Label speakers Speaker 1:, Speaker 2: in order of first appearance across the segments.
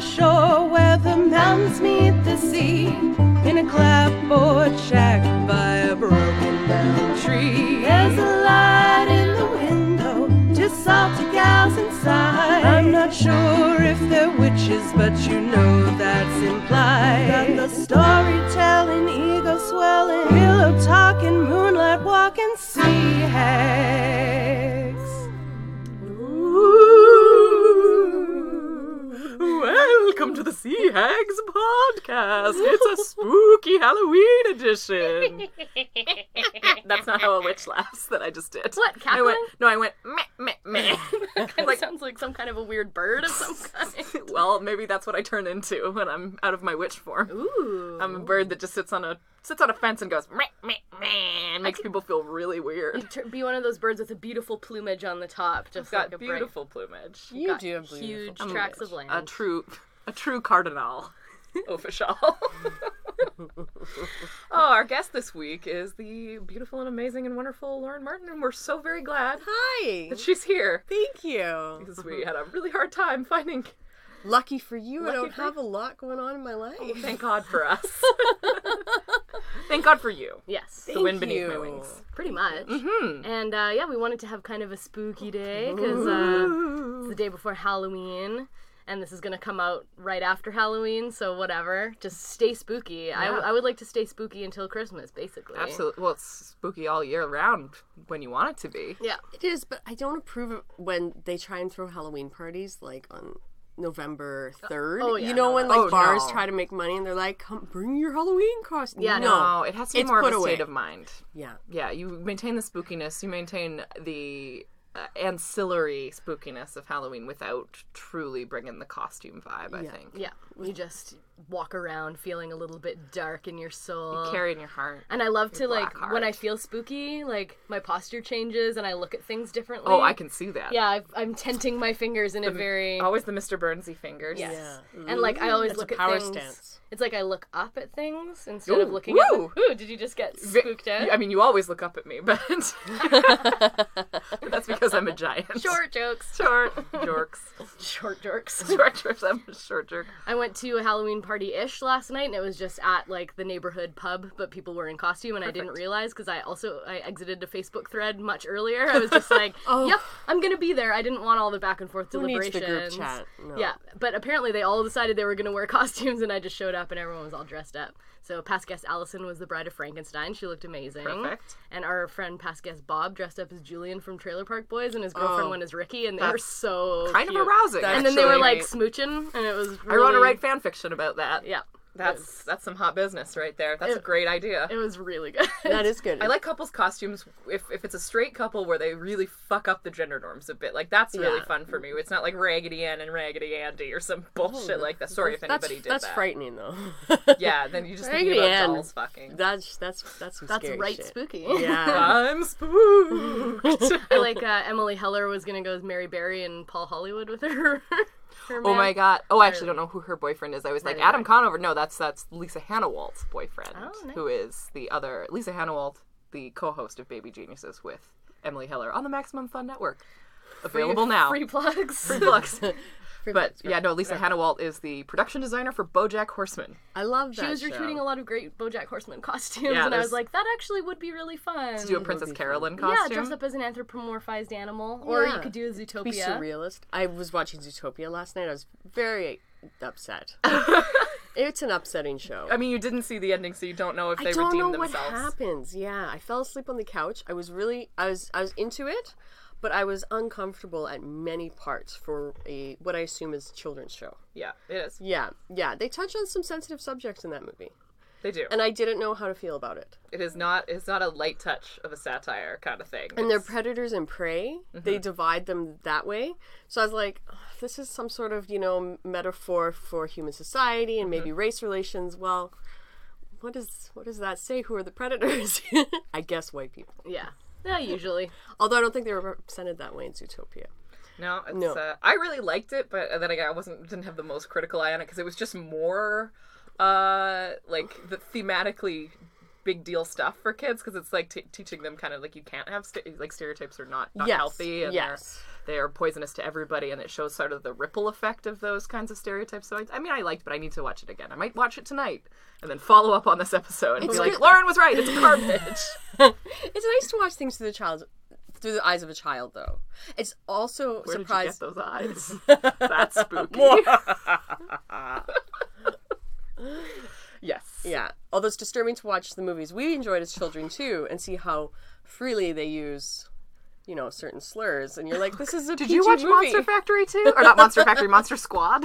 Speaker 1: shore where the mountains meet the sea. In a clapboard shack by a broken down tree. There's a light in the window, just salty gals inside. I'm not sure if they're witches, but you know that's implied. Got the storytelling, ego swelling, pillow talking, moonlight walking, sea hags.
Speaker 2: Ooh, welcome to the Sea Hags podcast. It's a spooky Halloween edition. That's not how a witch laughs that I just did.
Speaker 3: What,
Speaker 2: I
Speaker 3: cackling?
Speaker 2: went, no, I went meh, meh, meh.
Speaker 3: Kind
Speaker 2: Like-
Speaker 3: of sounds like some kind of a weird bird of some kind.
Speaker 2: well, maybe that's what I turn into when I'm out of my witch form.
Speaker 3: Ooh.
Speaker 2: I'm a bird that just sits on a sits on a fence and goes meh, meh, meh, and makes people feel really weird.
Speaker 3: Tr- be one of those birds with a beautiful plumage on the top. Just
Speaker 2: It's
Speaker 3: like
Speaker 2: got
Speaker 3: a bright-
Speaker 2: beautiful plumage.
Speaker 3: You've
Speaker 4: You
Speaker 3: got
Speaker 4: do have beautiful
Speaker 3: huge
Speaker 4: plumage.
Speaker 3: tracts of land.
Speaker 2: A true, a true cardinal official. oh, our guest this week is the beautiful and amazing and wonderful Lauren Martin, and we're so very glad
Speaker 4: Hi.
Speaker 2: that she's here
Speaker 4: Thank you.
Speaker 2: because we had a really hard time finding.
Speaker 4: Lucky for you, I
Speaker 2: Lucky
Speaker 4: don't
Speaker 2: for
Speaker 4: have a lot going on in my life.
Speaker 2: Thank God for us. Thank God for you.
Speaker 3: yes,
Speaker 2: the wind
Speaker 4: Thank
Speaker 2: beneath my
Speaker 4: you.
Speaker 2: wings.
Speaker 3: pretty much.
Speaker 4: Mm-hmm.
Speaker 3: And uh, yeah, we wanted to have kind of a spooky day because uh, it's the day before Halloween. And this is gonna come out right after Halloween, so whatever. Just stay spooky. I,
Speaker 2: Yeah.
Speaker 3: I would like to stay spooky until Christmas, basically.
Speaker 2: Absolutely. Well, it's spooky all year round when you want it to be.
Speaker 3: Yeah.
Speaker 4: It is, but I don't approve of when they try and throw Halloween parties like on November 3rd.
Speaker 3: oh, yeah,
Speaker 4: you know
Speaker 3: no,
Speaker 4: when
Speaker 2: that-
Speaker 4: like
Speaker 2: Oh,
Speaker 4: bars
Speaker 2: no.
Speaker 4: try to make money and they're like, "Come bring your Halloween costume."
Speaker 3: Yeah,
Speaker 4: no.
Speaker 2: No, Oh, it has to be
Speaker 4: It's
Speaker 2: more of a
Speaker 4: put away.
Speaker 2: state of mind.
Speaker 4: Yeah.
Speaker 2: Yeah, you maintain the spookiness. You maintain the uh, ancillary spookiness of Halloween without truly bringing the costume vibe. I think.
Speaker 3: Yeah, you just walk around feeling a little bit dark in your soul.
Speaker 2: Carry in your heart.
Speaker 3: Uh, and I love to like
Speaker 2: black
Speaker 3: when I
Speaker 2: heart.
Speaker 3: feel spooky, like my posture changes and I look at things differently.
Speaker 2: Oh, I can see that.
Speaker 3: Yeah, I've, I'm tenting my fingers in a very
Speaker 2: Always the oh, Mr. Burnsy fingers.
Speaker 3: yes. And like
Speaker 2: Mm-hmm.
Speaker 3: I always
Speaker 4: That's
Speaker 3: look
Speaker 4: a
Speaker 3: at
Speaker 4: power
Speaker 3: things.
Speaker 4: stance.
Speaker 3: It's like I look up at things instead of
Speaker 2: Ooh,
Speaker 3: looking. at
Speaker 2: woo!
Speaker 3: the- Ooh, did you just get spooked out?
Speaker 2: I mean, you always look up at me, but that's because I'm a giant.
Speaker 3: Short jokes.
Speaker 2: Short jorks.
Speaker 3: Short jerks.
Speaker 2: Short jerks. I'm a short jerk.
Speaker 3: I went to a Halloween party ish last night, and it was just at like the neighborhood pub, but people were in costume, and I didn't realize because I also I exited a Facebook thread much earlier. I was just like, "Yep, I'm gonna be there." I didn't want all the back and forth
Speaker 4: Who needs
Speaker 3: deliberations.
Speaker 4: the group chat? No.
Speaker 3: Yeah, but apparently they all decided they were gonna wear costumes, and I just showed up, and everyone was all dressed up. So past guest Allison was the bride of Frankenstein. She looked amazing.
Speaker 2: Perfect.
Speaker 3: And our friend past guest Bob dressed up as Julian from Trailer Park Boys, and his girlfriend went as Ricky, and they were
Speaker 2: That's
Speaker 3: so
Speaker 2: Kind
Speaker 3: cute.
Speaker 2: of arousing.
Speaker 4: That's
Speaker 3: And then they were
Speaker 2: actually.
Speaker 3: like smooching, and it was.
Speaker 2: I
Speaker 3: Really...
Speaker 2: want to write fan fiction about that.
Speaker 3: Yeah.
Speaker 2: That's that's some hot business right there. That's a
Speaker 3: It-
Speaker 2: great idea.
Speaker 3: It was really good.
Speaker 4: That is good.
Speaker 2: I like couples costumes if, if it's a straight couple where they really fuck up the gender norms a bit. Like that's really
Speaker 4: Yeah.
Speaker 2: fun for me. It's not like Raggedy Ann and Raggedy Andy or some bullshit like that. Sorry if
Speaker 4: that's
Speaker 2: anybody did
Speaker 4: that's
Speaker 2: that.
Speaker 4: frightening though.
Speaker 2: Yeah, then you just think
Speaker 4: Raggedy
Speaker 2: about
Speaker 4: Ann.
Speaker 2: dolls fucking.
Speaker 4: That's that's that's some
Speaker 3: That's
Speaker 4: scary
Speaker 3: right
Speaker 4: shit.
Speaker 3: spooky.
Speaker 4: Yeah.
Speaker 2: I'm spooked.
Speaker 3: I like uh, Emily Heller was gonna go as Mary Berry and Paul Hollywood with her. her
Speaker 2: oh
Speaker 3: man.
Speaker 2: my god. Oh, I actually don't know who her boyfriend is. I was like Adam Conover. No, that's that's Lisa Hannah Walt's boyfriend,
Speaker 3: Oh, nice.
Speaker 2: who is the other Lisa Hannah Walt, the co-host of Baby Geniuses with Emily Heller on the Maximum Fun Network. Available now.
Speaker 3: Free plugs.
Speaker 2: books. but yeah, no, Lisa Hannah Walt is the production designer for BoJack Horseman.
Speaker 4: I love that.
Speaker 3: She was
Speaker 4: show.
Speaker 3: retweeting a lot of great BoJack Horseman costumes,
Speaker 2: Yeah,
Speaker 3: and I
Speaker 2: there's-
Speaker 3: was like, that actually would be really fun.
Speaker 2: Do a Princess Carolyn
Speaker 3: yeah,
Speaker 2: costume.
Speaker 3: dress up as an anthropomorphized animal, or you
Speaker 4: Yeah.
Speaker 3: could do a
Speaker 4: be
Speaker 3: Zootopia.
Speaker 4: surrealist. I was watching Zootopia last night. I was very upset. it's an upsetting show.
Speaker 2: I mean, you didn't see the ending, so you don't know if they
Speaker 4: I don't know
Speaker 2: redeemed
Speaker 4: what
Speaker 2: themselves.
Speaker 4: happens. Yeah, I fell asleep on the couch. I was really, I was, I was into it, but I was uncomfortable at many parts for a what I assume is a children's show.
Speaker 2: Yeah, it is.
Speaker 4: Yeah, yeah. They touch on some sensitive subjects in that movie,
Speaker 2: They do.
Speaker 4: and I didn't know how to feel about it.
Speaker 2: it is not. It's not a light touch of a satire kind of thing.
Speaker 4: And they're
Speaker 2: It's-
Speaker 4: predators and prey.
Speaker 2: Mm-hmm.
Speaker 4: They divide them that way. So I was like, "Ugh, this is some sort of, you know, metaphor for human society and
Speaker 2: Mm-hmm.
Speaker 4: maybe race relations. Well, what does what does that say? Who are the predators? I guess white people.
Speaker 3: Yeah. Yeah, usually.
Speaker 4: Although I don't think they were represented that way in Zootopia.
Speaker 2: no. It's,
Speaker 4: No.
Speaker 2: Uh, I really liked it, but uh, then again, I wasn't didn't have the most critical eye on it because it was just more, uh, like the thematically big deal stuff for kids because it's like t- teaching them kind of like you can't have st- like stereotypes are not, not
Speaker 4: yes.
Speaker 2: healthy and they're-
Speaker 4: yes.
Speaker 2: they are poisonous to everybody, and it shows sort of the ripple effect of those kinds of stereotypes. So I, I mean, I liked, but I need to watch it again. I might watch it tonight and then follow up on this episode and be like,
Speaker 4: good-
Speaker 2: Lauren was right. It's garbage.
Speaker 4: It's nice to watch things through the child, through the eyes of a child, though. It's also
Speaker 2: Where did you get
Speaker 4: surprising.
Speaker 2: those eyes? That's spooky. yes.
Speaker 4: Yeah, although it's disturbing to watch the movies we enjoyed as children too, and see how freely they use, you know, certain slurs, and you're like, this is a
Speaker 2: Did you watch Monster Factory too? Or not Monster Factory, Monster Squad?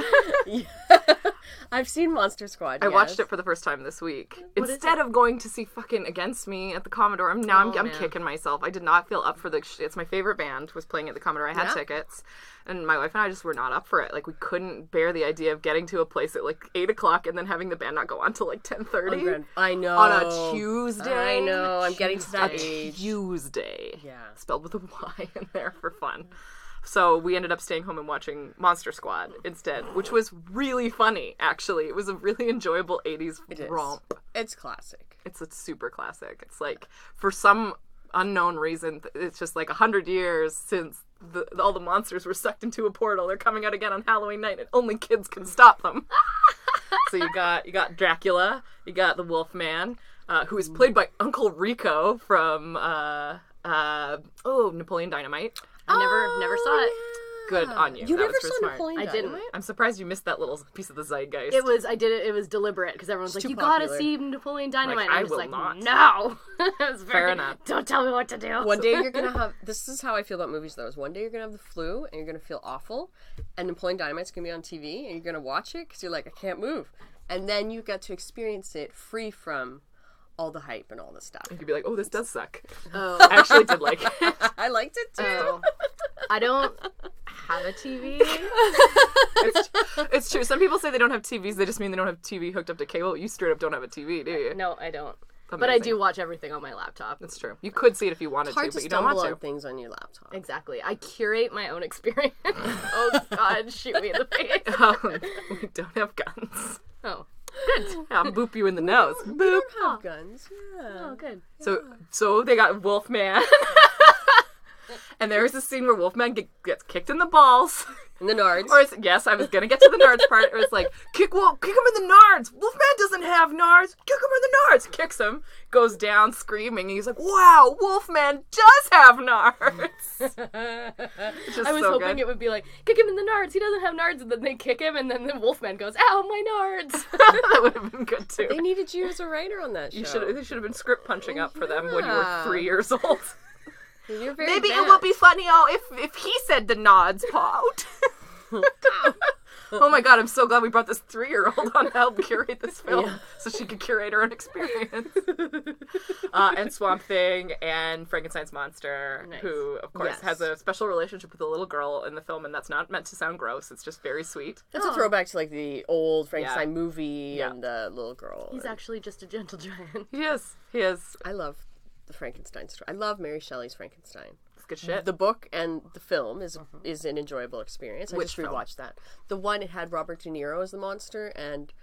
Speaker 4: I've seen Monster Squad.
Speaker 2: I watched it for the first time this week. Instead of going to see fucking Against Me at the Commodore, I'm now I'm, I'm kicking myself. I did not feel up for the. Sh- it's my favorite band was playing at the Commodore. I had tickets, and my wife and I just were not up for it. Like we couldn't bear the idea of getting to a place at like eight o'clock and then having the band not go on till like ten thirty
Speaker 4: I know.
Speaker 2: on a Tuesday.
Speaker 4: I know. I'm getting to that
Speaker 2: a
Speaker 4: age.
Speaker 2: Tuesday.
Speaker 4: Yeah.
Speaker 2: Spelled with a Y in there for fun. So we ended up staying home and watching Monster Squad instead, which was really funny, actually. It was a really enjoyable 80s
Speaker 4: is.
Speaker 2: romp.
Speaker 4: It's classic.
Speaker 2: It's a super classic. It's like, for some unknown reason, th- it's just like 100 years since the, all the monsters were sucked into a portal. They're coming out again on Halloween night, and only kids can stop them. So you got you got Dracula, you got the Wolfman, uh, who
Speaker 4: Mm.
Speaker 2: is played by Uncle Rico from uh, uh, oh Napoleon Dynamite.
Speaker 3: I never never saw it.
Speaker 2: Good on you.
Speaker 4: Ah, You
Speaker 2: that
Speaker 4: never
Speaker 2: was
Speaker 4: saw
Speaker 2: for smart.
Speaker 4: Napoleon.
Speaker 3: I didn't.
Speaker 4: Dynamite?
Speaker 2: I'm surprised you missed that little piece of the zeitgeist.
Speaker 3: It was I did it. It was deliberate because everyone's like,
Speaker 4: too
Speaker 3: "You
Speaker 4: popular."
Speaker 3: gotta see Napoleon Dynamite."
Speaker 2: Like,
Speaker 3: and
Speaker 2: I
Speaker 3: I'm just
Speaker 2: will
Speaker 3: like,
Speaker 2: not.
Speaker 3: No, it was very,
Speaker 2: enough.
Speaker 3: Don't tell me what to do.
Speaker 4: One day you're gonna have. This is how I feel about movies, though. Is one day you're gonna have the flu and you're gonna feel awful, and Napoleon Dynamite's gonna be on TV and you're gonna watch it because you're like, I can't move, and then you get to experience it free from all the hype and all the stuff.
Speaker 2: You'd be like, oh, this does suck.
Speaker 3: Oh.
Speaker 2: I actually did like it.
Speaker 4: I liked it too.
Speaker 3: So, I don't have a TV.
Speaker 2: It's, it's true. Some people say they don't have TVs. They just mean they don't have TV hooked up to cable. You straight up don't have a TV, do you?
Speaker 3: No, I don't. But I
Speaker 2: Amazing.
Speaker 3: do watch everything on my laptop.
Speaker 2: It's true. You could see it if you wanted
Speaker 4: Hard
Speaker 2: to,
Speaker 4: to
Speaker 2: but you don't want
Speaker 4: stumble
Speaker 2: to.
Speaker 4: on things on your laptop.
Speaker 3: Exactly. I curate my own experience. oh God, shoot me in the face.
Speaker 2: Um, we don't have guns.
Speaker 3: Oh,
Speaker 2: I'll boop you in the nose. Boop.
Speaker 4: Have guns. Yeah.
Speaker 3: oh, good.
Speaker 2: So so they got Wolfman. and there is a scene where Wolfman get, gets kicked in the balls.
Speaker 4: And the nards.
Speaker 2: Or it's, yes, I was gonna get to the nards part. Or it's like kick, Wol- kick him in the nards. Wolfman doesn't have nards. Kick him in the nards. Kicks him, goes down screaming, and he's like, "Wow, Wolfman does have nards." Which is
Speaker 3: I was
Speaker 2: so
Speaker 3: hoping
Speaker 2: good.
Speaker 3: it would be like kick him in the nards. He doesn't have nards, and then they kick him, and then the Wolfman goes, "Ow, my nards!"
Speaker 2: that would have been good too.
Speaker 4: They needed you as a writer on that show.
Speaker 2: You should they should have been script punching up for them when you were
Speaker 4: Yeah.
Speaker 2: three years old.
Speaker 4: You're very
Speaker 2: Maybe
Speaker 4: bad.
Speaker 2: it will be funny oh if if he said the nods part. oh my god, I'm so glad we brought this three year old on to help curate this film so she could curate her own experience. uh, and Swamp Thing and Frankenstein's Monster,
Speaker 3: Nice.
Speaker 2: who of course
Speaker 4: Yes.
Speaker 2: has a special relationship with a little girl in the film, and that's not meant to sound gross, it's just very sweet.
Speaker 4: That's a throwback to like the old Frankenstein movie and the little girl.
Speaker 3: He's actually just a gentle giant.
Speaker 2: He is. He is.
Speaker 4: I love the Frankenstein story. I love Mary Shelley's Frankenstein.
Speaker 2: It's good shit.
Speaker 4: The book and the film is is an enjoyable experience. I
Speaker 2: Mm-hmm. Which
Speaker 4: just
Speaker 2: film?
Speaker 4: rewatched that. The one it had Robert De Niro as the monster and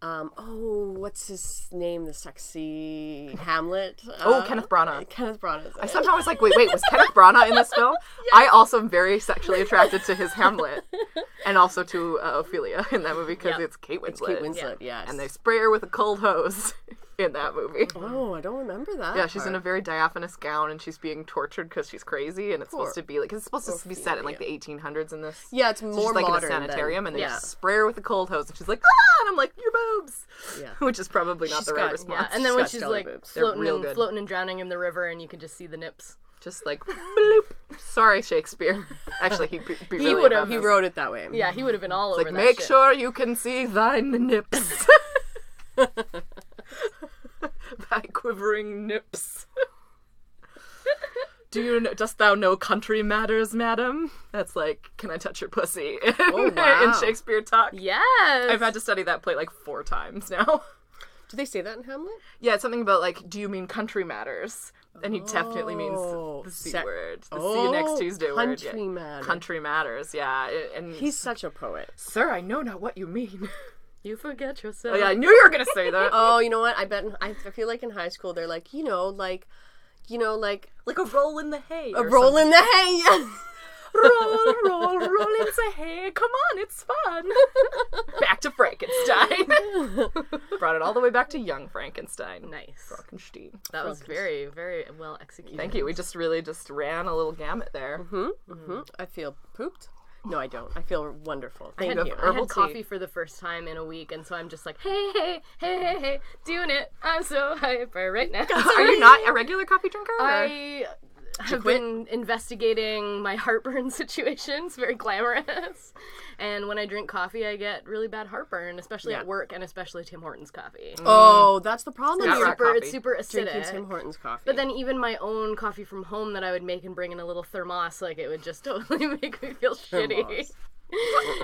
Speaker 4: um oh what's his name the sexy Hamlet.
Speaker 2: oh,
Speaker 4: uh,
Speaker 2: Kenneth Branagh.
Speaker 4: Kenneth Branagh.
Speaker 2: I somehow was like, wait, wait, was Kenneth Branagh in this film? I also am very sexually attracted to his Hamlet, and also to uh, Ophelia in that movie because it's Kate Winslet.
Speaker 4: Kate Winslet, yes.
Speaker 2: And they spray her with a cold hose in that movie.
Speaker 4: Oh, I don't remember that.
Speaker 2: Yeah, she's
Speaker 4: part.
Speaker 2: in a very diaphanous gown and she's being tortured because she's crazy, and it's supposed to be like 'cause it's supposed to be set in like the 1800s in this.
Speaker 4: Yeah, it's
Speaker 2: So
Speaker 4: more
Speaker 2: she's like
Speaker 4: modern
Speaker 2: in a
Speaker 4: than-
Speaker 2: sanitarium, and they
Speaker 4: yeah.
Speaker 2: just spray her with a cold hose, and she's like, ah, and I'm like, your boobs,
Speaker 4: Yeah.
Speaker 2: which is probably not
Speaker 4: She's
Speaker 2: the right
Speaker 4: got-
Speaker 2: response.
Speaker 3: Yeah, and then when
Speaker 4: got
Speaker 3: she's
Speaker 4: stellar
Speaker 3: like
Speaker 4: boobs.
Speaker 2: They're
Speaker 3: floating
Speaker 2: real
Speaker 3: and
Speaker 2: good.
Speaker 3: floating and drowning in the river, and you can just see the nips.
Speaker 2: just like, bloop. Sorry, Shakespeare. Actually, he'd be, be really
Speaker 3: would've-
Speaker 2: above
Speaker 4: He
Speaker 2: this.
Speaker 4: wrote it that way.
Speaker 3: Yeah, he would have been all over
Speaker 2: like
Speaker 3: that.
Speaker 2: make
Speaker 3: shit.
Speaker 2: sure you can see thine nips thy quivering nips do you kn- dost thou know country matters madam that's like can i touch your pussy in,
Speaker 4: wow.
Speaker 2: in shakespeare talk
Speaker 3: Oh, Yes.
Speaker 2: i've had to study that play like four times now
Speaker 4: Do they say that in Hamlet?
Speaker 2: yeah it's something about like do you mean country matters and he definitely means
Speaker 4: Oh,
Speaker 2: the c
Speaker 4: sec-
Speaker 2: word the see you next
Speaker 4: Oh,
Speaker 2: tuesday word
Speaker 4: country
Speaker 2: yeah.
Speaker 4: matter.
Speaker 2: country matters yeah a- and
Speaker 4: He's such a poet.
Speaker 2: sir i know not what you mean
Speaker 3: You forget yourself.
Speaker 2: Oh, yeah, I knew you were gonna say that.
Speaker 4: Oh, you know what? I bet in, I feel like in high school they're like, you know, like, you know, like
Speaker 2: like a roll in the hay.
Speaker 4: a roll in the hay. yes.
Speaker 2: roll, roll, roll into hay. Come on, it's fun. back to Frankenstein. Brought it all the way back to young Frankenstein.
Speaker 3: Nice.
Speaker 2: Frankenstein.
Speaker 3: That was very, very well executed.
Speaker 2: Thank you. We just really just ran a little gamut there.
Speaker 4: hmm I feel pooped. No, I don't. I feel wonderful.
Speaker 3: I
Speaker 4: Thank
Speaker 3: had,
Speaker 4: you.
Speaker 3: I
Speaker 2: herbal
Speaker 3: had
Speaker 2: tea.
Speaker 3: coffee for the first time in a week, and so I'm just like, hey, hey, hey, hey, hey, doing it. I'm so hyper right now.
Speaker 2: Are you not a regular coffee drinker? or-
Speaker 3: I have been investigating my heartburn situation. It's very glamorous. And when I drink coffee, I get really bad heartburn, especially
Speaker 4: Yeah.
Speaker 3: at work and especially Tim Hortons coffee.
Speaker 4: Oh, that's the problem.
Speaker 2: Got
Speaker 4: You're
Speaker 2: rock
Speaker 3: super,
Speaker 2: coffee.
Speaker 3: Mm. it's super
Speaker 4: drinking
Speaker 3: acidic.
Speaker 4: Tim Hortons coffee.
Speaker 3: But then even my own coffee from home that I would make and bring in a little thermos, like it would just totally make me feel shitty.
Speaker 4: Thermos.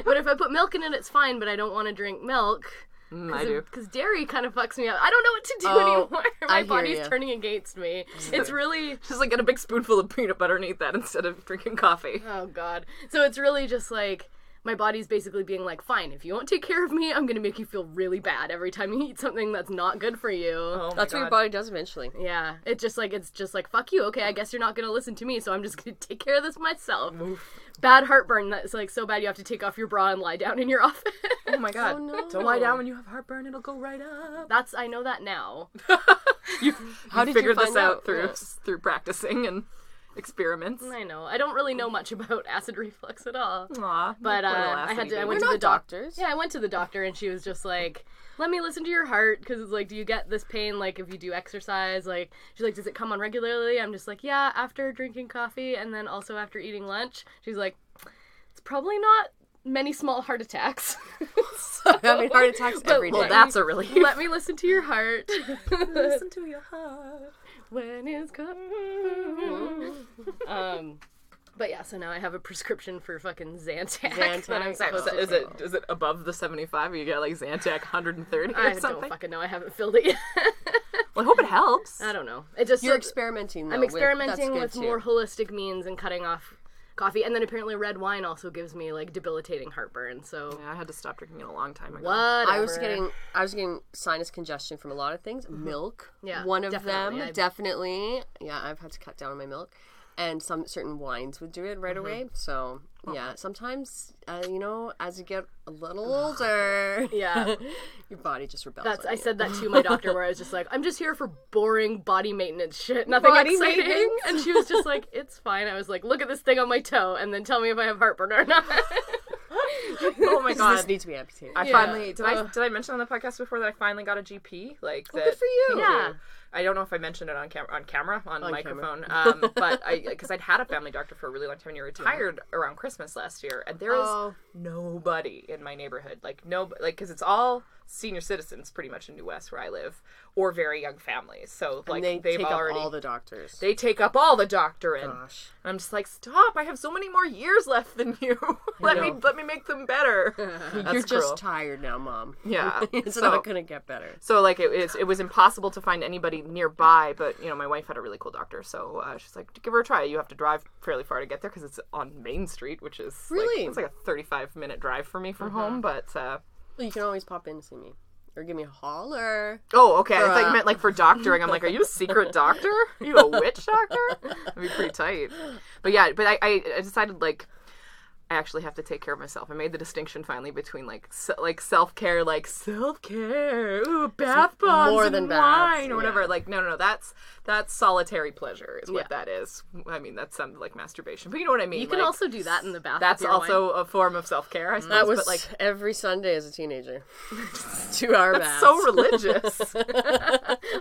Speaker 3: but if I put milk in it, it's fine. But I don't want to drink milk
Speaker 2: Mm, I do.
Speaker 3: because dairy kind of fucks me up. I don't know what to do
Speaker 4: Oh,
Speaker 3: anymore. My
Speaker 4: I hear
Speaker 3: body's
Speaker 4: ya.
Speaker 3: turning against me. It's really
Speaker 2: Just like get a big spoonful of peanut butter and eat that instead of drinking coffee.
Speaker 3: oh god. So it's really just like my body's basically being like, fine, if you won't take care of me, I'm gonna make you feel really bad every time you eat something that's not good for you.
Speaker 2: Oh my
Speaker 4: that's what
Speaker 2: God.
Speaker 4: your body does eventually.
Speaker 3: Yeah, it's just like it's just like fuck you. Okay, I guess you're not gonna listen to me, so I'm just gonna take care of this myself. Bad heartburn that's like so bad you have to take off your bra and lie down in your office.
Speaker 2: Oh my god.
Speaker 4: Oh, no.
Speaker 2: Don't lie down when you have heartburn, it'll go right up.
Speaker 3: that's I know that now.
Speaker 2: You,
Speaker 4: How
Speaker 2: you
Speaker 4: did you
Speaker 2: figured this
Speaker 4: find
Speaker 2: out,
Speaker 4: out?
Speaker 2: through
Speaker 4: Yeah.
Speaker 2: through practicing and experiments.
Speaker 3: I know. I don't really know much about acid reflux at all.
Speaker 2: Aw,
Speaker 3: But
Speaker 2: poor little
Speaker 3: uh, I
Speaker 2: acidy
Speaker 3: had to. I
Speaker 2: baby.
Speaker 3: went
Speaker 4: We're
Speaker 3: to the
Speaker 4: not
Speaker 3: doc-
Speaker 4: doctors.
Speaker 3: Yeah, I went to the doctor, and she was just like, "Let me listen to your heart, because it's like, do you get this pain? Like, if you do exercise, like, she's like, does it come on regularly? I'm just like, yeah, after drinking coffee, and then also after eating lunch. She's like, it's probably not many small heart attacks. So,
Speaker 4: I mean, heart attacks every day.
Speaker 2: Well, that's a relief.
Speaker 3: let me listen to your heart.
Speaker 2: Listen to your heart.
Speaker 3: when is co- um but yeah so now i have a prescription for fucking zantac, that i'm
Speaker 4: Zantac,
Speaker 3: supposed to
Speaker 2: Is
Speaker 3: take.
Speaker 2: it is it above the seventy five? You got like Zantac hundred and thirty or
Speaker 3: i
Speaker 2: something.
Speaker 3: don't fucking know i haven't filled it yet
Speaker 2: Well, I hope it helps.
Speaker 3: i don't know it just
Speaker 4: You're
Speaker 3: so-
Speaker 4: experimenting. Though,
Speaker 3: i'm
Speaker 4: with- that's
Speaker 3: experimenting
Speaker 4: good,
Speaker 3: with,
Speaker 4: too.
Speaker 3: more holistic means and cutting off coffee and then apparently red wine also gives me like debilitating heartburn so
Speaker 2: Yeah, I had to stop drinking it a long time ago.
Speaker 3: what
Speaker 4: I was getting I was getting sinus congestion from a lot of things. Milk,
Speaker 3: Mm-hmm. Yeah,
Speaker 4: one of
Speaker 3: definitely.
Speaker 4: them,
Speaker 3: I-
Speaker 4: definitely. Yeah, I've had to cut down on my milk, and some certain wines would do it right
Speaker 3: Mm-hmm.
Speaker 4: away. So yeah, sometimes uh, you know, as you get a little older,
Speaker 3: yeah
Speaker 4: your body just rebels.
Speaker 3: that's
Speaker 4: on
Speaker 3: i
Speaker 4: you.
Speaker 3: said that to my doctor where i was just like i'm just here for boring body maintenance shit nothing
Speaker 4: Body
Speaker 3: exciting
Speaker 4: maintenance?
Speaker 3: and she was just like it's fine i was like look at this thing on my toe and then tell me if i have heartburn or not
Speaker 2: Oh my
Speaker 4: Does this
Speaker 2: god.
Speaker 4: needs to be amputated.
Speaker 2: I
Speaker 3: Yeah.
Speaker 2: finally did I
Speaker 3: Ugh.
Speaker 2: did I mention on the podcast before that I finally got a GP like that,
Speaker 4: good for you.
Speaker 2: Thank
Speaker 3: Yeah.
Speaker 2: I don't know if I mentioned it on camera on camera on,
Speaker 4: On camera.
Speaker 2: microphone um but I because I'd had a family doctor for a really long time and he retired around Christmas last year and there was
Speaker 4: Oh.
Speaker 2: nobody in my neighborhood like no like cuz it's all senior citizens pretty much in New West where I live or very young families so like
Speaker 4: and they
Speaker 2: they've
Speaker 4: take
Speaker 2: already
Speaker 4: up all the doctors.
Speaker 2: they take up all the doctoring.
Speaker 4: Gosh.
Speaker 2: And I'm just like, stop! I have so many more years left than you. let me
Speaker 4: know.
Speaker 2: let me make them better. That's cruel.
Speaker 4: You're just tired now, mom.
Speaker 2: yeah.
Speaker 4: it's
Speaker 2: so,
Speaker 4: not gonna get better.
Speaker 2: so like it, it's, it was impossible to find anybody nearby, but you know my wife had a really cool doctor, so uh, she's like, give her a try. You have to drive fairly far to get there because it's on Main Street, which is like-
Speaker 4: Really?
Speaker 2: it's like a 35 minute drive for me from home. But uh,
Speaker 4: Well, you can always pop in to see me, or give me a holler.
Speaker 2: oh, okay, I thought
Speaker 4: Bruh.
Speaker 2: you meant like for doctoring. I'm like, are you a secret doctor? Are you a witch doctor? That'd be pretty tight. But yeah, but I I, I decided like. I actually have to take care of myself. I made the distinction finally between like se- like self care, like self care, ooh bath bombs,
Speaker 4: more
Speaker 2: and
Speaker 4: than baths,
Speaker 2: wine or whatever.
Speaker 4: yeah.
Speaker 2: Like no, no, no. That's that's solitary pleasure is what that is. I mean, that sounded like masturbation, but you know what I mean.
Speaker 3: you can
Speaker 2: like,
Speaker 3: also do that in the bathroom
Speaker 2: that's also a form of self care. I suppose,
Speaker 4: Mm, That was
Speaker 2: but like
Speaker 4: every Sunday as a teenager. Two hour baths.
Speaker 2: so religious.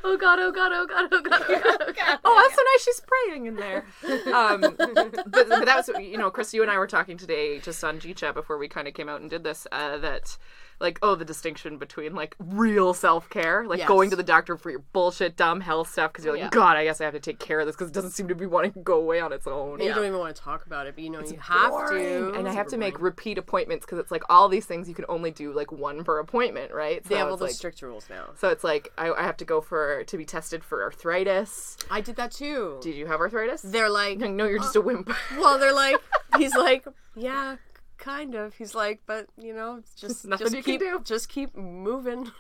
Speaker 3: oh god oh god oh god oh god oh god, oh god.
Speaker 2: oh, that's so nice. She's praying in there. Um, but, but that was, you know, Chris, you and I were talking today just on G Chat before we kind of came out and did this uh, that, like, oh, the distinction between, like, real self care, like
Speaker 4: Yes.
Speaker 2: going to the doctor for your bullshit, dumb health stuff, because you're like, God, I guess I have to take care of this because it doesn't seem to be wanting to go away on its own.
Speaker 4: You don't even want to talk about it, but you know you have to.
Speaker 2: And I have to make repeat appointments because it's like all these things you can only do like one per appointment, right? So
Speaker 4: They have all
Speaker 2: it's
Speaker 4: those
Speaker 2: like-
Speaker 4: strict rules now.
Speaker 2: So it's like I, I have to go for to be tested for arthritis.
Speaker 4: I did that too.
Speaker 2: Did you have arthritis?
Speaker 4: They're like,
Speaker 2: No, you're just a wimp.
Speaker 4: well, they're like, he's like, yeah, kind of. He's like, but you know, it's just
Speaker 2: Nothing
Speaker 4: just
Speaker 2: you can
Speaker 4: keep,
Speaker 2: do.
Speaker 4: Just keep moving.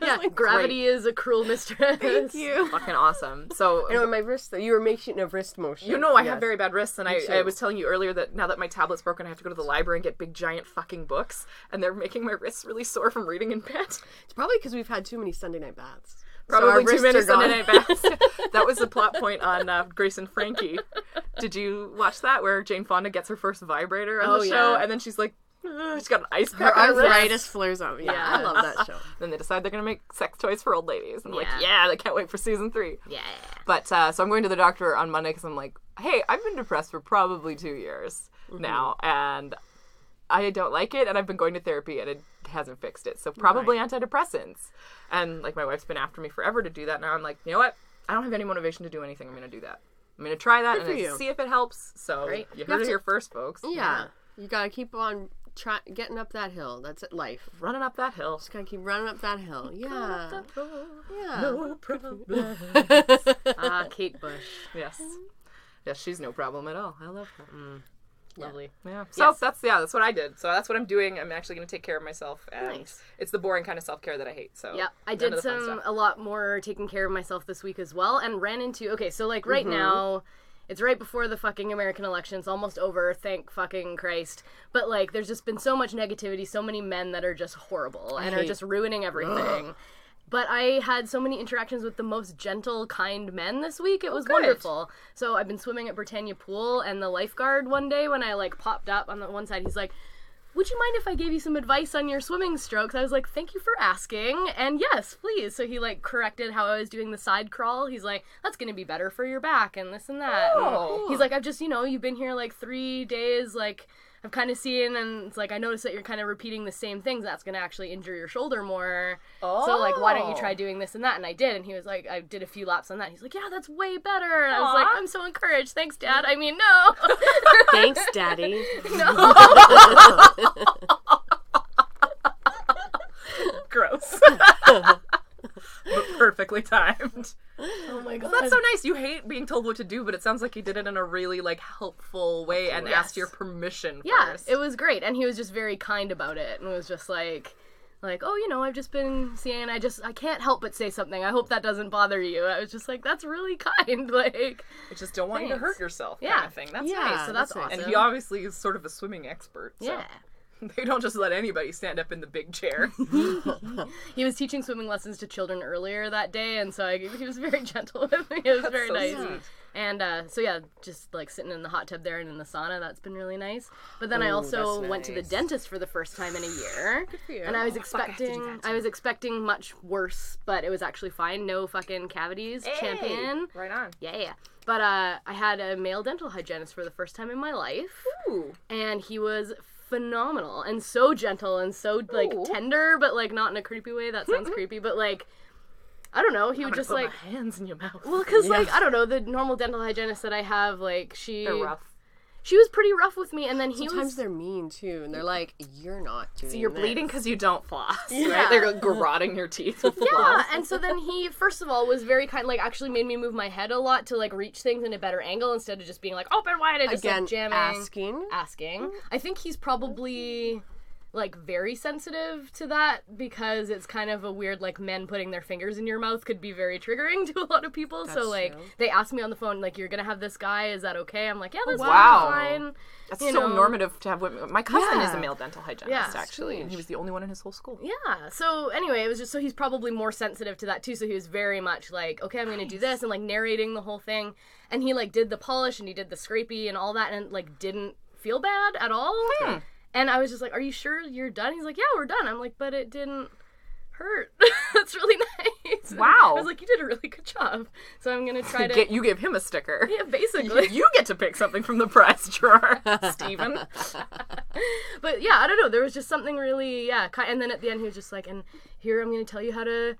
Speaker 3: Yeah, gravity is a cruel mistress.
Speaker 4: Thank you.
Speaker 2: Fucking awesome. So
Speaker 4: You know, my wrist. though, You were making a wrist motion.
Speaker 2: You know I
Speaker 4: Yes.
Speaker 2: have very bad wrists, and I, I
Speaker 4: too.
Speaker 2: was telling you earlier that now that my tablet's broken, I have to go to the library and get big giant fucking books, and they're making my wrists really sore from reading in bed.
Speaker 4: It's probably because we've had too many Sunday night baths. So our
Speaker 2: Probably
Speaker 4: wrists
Speaker 2: too many
Speaker 4: are gone.
Speaker 2: Sunday night baths. that was the plot point on uh, Grace and Frankie. Did you watch that where Jane Fonda gets her first vibrator on
Speaker 3: Oh,
Speaker 2: the show,
Speaker 3: yeah.
Speaker 2: and then she's like, "Ugh," she's got an ice
Speaker 4: Her
Speaker 2: pack. on her wrist.
Speaker 4: arthritis flares up. Yeah, I love that show.
Speaker 2: Then they decide they're gonna make sex toys for old ladies, and I'm
Speaker 3: Yeah.
Speaker 2: like, yeah, they can't wait for season three.
Speaker 3: Yeah.
Speaker 2: But uh, so I'm going to the doctor on Monday because I'm like, hey, I've been depressed for probably two years
Speaker 4: Mm-hmm.
Speaker 2: now, and I don't like it, and I've been going to therapy, and it hasn't fixed it. So probably antidepressants. And like my wife's been after me forever to do that. Now I'm like, you know what? I don't have any motivation to do anything. I'm gonna do that. I'm gonna try that
Speaker 4: for
Speaker 2: and
Speaker 4: you.
Speaker 2: see if it helps. So
Speaker 3: Great.
Speaker 2: you
Speaker 4: You
Speaker 2: heard
Speaker 4: have
Speaker 2: it
Speaker 4: to-
Speaker 2: here first, folks.
Speaker 4: Yeah, you gotta keep on try- getting up that hill. That's it, life.
Speaker 2: Running up that hill.
Speaker 4: Just gotta keep running up that hill. Yeah, yeah.
Speaker 3: Ah, Kate Bush.
Speaker 2: Yes. Yes, she's no problem at all. I love her.
Speaker 3: Lovely.
Speaker 2: Yeah. So that's yeah, that's what I did. So that's what I'm doing. I'm actually going to take care of myself. And
Speaker 3: Nice.
Speaker 2: It's the boring kind of self care that I hate. So
Speaker 3: Yeah, I
Speaker 2: none
Speaker 3: did
Speaker 2: of the fun
Speaker 3: some
Speaker 2: stuff.
Speaker 3: a lot more taking care of myself this week as well, and ran into okay. So like right
Speaker 2: Mm-hmm.
Speaker 3: now, it's right before the fucking American election. It's almost over. Thank fucking Christ. But like, there's just been so much negativity, so many men that are just horrible and are just ruining everything. But I had so many interactions with the most gentle, kind men this week.
Speaker 2: Oh,
Speaker 3: It was wonderful. So I've been swimming at Britannia Pool, and the lifeguard one day when I like popped up on the one side, he's like, "Would you mind if I gave you some advice on your swimming strokes?" I was like, "Thank you for asking," and yes, please. So he like corrected how I was doing the side crawl. He's like, "That's gonna be better for your back," and this and that. And
Speaker 2: Oh.
Speaker 3: he's like, "I've just you know you've been here like three days, like." I've kind of seen, and it's like I noticed that you're kind of repeating the same things. That's going to actually injure your shoulder more. So like, why don't you
Speaker 2: Oh.
Speaker 3: try doing this and that? And I did, and he was like, I did a few laps on that. He's like, yeah, that's way better. And I was like,
Speaker 2: Aw. Mm.
Speaker 3: I'm so encouraged. Thanks, Dad. I mean, no,
Speaker 4: Thanks, Daddy.
Speaker 2: gross. but perfectly timed.
Speaker 3: oh my god,
Speaker 2: That's so nice. You hate being told what to do, but it sounds like you did it in a really like helpful way and asked your permission
Speaker 3: yeah,
Speaker 2: first.
Speaker 3: it was great. And he was just very kind about it, and was just like, like, oh, you know, I've just been seeing. I just, I can't help but say something. I hope that doesn't bother you. I was just like, that's really kind. Like,
Speaker 2: I just don't want you to
Speaker 3: Thanks.
Speaker 2: hurt yourself.
Speaker 3: Yeah.
Speaker 2: Kind of thing. That's
Speaker 4: Yeah,
Speaker 2: nice.
Speaker 3: so that's,
Speaker 4: that's
Speaker 3: awesome.
Speaker 2: And he obviously is sort of a swimming expert. So
Speaker 3: yeah.
Speaker 2: They don't just let anybody stand up in the big chair.
Speaker 3: He was teaching swimming lessons to children earlier that day, and so I, he was very gentle with me. It was very
Speaker 2: so
Speaker 3: nice.
Speaker 2: sweet.
Speaker 3: And uh, so yeah, just like sitting in the hot tub there and in the sauna, that's been really nice. But then I also
Speaker 4: that's
Speaker 3: went to the
Speaker 4: nice.
Speaker 3: dentist for the first time in a year, and I was expecting I, was expecting much worse, but it was actually fine. No fucking cavities, champion.
Speaker 2: Right on.
Speaker 3: Yeah, yeah. But uh, I had a male dental hygienist for the first time in my life
Speaker 2: Ooh.
Speaker 3: and he was phenomenal and so gentle and so like tender, but like not in a creepy way. That sounds creepy, but like I don't know. He would just
Speaker 2: Put
Speaker 3: like
Speaker 2: my hands in your mouth.
Speaker 3: well, because like I don't know the normal dental hygienist that I have, like she
Speaker 2: They're rough.
Speaker 3: she was pretty rough with me, and then he
Speaker 4: Sometimes
Speaker 3: was
Speaker 4: they're mean too, and they're like, "You're not doing.
Speaker 2: You're
Speaker 4: this."
Speaker 2: bleeding because you don't floss,
Speaker 3: Yeah.
Speaker 2: right? They're grotting your teeth with
Speaker 3: Yeah,
Speaker 2: floss.
Speaker 3: and so then he first of all was very kind, like actually made me move my head a lot to like reach things in a better angle instead of just being like open wide and just
Speaker 4: Again,
Speaker 3: like, jamming.
Speaker 4: asking.
Speaker 3: asking. Mm-hmm. I think he's probably like very sensitive to that because it's kind of a weird like men putting their fingers in your mouth could be very triggering to a lot of people. so
Speaker 4: That's
Speaker 3: like
Speaker 4: true.
Speaker 3: they asked me on the phone like you're gonna have this guy is that okay? I'm like yeah that's
Speaker 2: wow.
Speaker 3: fine.
Speaker 2: That's
Speaker 3: you
Speaker 2: so
Speaker 3: know.
Speaker 2: normative to have women. My cousin is
Speaker 4: Yeah.
Speaker 2: a male dental hygienist,
Speaker 3: Yeah.
Speaker 2: actually, and he was the only one in his whole school.
Speaker 3: Yeah. So anyway, it was just so he's probably more sensitive to that too. So he was very much like, okay, I'm gonna do this and like narrating the whole thing, and he like did the polish and he did the scrapey and all that and like didn't feel bad at all.
Speaker 2: Hmm.
Speaker 3: And I was just like, are you sure you're done? He's like, yeah, we're done. I'm like, but it didn't hurt. That's really nice. And
Speaker 2: Wow.
Speaker 3: I was like, you did a really good job. So I'm gonna try to
Speaker 2: Get, you give him a sticker.
Speaker 3: yeah, basically.
Speaker 2: You get to pick something from the prize drawer, Stephen.
Speaker 3: but yeah, I don't know. There was just something really yeah. Ki- and then at the end, he was just like, "And here I'm going to tell you how to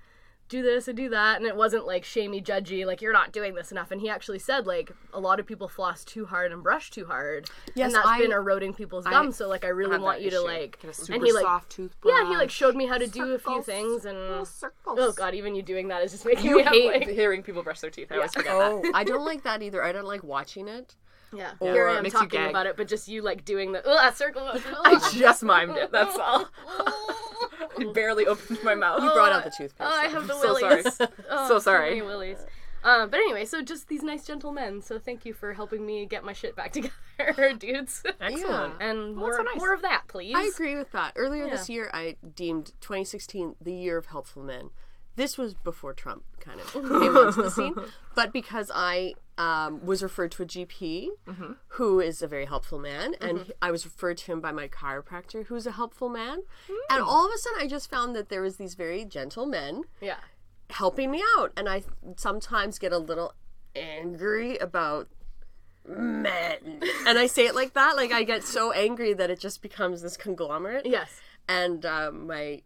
Speaker 3: do this and do that." And it wasn't like shamey, judgy, like you're not doing this enough. And he actually said like a lot of people floss too hard and brush too hard,
Speaker 4: Yes,
Speaker 3: and that's
Speaker 4: I-
Speaker 3: been eroding people's gums. So like I really
Speaker 4: have
Speaker 3: want
Speaker 4: that
Speaker 3: you to
Speaker 4: issue.
Speaker 3: like
Speaker 2: Get a super
Speaker 3: and he like
Speaker 2: soft toothbrush.
Speaker 3: yeah, he like showed me how to do a few things and.
Speaker 2: circles.
Speaker 3: Oh god, even you doing that is just making
Speaker 2: You
Speaker 3: me have,
Speaker 2: hate
Speaker 3: like-
Speaker 2: hearing people brush their teeth. I always forget.
Speaker 4: Oh, I don't like that either. I don't like watching it.
Speaker 3: Yeah.
Speaker 2: Or
Speaker 3: Here I
Speaker 2: it
Speaker 3: am
Speaker 2: makes you
Speaker 3: talking
Speaker 2: gag.
Speaker 3: about it, but just you like doing the ugh, circle.
Speaker 2: I just mimed it. That's all. I barely opened my mouth.
Speaker 4: You brought out the toothpaste.
Speaker 3: Oh, I have the
Speaker 2: so
Speaker 3: willies.
Speaker 2: sorry.
Speaker 3: Oh,
Speaker 2: So sorry.
Speaker 3: many willies. Uh, but anyway, so just these nice gentlemen. So thank you for helping me get my shit back together, dudes.
Speaker 2: Excellent. Well,
Speaker 3: And more,
Speaker 2: that's so nice.
Speaker 3: more of that, please.
Speaker 4: I agree with that. Earlier this
Speaker 3: Yeah.
Speaker 4: year, I deemed 2016 the year of helpful men. This was before Trump kind of came onto the scene, but because I um, was referred to a GP who is a very helpful man, and he- I was referred to him by my chiropractor who's a helpful man, and all of a sudden I just found that there was these very gentle men
Speaker 3: Yeah.
Speaker 4: helping me out, and I sometimes get a little angry about men, and I say it like that, like I get so angry that it just becomes this conglomerate.
Speaker 3: Yes.
Speaker 4: And um, my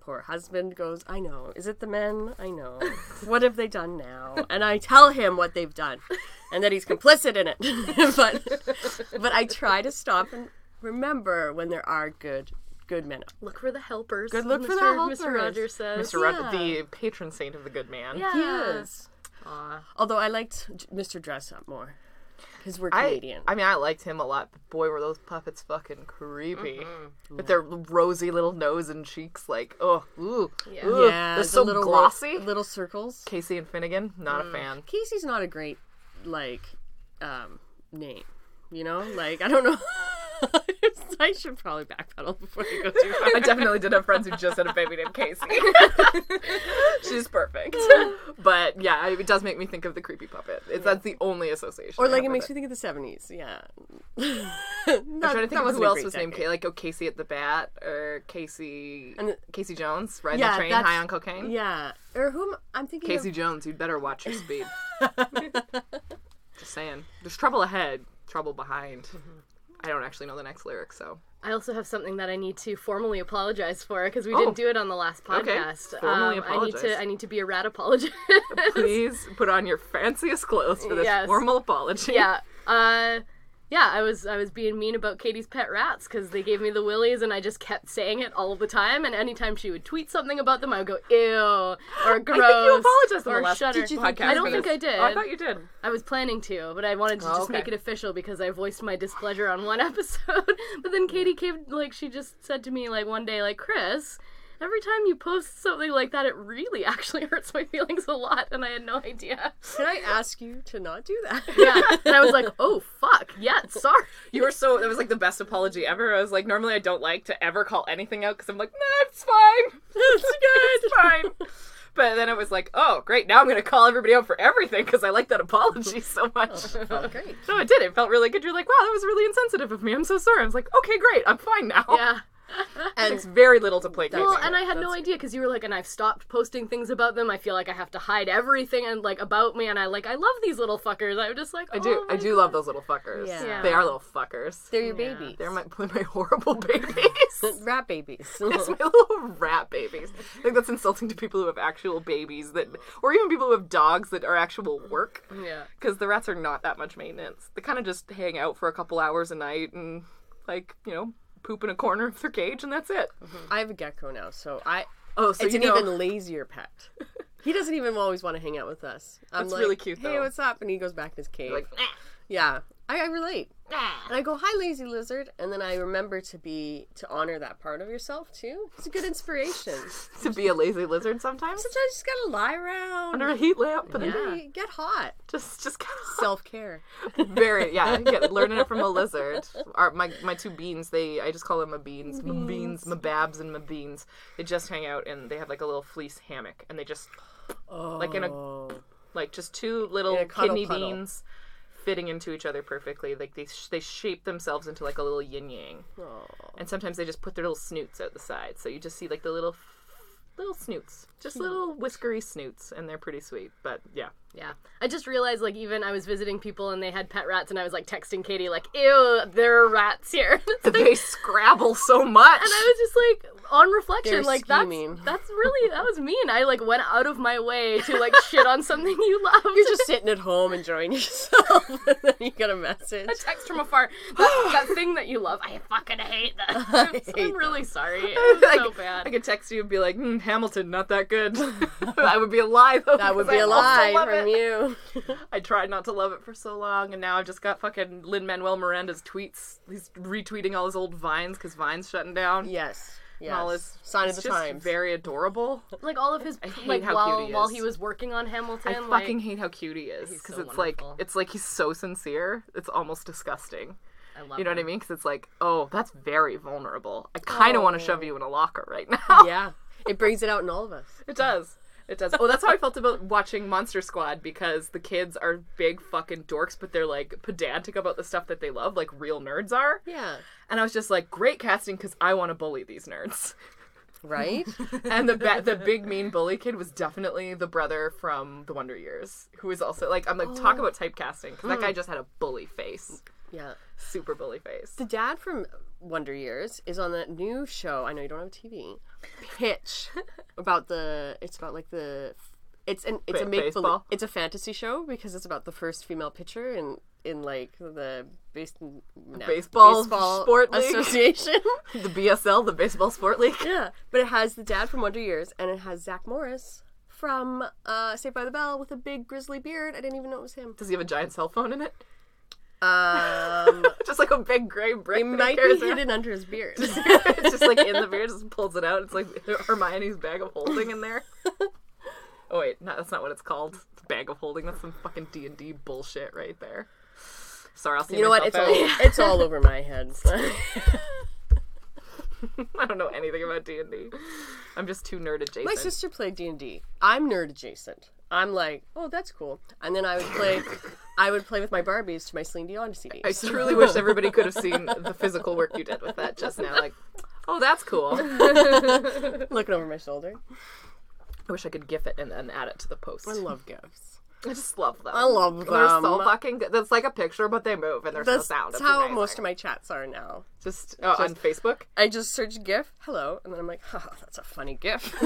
Speaker 4: poor husband goes, I know. Is it the men? I know. What have they done now? And I tell him what they've done and that he's complicit in it. but but I try to stop and remember when there are good good men.
Speaker 3: Look for the helpers.
Speaker 4: Good look
Speaker 3: Mr.
Speaker 4: for the
Speaker 3: Mr.
Speaker 4: helpers.
Speaker 3: Rogers says.
Speaker 2: Mr. Rod,
Speaker 4: Yeah.
Speaker 2: the patron saint of the good man.
Speaker 3: Yeah.
Speaker 4: Yes.
Speaker 2: Aw.
Speaker 4: Although I liked J- Mr. Dress Up more because we're
Speaker 2: I,
Speaker 4: Canadian.
Speaker 2: I mean, I liked him a lot, but boy, were those puppets fucking creepy. With their rosy little nose and cheeks, like, oh, ooh,
Speaker 3: Yeah.
Speaker 2: ooh.
Speaker 4: yeah,
Speaker 2: they're
Speaker 4: the
Speaker 2: so
Speaker 4: little ro-
Speaker 2: glossy.
Speaker 4: little circles.
Speaker 2: Casey and Finnegan, not a fan.
Speaker 4: Casey's not a great like um name, you know? Like I don't know. I should probably backpedal before you go too far.
Speaker 2: I definitely did have friends who just had a baby named Casey. She's perfect. But yeah, it does make me think of the creepy puppet. It's, That's the only association.
Speaker 4: Or
Speaker 2: I
Speaker 4: like
Speaker 2: have
Speaker 4: it makes
Speaker 2: with
Speaker 4: me think of the seventies. Yeah.
Speaker 2: I'm trying to think of who else was named Casey. Like, oh, Casey at the Bat or Casey
Speaker 4: And the-
Speaker 2: Casey Jones riding
Speaker 4: Yeah,
Speaker 2: the train
Speaker 4: that's-
Speaker 2: high on cocaine.
Speaker 4: Yeah, or whom I'm thinking.
Speaker 2: Casey
Speaker 4: Of,
Speaker 2: Jones, you'd better watch your speed. Just saying. There's trouble ahead, trouble behind. I don't actually know the next lyric, so.
Speaker 3: I also have something that I need to formally apologize for because we
Speaker 2: Oh.
Speaker 3: didn't do it on the last
Speaker 2: Okay.
Speaker 3: podcast. Um,
Speaker 2: Formally
Speaker 3: I need
Speaker 2: apologize.
Speaker 3: to. I need to be a rat apologist.
Speaker 2: Please put on your fanciest clothes for this
Speaker 3: Yes.
Speaker 2: formal apology.
Speaker 3: yeah. Uh, yeah, I was I was being mean about Katie's pet rats because they gave me the willies, and I just kept saying it all the time. And anytime she would tweet something about them, I would go ew or gross.
Speaker 2: I think you apologized on
Speaker 3: or
Speaker 2: the last
Speaker 3: shudder.
Speaker 4: Did you think
Speaker 2: podcast.
Speaker 4: you
Speaker 3: I don't
Speaker 2: for
Speaker 3: think
Speaker 2: this.
Speaker 3: I did.
Speaker 2: Oh, I thought you did.
Speaker 3: I was planning to, but I wanted to
Speaker 2: Oh,
Speaker 3: just
Speaker 2: okay.
Speaker 3: make it official because I voiced my displeasure on one episode. but then Katie came, like, she just said to me, like, one day, like, Chris, every time you post something like that, it really actually hurts my feelings a lot, and I had no idea.
Speaker 4: Can I ask you to not do that?
Speaker 3: Yeah. and I was like, oh, fuck. Yeah, sorry.
Speaker 2: You were so that was like the best apology ever. I was like, normally I don't like to ever call anything out because I'm like, nah, it's fine, it's good, it's fine. But then it was like, oh great, now I'm gonna call everybody out for everything because I like that apology so much.
Speaker 4: Oh, great.
Speaker 2: No, it did. It felt really good. You're like, wow, that was really insensitive of me. I'm so sorry. I was like, okay, great, I'm fine now.
Speaker 3: Yeah.
Speaker 2: It takes very little to play.
Speaker 3: Well,
Speaker 2: games.
Speaker 3: and I had no idea because you were like, and I've stopped posting things about them. I feel like I have to hide everything and like about me, and I like I love these little fuckers. I'm just like, "Oh
Speaker 2: I do. I do love those little fuckers.
Speaker 4: Yeah.
Speaker 3: Yeah.
Speaker 2: They are little fuckers.
Speaker 4: They're your babies.
Speaker 2: They're my my horrible babies.
Speaker 4: rat babies.
Speaker 2: It's my little rat babies. I think that's insulting to people who have actual babies that, or even people who have dogs that are actual work.
Speaker 3: Yeah.
Speaker 2: Because the rats are not that much maintenance. They kind of just hang out for a couple hours a night and, like, you know, poop in a corner of their cage and that's it.
Speaker 4: I have a gecko now, so I.
Speaker 2: Mm-hmm. Oh, so
Speaker 4: it's
Speaker 2: you
Speaker 4: an
Speaker 2: know-
Speaker 4: even lazier pet. He doesn't even always want to hang out with us. I'm
Speaker 2: That's
Speaker 4: like,
Speaker 2: really cute,
Speaker 4: Hey,
Speaker 2: though."
Speaker 4: what's up? And he goes back in his cave.
Speaker 2: Like, "Ah."
Speaker 4: yeah, I, I relate. And I go, "Hi, lazy lizard," and then I remember to be to honor that part of yourself too. It's a good inspiration. Sometimes
Speaker 2: to be a lazy lizard sometimes.
Speaker 4: you just gotta lie around,
Speaker 2: Under a heat lamp and
Speaker 4: Yeah, get hot,
Speaker 2: just, just kind of
Speaker 4: self care.
Speaker 2: Very yeah, get, learning it from a lizard. Our, my my two beans, they I just call them my beans, my beans, my babs, and my beans. They just hang out and they have like a little fleece hammock, and they just like in a like just two little
Speaker 4: In a cuddle
Speaker 2: kidney
Speaker 4: puddle.
Speaker 2: beans fitting into each other perfectly. Like they sh- they shape themselves into like a little yin yang, and sometimes they just put their little snoots out the side, so you just see like the little. f- Little snoots, just little whiskery snoots, and they're pretty sweet. But yeah,
Speaker 3: Yeah. I just realized, like, even I was visiting people and they had pet rats, and I was like texting Katie, like, ew, there are rats here. and
Speaker 2: they scrabble so much.
Speaker 3: I was just like, on reflection,
Speaker 4: They're
Speaker 3: like that's
Speaker 4: scheming.
Speaker 3: that's really that was mean. I like went out of my way to like shit on something you loved.
Speaker 4: You're just sitting at home enjoying yourself, and then you get a message.
Speaker 3: text from afar. That, that thing that you love, I fucking hate that. I'm,
Speaker 4: hate
Speaker 3: I'm
Speaker 4: that.
Speaker 3: really sorry. It was
Speaker 2: I
Speaker 3: so
Speaker 2: could-
Speaker 3: bad.
Speaker 2: I could text you and be like, hmm, Hamilton, not that good. that would be a lie, though.
Speaker 4: That would
Speaker 2: 'cause
Speaker 4: be
Speaker 2: I
Speaker 4: a
Speaker 2: also
Speaker 4: lie
Speaker 2: love it.
Speaker 4: from you.
Speaker 2: I tried not to love it for so long, and now I've just got fucking Lin Manuel Miranda's tweets. He's retweeting all his old vines because Vine's shutting down.
Speaker 4: Yes. Yes.
Speaker 2: And all this-
Speaker 4: Sign of
Speaker 2: it's
Speaker 4: the
Speaker 2: just
Speaker 4: times.
Speaker 2: Very adorable.
Speaker 3: like all of his
Speaker 2: hate
Speaker 3: like
Speaker 2: how
Speaker 3: while
Speaker 2: cute he
Speaker 3: while
Speaker 2: is.
Speaker 3: he was working on Hamilton.
Speaker 2: I
Speaker 3: like,
Speaker 2: fucking hate how cute he is because
Speaker 3: so
Speaker 2: it's
Speaker 3: wonderful.
Speaker 2: like it's like he's so sincere. It's almost disgusting.
Speaker 3: I love
Speaker 2: You know what I
Speaker 3: him.
Speaker 2: mean? Because it's like, oh, that's very vulnerable. I kind of want to
Speaker 4: Oh.
Speaker 2: shove you in a locker right now.
Speaker 4: Yeah. It brings it out in all of us.
Speaker 2: It does. It does. Oh, that's how I felt about watching Monster Squad because the kids are big fucking dorks, but they're like pedantic about the stuff that they love, like real nerds are.
Speaker 4: Yeah.
Speaker 2: And I was just like, great casting because I want to bully these nerds.
Speaker 4: Right?
Speaker 2: And the ba- the big mean bully kid was definitely the brother from The Wonder Years, who is also like, I'm like, talk
Speaker 4: Oh.
Speaker 2: about typecasting because that guy
Speaker 4: Hmm.
Speaker 2: just had a bully face,
Speaker 4: yeah.
Speaker 2: super bully face.
Speaker 4: The dad from Wonder Years is on that new show. I know you don't have TV. Pitch about the. It's about like the. It's an it's a
Speaker 2: Ba-
Speaker 4: make believe.
Speaker 2: baseball?
Speaker 4: It's a fantasy show because it's about the first female pitcher in in like the base, no,
Speaker 2: baseball sport league.
Speaker 4: association.
Speaker 2: The BSL, the Baseball Sport League.
Speaker 4: yeah, but it has the dad from Wonder Years and it has Zach Morris from uh, Saved by the Bell with a big grizzly beard. I didn't even know it was him.
Speaker 2: Does he have a giant cell phone in it? Uh,
Speaker 4: Um,
Speaker 2: Just like a big gray brick.
Speaker 4: it
Speaker 2: that he
Speaker 4: might be
Speaker 2: carries around.
Speaker 4: hidden under his beard.
Speaker 2: it's just like in the beard, just pulls it out. It's like Hermione's bag of holding in there. Oh wait, no, that's not what it's called. It's bag of holding. That's some fucking D and D bullshit right there. Sorry, I'll see
Speaker 4: You know what? It's all,
Speaker 2: myself out.
Speaker 4: it's all over my head.
Speaker 2: I don't know anything about D and D. I'm just too nerd adjacent.
Speaker 4: my sister played D and D. I'm nerd adjacent. I'm like, oh, that's cool. And then I would play, I would play with my Barbies to my Celine Dion CD.
Speaker 2: I truly wish everybody could have seen the physical work you did with that just now. Like, oh, that's cool. I
Speaker 4: Looking over my shoulder.
Speaker 2: wish I could gif it and then add it to the post.
Speaker 4: I love gifts.
Speaker 2: I just love them.
Speaker 4: I love
Speaker 2: They're so
Speaker 4: them.
Speaker 2: fucking good. That's like a picture, but they move and there's
Speaker 4: That's,
Speaker 2: no sound.
Speaker 4: that's
Speaker 2: It's
Speaker 4: how
Speaker 2: amazing.
Speaker 4: most of my chats are now.
Speaker 2: just, oh, on Facebook.
Speaker 4: I just search GIF, hello, and then I'm like, haha, that's a funny GIF.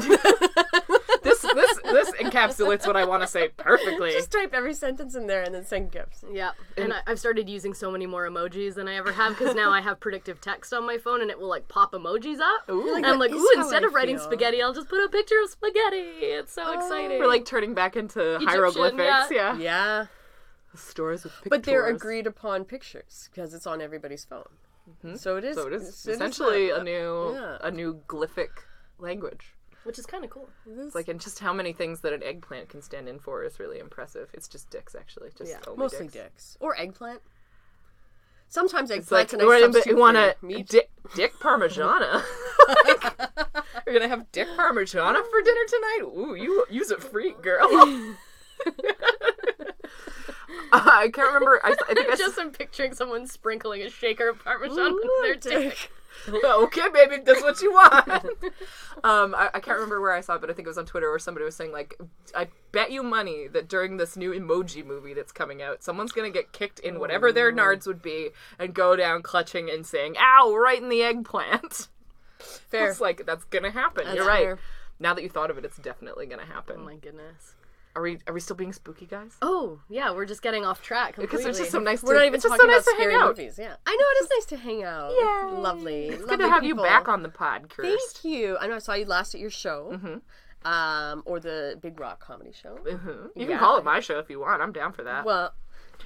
Speaker 2: this this this encapsulates what I want to say perfectly.
Speaker 4: just type every sentence in there and then send GIFs.
Speaker 3: Yeah, and I, I've started using so many more emojis than I ever have because now I have predictive text on my phone and it will like pop emojis up. and I'm like,
Speaker 4: is
Speaker 3: ooh,
Speaker 4: how
Speaker 3: instead
Speaker 4: I
Speaker 3: of writing
Speaker 4: feel."
Speaker 3: spaghetti, I'll just put a picture of spaghetti. It's so exciting.
Speaker 2: We're like turning back into hieroglyphics. Yeah.
Speaker 4: Yeah.
Speaker 2: Stores with pictures.
Speaker 4: But they're agreed upon pictures because it's on everybody's phone. So it is.
Speaker 2: Mm-hmm. So it is
Speaker 4: it
Speaker 2: essentially
Speaker 4: not-
Speaker 2: a new
Speaker 4: Yeah.
Speaker 2: a new glyphic language.
Speaker 3: which is kind of cool.
Speaker 2: It's like and just how many things that an eggplant can stand in for is really impressive. It's just dicks actually. Just only
Speaker 4: mostly dicks.
Speaker 2: dicks.
Speaker 4: or eggplant. Sometimes eggplant's
Speaker 2: It's like
Speaker 4: a
Speaker 2: we're
Speaker 4: nice
Speaker 2: gonna-
Speaker 4: substitute
Speaker 2: you want
Speaker 4: for
Speaker 2: to
Speaker 4: meat.
Speaker 2: dick dick parmigiana. You're gonna have dick parmigiana for dinner tonight. Ooh, you use a freak girl. I can't remember. I, I think I
Speaker 3: Just I'm picturing someone sprinkling a shaker of parmesan with their dick.
Speaker 2: okay, baby, if that's what you want. um, I, I can't remember where I saw it, but I think it was on Twitter where somebody was saying like, I bet you money that during this new emoji movie that's coming out, someone's gonna get kicked in whatever their nards would be and go down clutching and saying, "Ow!" right in the eggplant.
Speaker 4: Fair.
Speaker 2: It's like that's gonna happen. You're right.
Speaker 4: fair.
Speaker 2: Now that you thought of it, it's definitely gonna happen.
Speaker 3: Oh my goodness.
Speaker 2: are we are we still being spooky, guys?
Speaker 3: Oh yeah, we're just getting off track
Speaker 2: Because
Speaker 3: completely.
Speaker 2: it's just so nice.
Speaker 4: We're
Speaker 2: to,
Speaker 4: not even
Speaker 2: it's just
Speaker 4: talking
Speaker 2: so
Speaker 4: about
Speaker 2: nice to
Speaker 4: scary
Speaker 2: hang out.
Speaker 4: movies. Yeah, I know it is nice to hang out. Yeah, lovely.
Speaker 2: It's good to have you back on the pod, Kirst.
Speaker 4: Thank you. I know I saw you last at your show,
Speaker 2: Mm-hmm.
Speaker 4: um, or the Big Rock Comedy Show.
Speaker 2: You can call it my show if you want. I'm down for that.
Speaker 4: Well,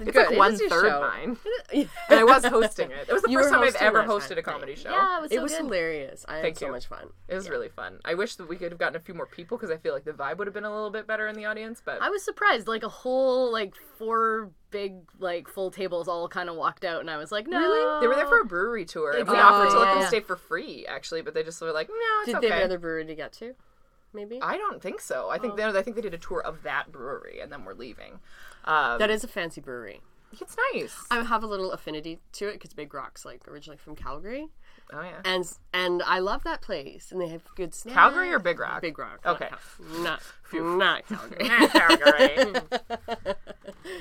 Speaker 2: it's
Speaker 4: good.
Speaker 2: like
Speaker 4: It
Speaker 2: one
Speaker 4: is your
Speaker 2: third
Speaker 4: show.
Speaker 2: mine. and I was hosting it. It was the
Speaker 4: You
Speaker 2: first
Speaker 4: were
Speaker 2: time I've
Speaker 4: hosting
Speaker 2: ever
Speaker 4: that time.
Speaker 2: hosted a comedy show.
Speaker 3: yeah, it was so
Speaker 4: it was
Speaker 3: good.
Speaker 4: hilarious. I
Speaker 2: Thank
Speaker 4: had so
Speaker 2: you.
Speaker 4: much fun.
Speaker 2: It was really fun. I wish that we could have gotten a few more people because I feel like the vibe would have been a little bit better in the audience. But
Speaker 3: I was surprised. Like a whole like four big like full tables all kind of walked out, and I was like, no,
Speaker 2: they were there for a brewery tour. and
Speaker 3: Exactly.
Speaker 2: We offered to let
Speaker 3: Yeah,
Speaker 2: them
Speaker 3: yeah.
Speaker 2: stay for free, actually, but they just were like, no, it's
Speaker 4: Did
Speaker 2: okay.
Speaker 4: they have another brewery to get to? Maybe
Speaker 2: I don't think so. I think they, I think they did a tour of that brewery and then we're leaving. Um,
Speaker 4: that is a fancy brewery.
Speaker 2: it's nice.
Speaker 4: I have a little affinity to it because Big Rock's like originally from Calgary,
Speaker 2: oh yeah.
Speaker 4: and and I love that place, and they have good snacks.
Speaker 2: Calgary or Big Rock?
Speaker 4: Big Rock.
Speaker 2: Okay.
Speaker 4: not, Cal- not, not Calgary.
Speaker 2: Calgary.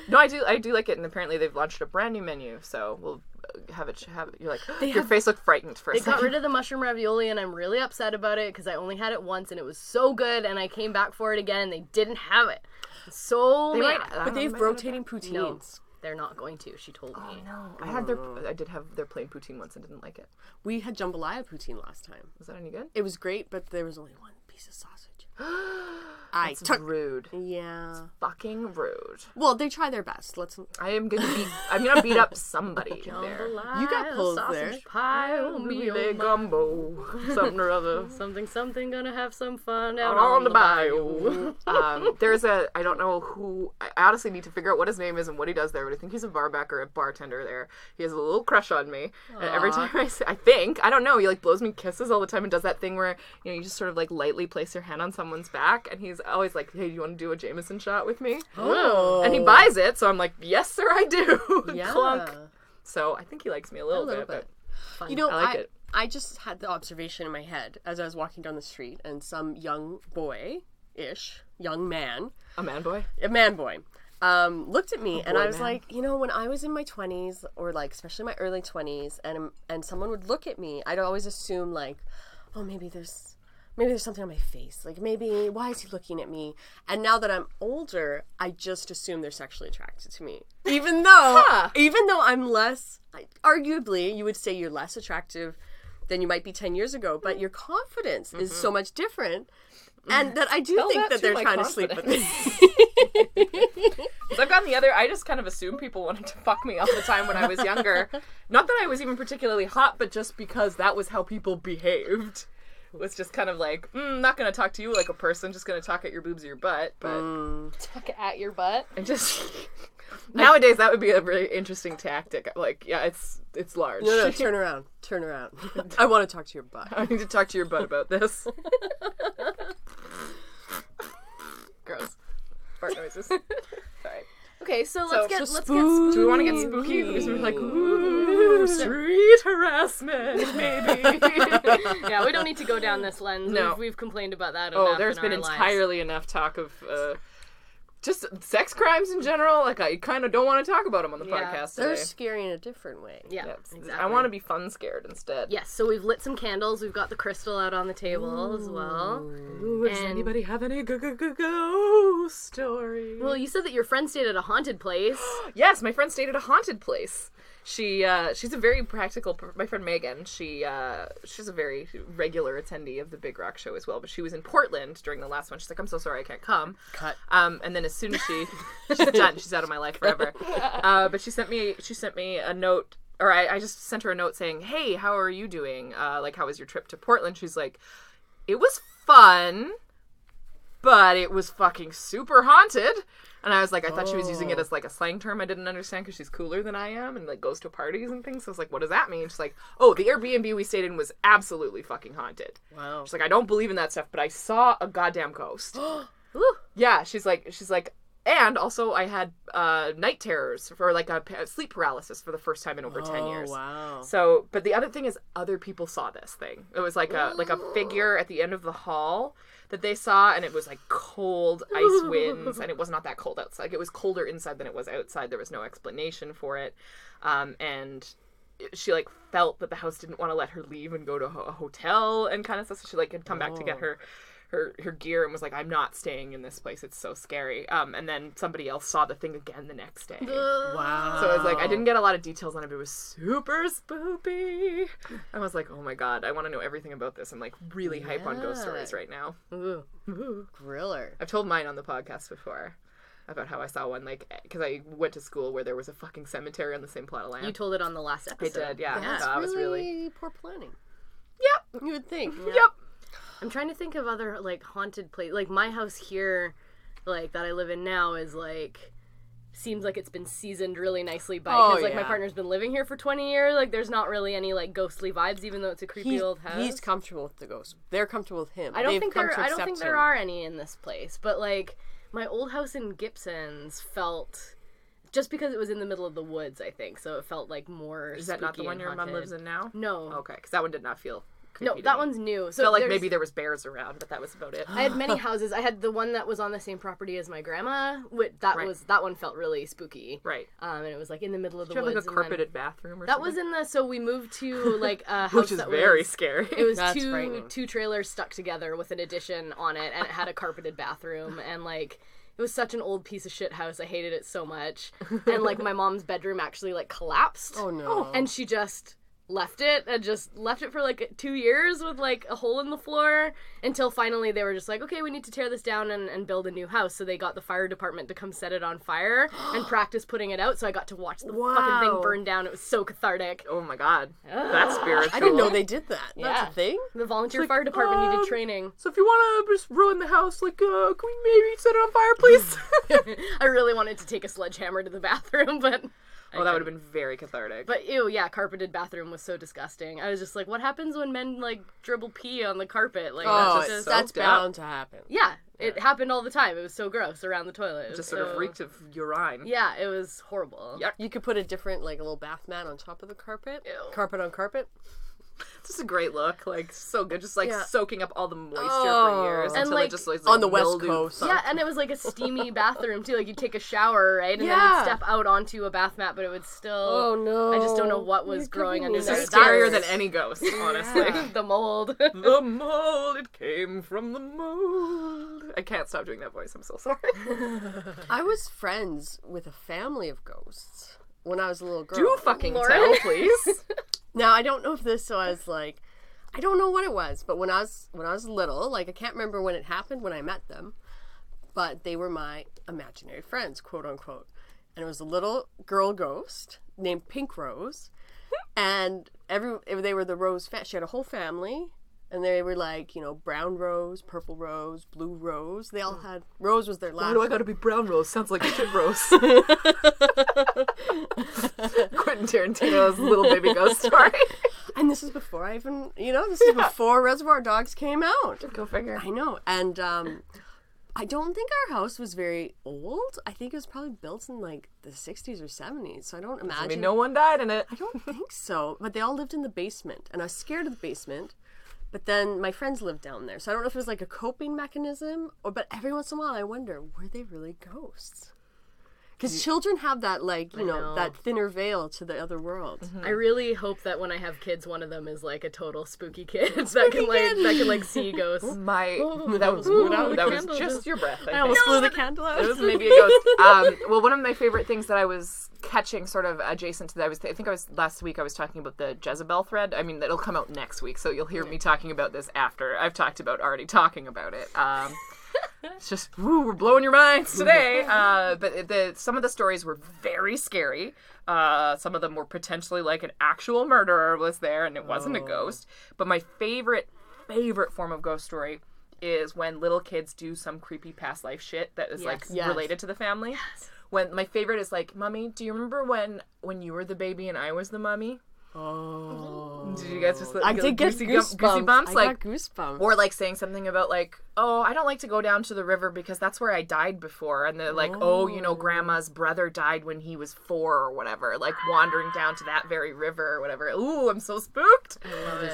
Speaker 2: no, I do. I do like it, and apparently they've launched a brand new menu. So we'll uh, have it. Have it. You're like your face looked frightened for a
Speaker 3: They
Speaker 2: second.
Speaker 3: got rid of the mushroom ravioli, and I'm really upset about it because I only had it once, and it was so good. And I came back for it again, and they didn't have it. So
Speaker 2: They
Speaker 3: mad.
Speaker 2: might- I don't
Speaker 4: But
Speaker 2: know,
Speaker 4: they
Speaker 2: they
Speaker 4: have
Speaker 2: might
Speaker 4: rotating
Speaker 3: no,
Speaker 4: poutines.
Speaker 3: they're not going to. She told me.
Speaker 2: not- I had their. Oh. I did have their plain poutine once and didn't like it.
Speaker 4: We had jambalaya poutine last time.
Speaker 2: Was that any good?
Speaker 4: It was great, but there was only one piece of sausage. I took.
Speaker 2: Rude.
Speaker 4: Yeah.
Speaker 2: Fucking rude.
Speaker 4: Well, they try their best. Let's.
Speaker 2: I am gonna beat. I'm gonna beat up somebody in there.
Speaker 4: You got
Speaker 3: Jambalaya,
Speaker 4: pulled
Speaker 3: sausage
Speaker 4: there.
Speaker 3: Pie, oh, me, oh,
Speaker 2: Really
Speaker 3: my.
Speaker 2: gumbo, something or other.
Speaker 3: Something, something, gonna have some fun out
Speaker 2: on the bio. um, there's a I don't know who I honestly need to figure out what his name is and what he does there, but I think he's a bar back or a bartender there. He has a little crush on me, and every time I, s- I think I don't know he like blows me kisses all the time and does that thing where you know you just sort of like lightly place your hand on someone's back, and he's always like, "Hey, do you want to do a Jameson shot with me?"
Speaker 4: Oh.
Speaker 2: And he buys it, so I'm like, "Yes, sir, I do."
Speaker 3: Yeah.
Speaker 2: Clunk. So I think he likes me a little,
Speaker 3: little
Speaker 2: bit,
Speaker 3: bit.
Speaker 4: You know,
Speaker 2: I
Speaker 4: I,
Speaker 2: like it.
Speaker 4: I just had the observation in my head as I was walking down the street, and some young boy ish, young man,
Speaker 2: but a man boy.
Speaker 4: a man boy, um, looked at me, and I was
Speaker 2: man.
Speaker 4: like, you know, when I was in my 20s, or like, especially my early 20s, and, um, and someone would look at me, I'd always assume, like, oh, maybe there's. Maybe there's something on my face. Like maybe why is he looking at me? And now that I'm older, I just assume they're sexually attracted to me. Even though even though I'm less I- arguably you would say you're less attractive than you might be 10 years ago, but your confidence is so much different. And that I do think
Speaker 2: Mm-hmm. that
Speaker 4: that,
Speaker 2: to
Speaker 4: they're
Speaker 2: my
Speaker 4: trying to sleep with me.
Speaker 2: So I've gotten the other. I just kind of assumed people wanted to fuck me all the time when I was younger. Not that I was even particularly hot, but just because that was how people behaved. Was just kind of like, mm, not gonna talk to you like a person. Just gonna talk at your boobs or your butt. But
Speaker 3: Tuck it at your butt.
Speaker 2: I just nowadays that would be a really interesting tactic. Like, yeah, it's it's large.
Speaker 4: No, no, turn around. Turn around. I want to talk to your butt.
Speaker 2: I need to talk to your butt about this. Gross. Fart noises. Sorry.
Speaker 3: Okay, so let's get
Speaker 4: so
Speaker 3: let's
Speaker 4: spoon-
Speaker 2: Do we want to get spooky? Because we're like, ooh, street harassment, maybe.
Speaker 3: get spook- yeah. We don't need to go down this lens.
Speaker 2: No.
Speaker 3: we've, we've complained about that.
Speaker 2: oh,
Speaker 3: enough
Speaker 2: there's
Speaker 3: in
Speaker 2: been
Speaker 3: our lives.
Speaker 2: entirely enough talk of uh, just sex crimes in general. Like, I kind of don't want to talk about them on the
Speaker 3: Yeah.
Speaker 2: podcast
Speaker 4: They're
Speaker 2: today.
Speaker 4: scary in a different way.
Speaker 3: Yeah,
Speaker 2: Yes.
Speaker 3: exactly.
Speaker 2: I want to be fun scared instead.
Speaker 3: Yes, so we've lit some candles. We've got the crystal out on the table as well.
Speaker 2: Ooh, does
Speaker 3: And-
Speaker 2: anybody have any g- g- g- ghost stories?
Speaker 3: Well, you said that your friend stayed at a haunted place.
Speaker 2: Yes, my friend stayed at a haunted place. She uh, she's a very practical. per- My friend Megan, she uh, she's a very regular attendee of the Big Rock Show as well. But she was in Portland during the last one. She's like, I'm so sorry, I can't come.
Speaker 4: Cut.
Speaker 2: Um, and then as soon as she she's done, she's out of my life forever. Uh, but she sent me she sent me a note. Or I, I just sent her a note saying, "Hey, how are you doing? Uh, like, how was your trip to Portland?" She's like, "It was fun." but it was fucking super haunted. And I was like, I thought she was using it as like a slang term I didn't understand because she's cooler than I am and like goes to parties and things. So I was like, what does that mean? She's like, oh, the Airbnb we stayed in was absolutely fucking haunted.
Speaker 4: Wow.
Speaker 2: She's like, I don't believe in that stuff, but I saw a goddamn ghost.
Speaker 3: Ooh.
Speaker 2: yeah, she's like, she's like, and also I had uh, night terrors for like a pa- sleep paralysis for the first time in over ten years.
Speaker 4: wow.
Speaker 2: So, but the other thing is, other people saw this thing. It was like a like a figure at the end of the hall that they saw, and it was like cold ice winds, and it was not that cold outside. Like, it was colder inside than it was outside. There was no explanation for it, um, and it- she like felt that the house didn't want to let her leave and go to ho- a hotel and kind of stuff. So she like had come back to get her. Her, her gear and was like, I'm not staying in this place. It's so scary. Um, and then somebody else saw the thing again the next day.
Speaker 4: Wow.
Speaker 2: So I was like, I
Speaker 3: Oh.
Speaker 2: didn't get a lot of details on it, but it was super spoopy. I was like, oh my god, I want to know everything about this. I'm like really hype on ghost stories right now.
Speaker 4: Ooh. Griller.
Speaker 2: I've told mine on the podcast before about how I saw one, like, because I went to school where there was a fucking cemetery on the same plot of land.
Speaker 3: You told it on the last
Speaker 2: I
Speaker 3: episode.
Speaker 2: did, yeah.
Speaker 4: That's
Speaker 2: so I was really.
Speaker 4: really poor planning.
Speaker 2: Yep.
Speaker 4: You would think.
Speaker 2: Yep.
Speaker 3: I'm trying to think of other like haunted place. Like my house here, like that I live in now, is like seems like it's been seasoned really nicely by because
Speaker 4: Oh,
Speaker 3: like my
Speaker 4: yeah.
Speaker 3: partner's been living here for 20 years. Like there's not really any like ghostly vibes, even though it's a creepy
Speaker 4: He's,
Speaker 3: old house.
Speaker 4: he's comfortable with the ghost. They're comfortable with him.
Speaker 3: I don't
Speaker 4: They've
Speaker 3: think
Speaker 4: come
Speaker 3: there.
Speaker 4: to
Speaker 3: I don't
Speaker 4: accept
Speaker 3: think there
Speaker 4: him.
Speaker 3: are any in this place. But like my old house in Gibson's felt. Just because it was in the middle of the woods, I think, so it felt like more.
Speaker 2: Is that not the one your mom lives in now?
Speaker 3: No,
Speaker 2: Okay, because that one did not feel
Speaker 3: No,
Speaker 2: creepy. to
Speaker 3: that
Speaker 2: me.
Speaker 3: one's new. So
Speaker 2: felt like
Speaker 3: there's-
Speaker 2: maybe there was bears around, but that was about it.
Speaker 3: I had many houses. I had the one that was on the same property as my grandma. Which that
Speaker 2: Right.
Speaker 3: was that one felt really spooky.
Speaker 2: right.
Speaker 3: Um, and it was like in the middle of the
Speaker 2: Do you have like
Speaker 3: woods.
Speaker 2: a
Speaker 3: and then-
Speaker 2: carpeted bathroom or
Speaker 3: That
Speaker 2: something?
Speaker 3: was in the so we moved to like a house
Speaker 2: Which is
Speaker 3: that
Speaker 2: very
Speaker 3: was,
Speaker 2: scary.
Speaker 3: It was
Speaker 4: That's
Speaker 3: two
Speaker 4: frightening.
Speaker 3: two trailers stuck together with an addition on it, and it had a carpeted bathroom, and like it was such an old piece of shit house. I hated it so much, and like my mom's bedroom actually like collapsed,
Speaker 4: Oh no.
Speaker 3: and she just left it and just left it for like two years with like a hole in the floor until finally they were just like okay we need to tear this down and, and build a new house so they got the fire department to come set it on fire and practice putting it out so i got to watch the fucking
Speaker 4: Wow.
Speaker 3: thing burn down it was so cathartic
Speaker 2: Oh my god, that's spiritual.
Speaker 4: I didn't know they did that. That's
Speaker 3: Yeah.
Speaker 4: a thing.
Speaker 3: The volunteer fire department
Speaker 2: um,
Speaker 4: "Oh."
Speaker 3: needed training.
Speaker 2: So if you want to just ruin the house, like, uh, can we maybe set it on fire, please?
Speaker 3: I really wanted to take a sledgehammer to the bathroom, but
Speaker 2: oh, that would have been very cathartic.
Speaker 3: but ew, yeah, carpeted bathroom was so disgusting. I was just like, what happens when men like dribble pee on the carpet? Like
Speaker 4: Oh,
Speaker 3: that's
Speaker 4: it's-
Speaker 3: just
Speaker 4: that's
Speaker 2: soaked up.
Speaker 4: bound to happen.
Speaker 3: yeah, it happened all the time. It was so gross around the toilet. It was
Speaker 2: just sort
Speaker 3: so-
Speaker 2: of reeked of urine.
Speaker 3: uh, Yeah, it was horrible.
Speaker 2: Yeah.
Speaker 4: You could put a different, like, little bath mat on top of the carpet.
Speaker 3: Ew.
Speaker 4: Carpet on carpet.
Speaker 2: It's just a great look. Like so good, just like
Speaker 4: Yeah.
Speaker 2: soaking up all the moisture
Speaker 4: Oh.
Speaker 2: for years
Speaker 3: And,
Speaker 2: until
Speaker 3: like,
Speaker 2: it just like
Speaker 4: on the west
Speaker 2: mildew
Speaker 4: coast.
Speaker 2: funk.
Speaker 3: Yeah, and it was like a steamy bathroom too. Like you'd take a shower, right, and then
Speaker 4: Yeah.
Speaker 3: you'd step out onto a bath mat, but it would still.
Speaker 4: Oh, no.
Speaker 3: I just don't know what was growing under
Speaker 4: me
Speaker 3: there.
Speaker 2: It's
Speaker 4: That's-
Speaker 2: scarier than any ghost, honestly.
Speaker 3: the mold.
Speaker 2: the mold, it came from the mold. I can't stop doing that voice. I'm so sorry.
Speaker 4: I was friends with a family of ghosts when I was a little girl.
Speaker 2: Do fucking
Speaker 3: Lauren?
Speaker 2: tell, please.
Speaker 4: Now I don't know if this was like I don't know what it was, but when I was when I was little, like I can't remember when it happened when I met them, but they were my imaginary friends, quote unquote. And it was a little girl ghost named Pink Rose, and every if they were the Rose fa- she had a whole family, and they were like you know brown rose, purple rose, blue rose. They all had Rose was their
Speaker 2: Mm. Why
Speaker 4: last.
Speaker 2: do I gotta be brown rose? Sounds like shit rose. Quentin Tarantino's little baby ghost story.
Speaker 4: and this is before I even you know this is before Reservoir Dogs came out.
Speaker 2: Go figure.
Speaker 4: I know. And um, I don't think our house was very old. I think it was probably built in like the 60s or 70s. So I don't imagine.
Speaker 2: I mean, no one died in it.
Speaker 4: I don't think so. But they all lived in the basement. And I was scared of the basement. But then my friends lived down there. So I don't know if it was like a coping mechanism. or But every once in a while, I wonder were they really ghosts? Because children have that, like, you know, Mm-hmm. that thinner veil to the other world.
Speaker 3: I really hope that when I have kids, one of them is like a total spooky kid that can like that can like see ghosts.
Speaker 2: My that was that was
Speaker 3: candle
Speaker 2: just
Speaker 3: just-
Speaker 2: your breath. I, think.
Speaker 4: almost blew the candle out.
Speaker 2: It was maybe a ghost. Um, well, one of my favorite things that I was catching, sort of adjacent to that, I was I think I was last week I was talking about the Jezebel thread. I mean, that'll come out next week, so you'll hear me talking about this after I've talked about already talking about it. Um, it's just woo, we're blowing your minds today. Uh, but it- the some of the stories were very scary. Uh, some of them were potentially like an actual murderer was there, and it wasn't
Speaker 4: Oh.
Speaker 2: a ghost. But my favorite favorite form of ghost story is when little kids do some creepy past life shit that is like
Speaker 4: Yes.
Speaker 2: related to the family. When my favorite is like, "Mommy, do you remember when when you were the baby and I was the mummy?" Oh, did you guys just
Speaker 4: I did get
Speaker 2: goosey
Speaker 4: goosebumps.
Speaker 2: goosey bumps?
Speaker 4: I
Speaker 2: like
Speaker 4: got goosebumps.
Speaker 2: or like saying something about like oh i don't like to go down to the river because that's where i died before and they're like oh, you know grandma's brother died when he was four or whatever like wandering down to that very river or whatever ooh i'm so spooked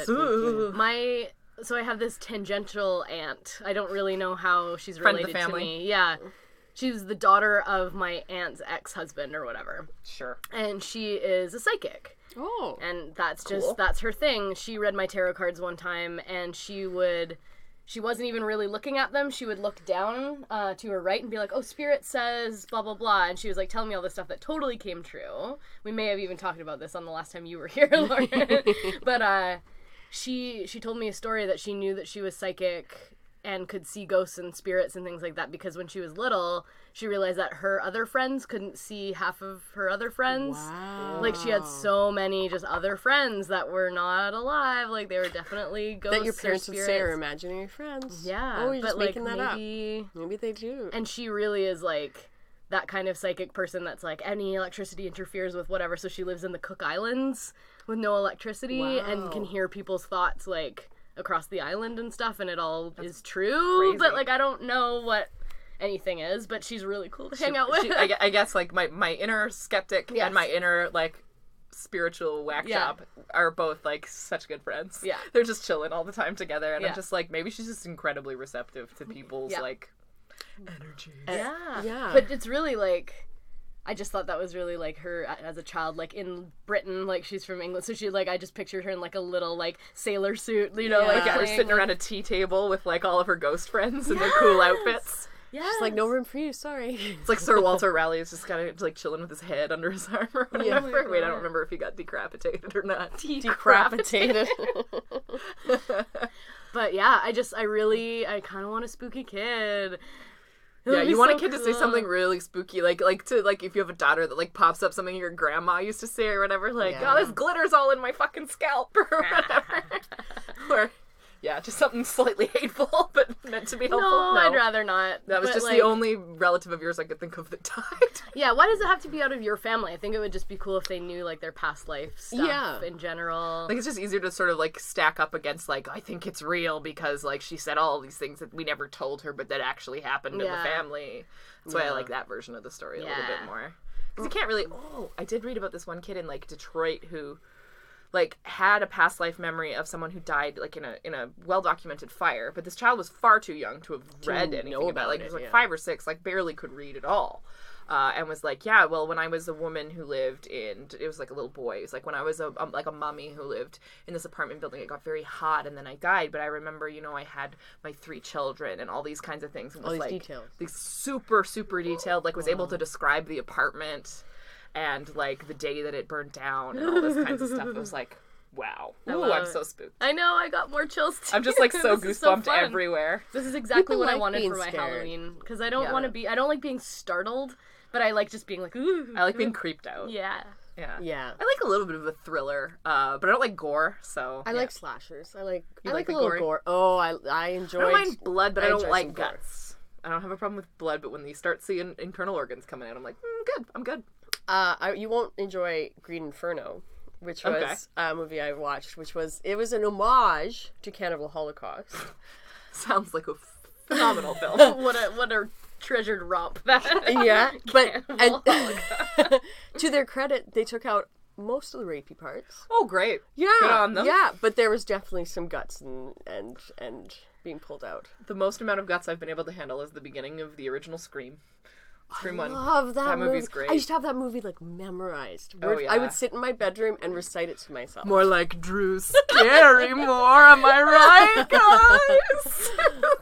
Speaker 2: Ooh.
Speaker 3: My so I have this tangential aunt. I don't really know how she's
Speaker 2: Friend of
Speaker 3: related
Speaker 2: the family.
Speaker 3: to me. Yeah. She was the daughter of my aunt's ex-husband or whatever.
Speaker 2: sure
Speaker 3: And she is a psychic.
Speaker 4: oh.
Speaker 3: and that's just
Speaker 2: Cool.
Speaker 3: that's her thing she read my tarot cards one time and she would she wasn't even really looking at them she would look down uh, to her right and be like oh spirit says blah blah blah and she was like telling me all this stuff that totally came true we may have even talked about this on the last time you were here lauren but uh she she told me a story that she knew that she was psychic and could see ghosts and spirits and things like that because when she was little she realized that her other friends couldn't see half of her other friends like she had so many just other friends that were not alive like they were definitely ghosts
Speaker 4: that your parents
Speaker 3: or
Speaker 4: would say are
Speaker 3: spirits
Speaker 4: imaginary friends.
Speaker 3: yeah
Speaker 4: Oh, you're
Speaker 3: but
Speaker 4: just
Speaker 3: like
Speaker 4: making that
Speaker 3: maybe
Speaker 4: up. Maybe they do.
Speaker 3: and she really is like that kind of psychic person that's like any electricity interferes with whatever so she lives in the cook islands with no electricity and can
Speaker 4: Wow.
Speaker 3: hear people's thoughts like across the island and stuff and it all is true but
Speaker 2: crazy.
Speaker 3: like i don't know what anything is but she's really cool to hang out with
Speaker 2: She- I, gue- I guess like my, my inner skeptic
Speaker 3: Yes.
Speaker 2: and my inner like spiritual whack
Speaker 3: Yeah.
Speaker 2: job are both like such good friends.
Speaker 3: Yeah.
Speaker 2: They're just chilling all the time together and
Speaker 3: Yeah.
Speaker 2: I'm just like maybe she's just incredibly receptive to people's
Speaker 3: Yeah.
Speaker 2: like energy.
Speaker 3: Yeah.
Speaker 4: Yeah.
Speaker 3: But it's really like I just thought that was really like her a- as a child, like in Britain, like she's from England, so she like I just pictured her in like a little like sailor suit, you know, like
Speaker 2: Yeah, we're
Speaker 3: playing,
Speaker 2: sitting
Speaker 3: like-
Speaker 2: around a tea table with like all of her ghost friends in their cool outfits.
Speaker 3: Yeah,
Speaker 4: It's like no room for you. Sorry.
Speaker 2: It's like Sir Walter Raleigh is just kind of like chilling with his head under his arm or whatever.
Speaker 3: Oh
Speaker 2: Wait, I don't remember if he got decapitated or not.
Speaker 4: Decrepitated.
Speaker 3: But yeah, I just I really I kind of want a spooky kid.
Speaker 2: Yeah,
Speaker 3: It'll be
Speaker 2: you want
Speaker 3: so
Speaker 2: a kid to say something
Speaker 3: cool.
Speaker 2: really spooky, like like to like if you have a daughter that like pops up something your grandma used to say or whatever, like
Speaker 4: Yeah.
Speaker 2: oh this glitter's all in my fucking scalp or whatever, or yeah, just something slightly hateful but meant to be helpful.
Speaker 3: No, I'd rather not.
Speaker 2: That was
Speaker 3: But,
Speaker 2: just
Speaker 3: like,
Speaker 2: the only relative of yours I could think of that died.
Speaker 3: Yeah, why does it have to be out of your family? I think it would just be cool if they knew like their past life stuff
Speaker 4: Yeah.
Speaker 3: in general.
Speaker 2: like it's just easier to sort of like stack up against like I think it's real because like she said all these things that we never told her but that actually happened in the
Speaker 3: Yeah.
Speaker 2: family. That's why I like that version of the story a little
Speaker 3: Yeah.
Speaker 2: bit more. Because you can't really. Oh, I did read about this one kid in like Detroit who, like, had a past life memory of someone who died like in a in a well documented fire. But this child was far too young to have read anything
Speaker 4: know
Speaker 2: about.
Speaker 4: about
Speaker 2: it. Like
Speaker 4: it,
Speaker 2: he was like
Speaker 4: yeah.
Speaker 2: five or six, like barely could read at all. Uh, and was like, yeah, well, when I was a woman who lived in, it was like a little boy. It was like when I was a um, like a mummy who lived in this apartment building. It got very hot, and then I died. But I remember, you know, I had my three children and all these kinds of things. And was
Speaker 4: these
Speaker 2: like,
Speaker 4: details.
Speaker 2: like super super detailed like was able to describe the apartment and like the day that it burned down and all those kinds of stuff it was like wow ooh i'm
Speaker 3: love
Speaker 2: so spooked
Speaker 3: I know, I got more chills. Too.
Speaker 2: i'm just like so
Speaker 3: This is so
Speaker 2: goosebumped
Speaker 3: fun.
Speaker 2: everywhere
Speaker 3: This is exactly
Speaker 4: People
Speaker 3: what I
Speaker 4: like
Speaker 3: wanted
Speaker 4: being
Speaker 3: for my
Speaker 4: scared.
Speaker 3: Halloween because I don't
Speaker 2: Yeah.
Speaker 3: want to be. I don't like being startled, but I like just being like, ooh,
Speaker 2: i like being creeped out yeah,
Speaker 3: yeah.
Speaker 4: yeah.
Speaker 2: i like a little bit of a thriller uh but i don't like gore so
Speaker 4: I like slashers. I like I
Speaker 2: like
Speaker 4: like,
Speaker 2: the
Speaker 4: a little
Speaker 2: gory?
Speaker 4: gore. Oh, I I enjoy.
Speaker 2: i don't mind blood but i,
Speaker 4: I
Speaker 2: don't
Speaker 4: enjoy
Speaker 2: like
Speaker 4: some gore.
Speaker 2: guts i don't have a problem with blood but when you start seeing internal organs coming out i'm like mm, good i'm good
Speaker 4: Uh, I, you won't enjoy Green Inferno, which was
Speaker 2: Okay.
Speaker 4: a movie I watched, which was it was an homage to Cannibal Holocaust.
Speaker 2: sounds like a phenomenal film
Speaker 3: What a what a treasured romp that.
Speaker 4: yeah, but and, to their credit, they took out most of the rapey parts.
Speaker 2: oh great
Speaker 4: Yeah,
Speaker 2: Good on them.
Speaker 4: yeah, but there was definitely some guts and and and being pulled out.
Speaker 2: The most amount of guts I've been able to handle is the beginning of the original Scream. Scream one.
Speaker 4: Love that,
Speaker 2: That
Speaker 4: movie.
Speaker 2: movie's great. Oh,
Speaker 4: I used to have that movie like memorized. Word- I
Speaker 2: yeah.
Speaker 4: would sit in my bedroom and recite it to myself.
Speaker 2: More like Drew Scary more, am I right, guys?
Speaker 4: That-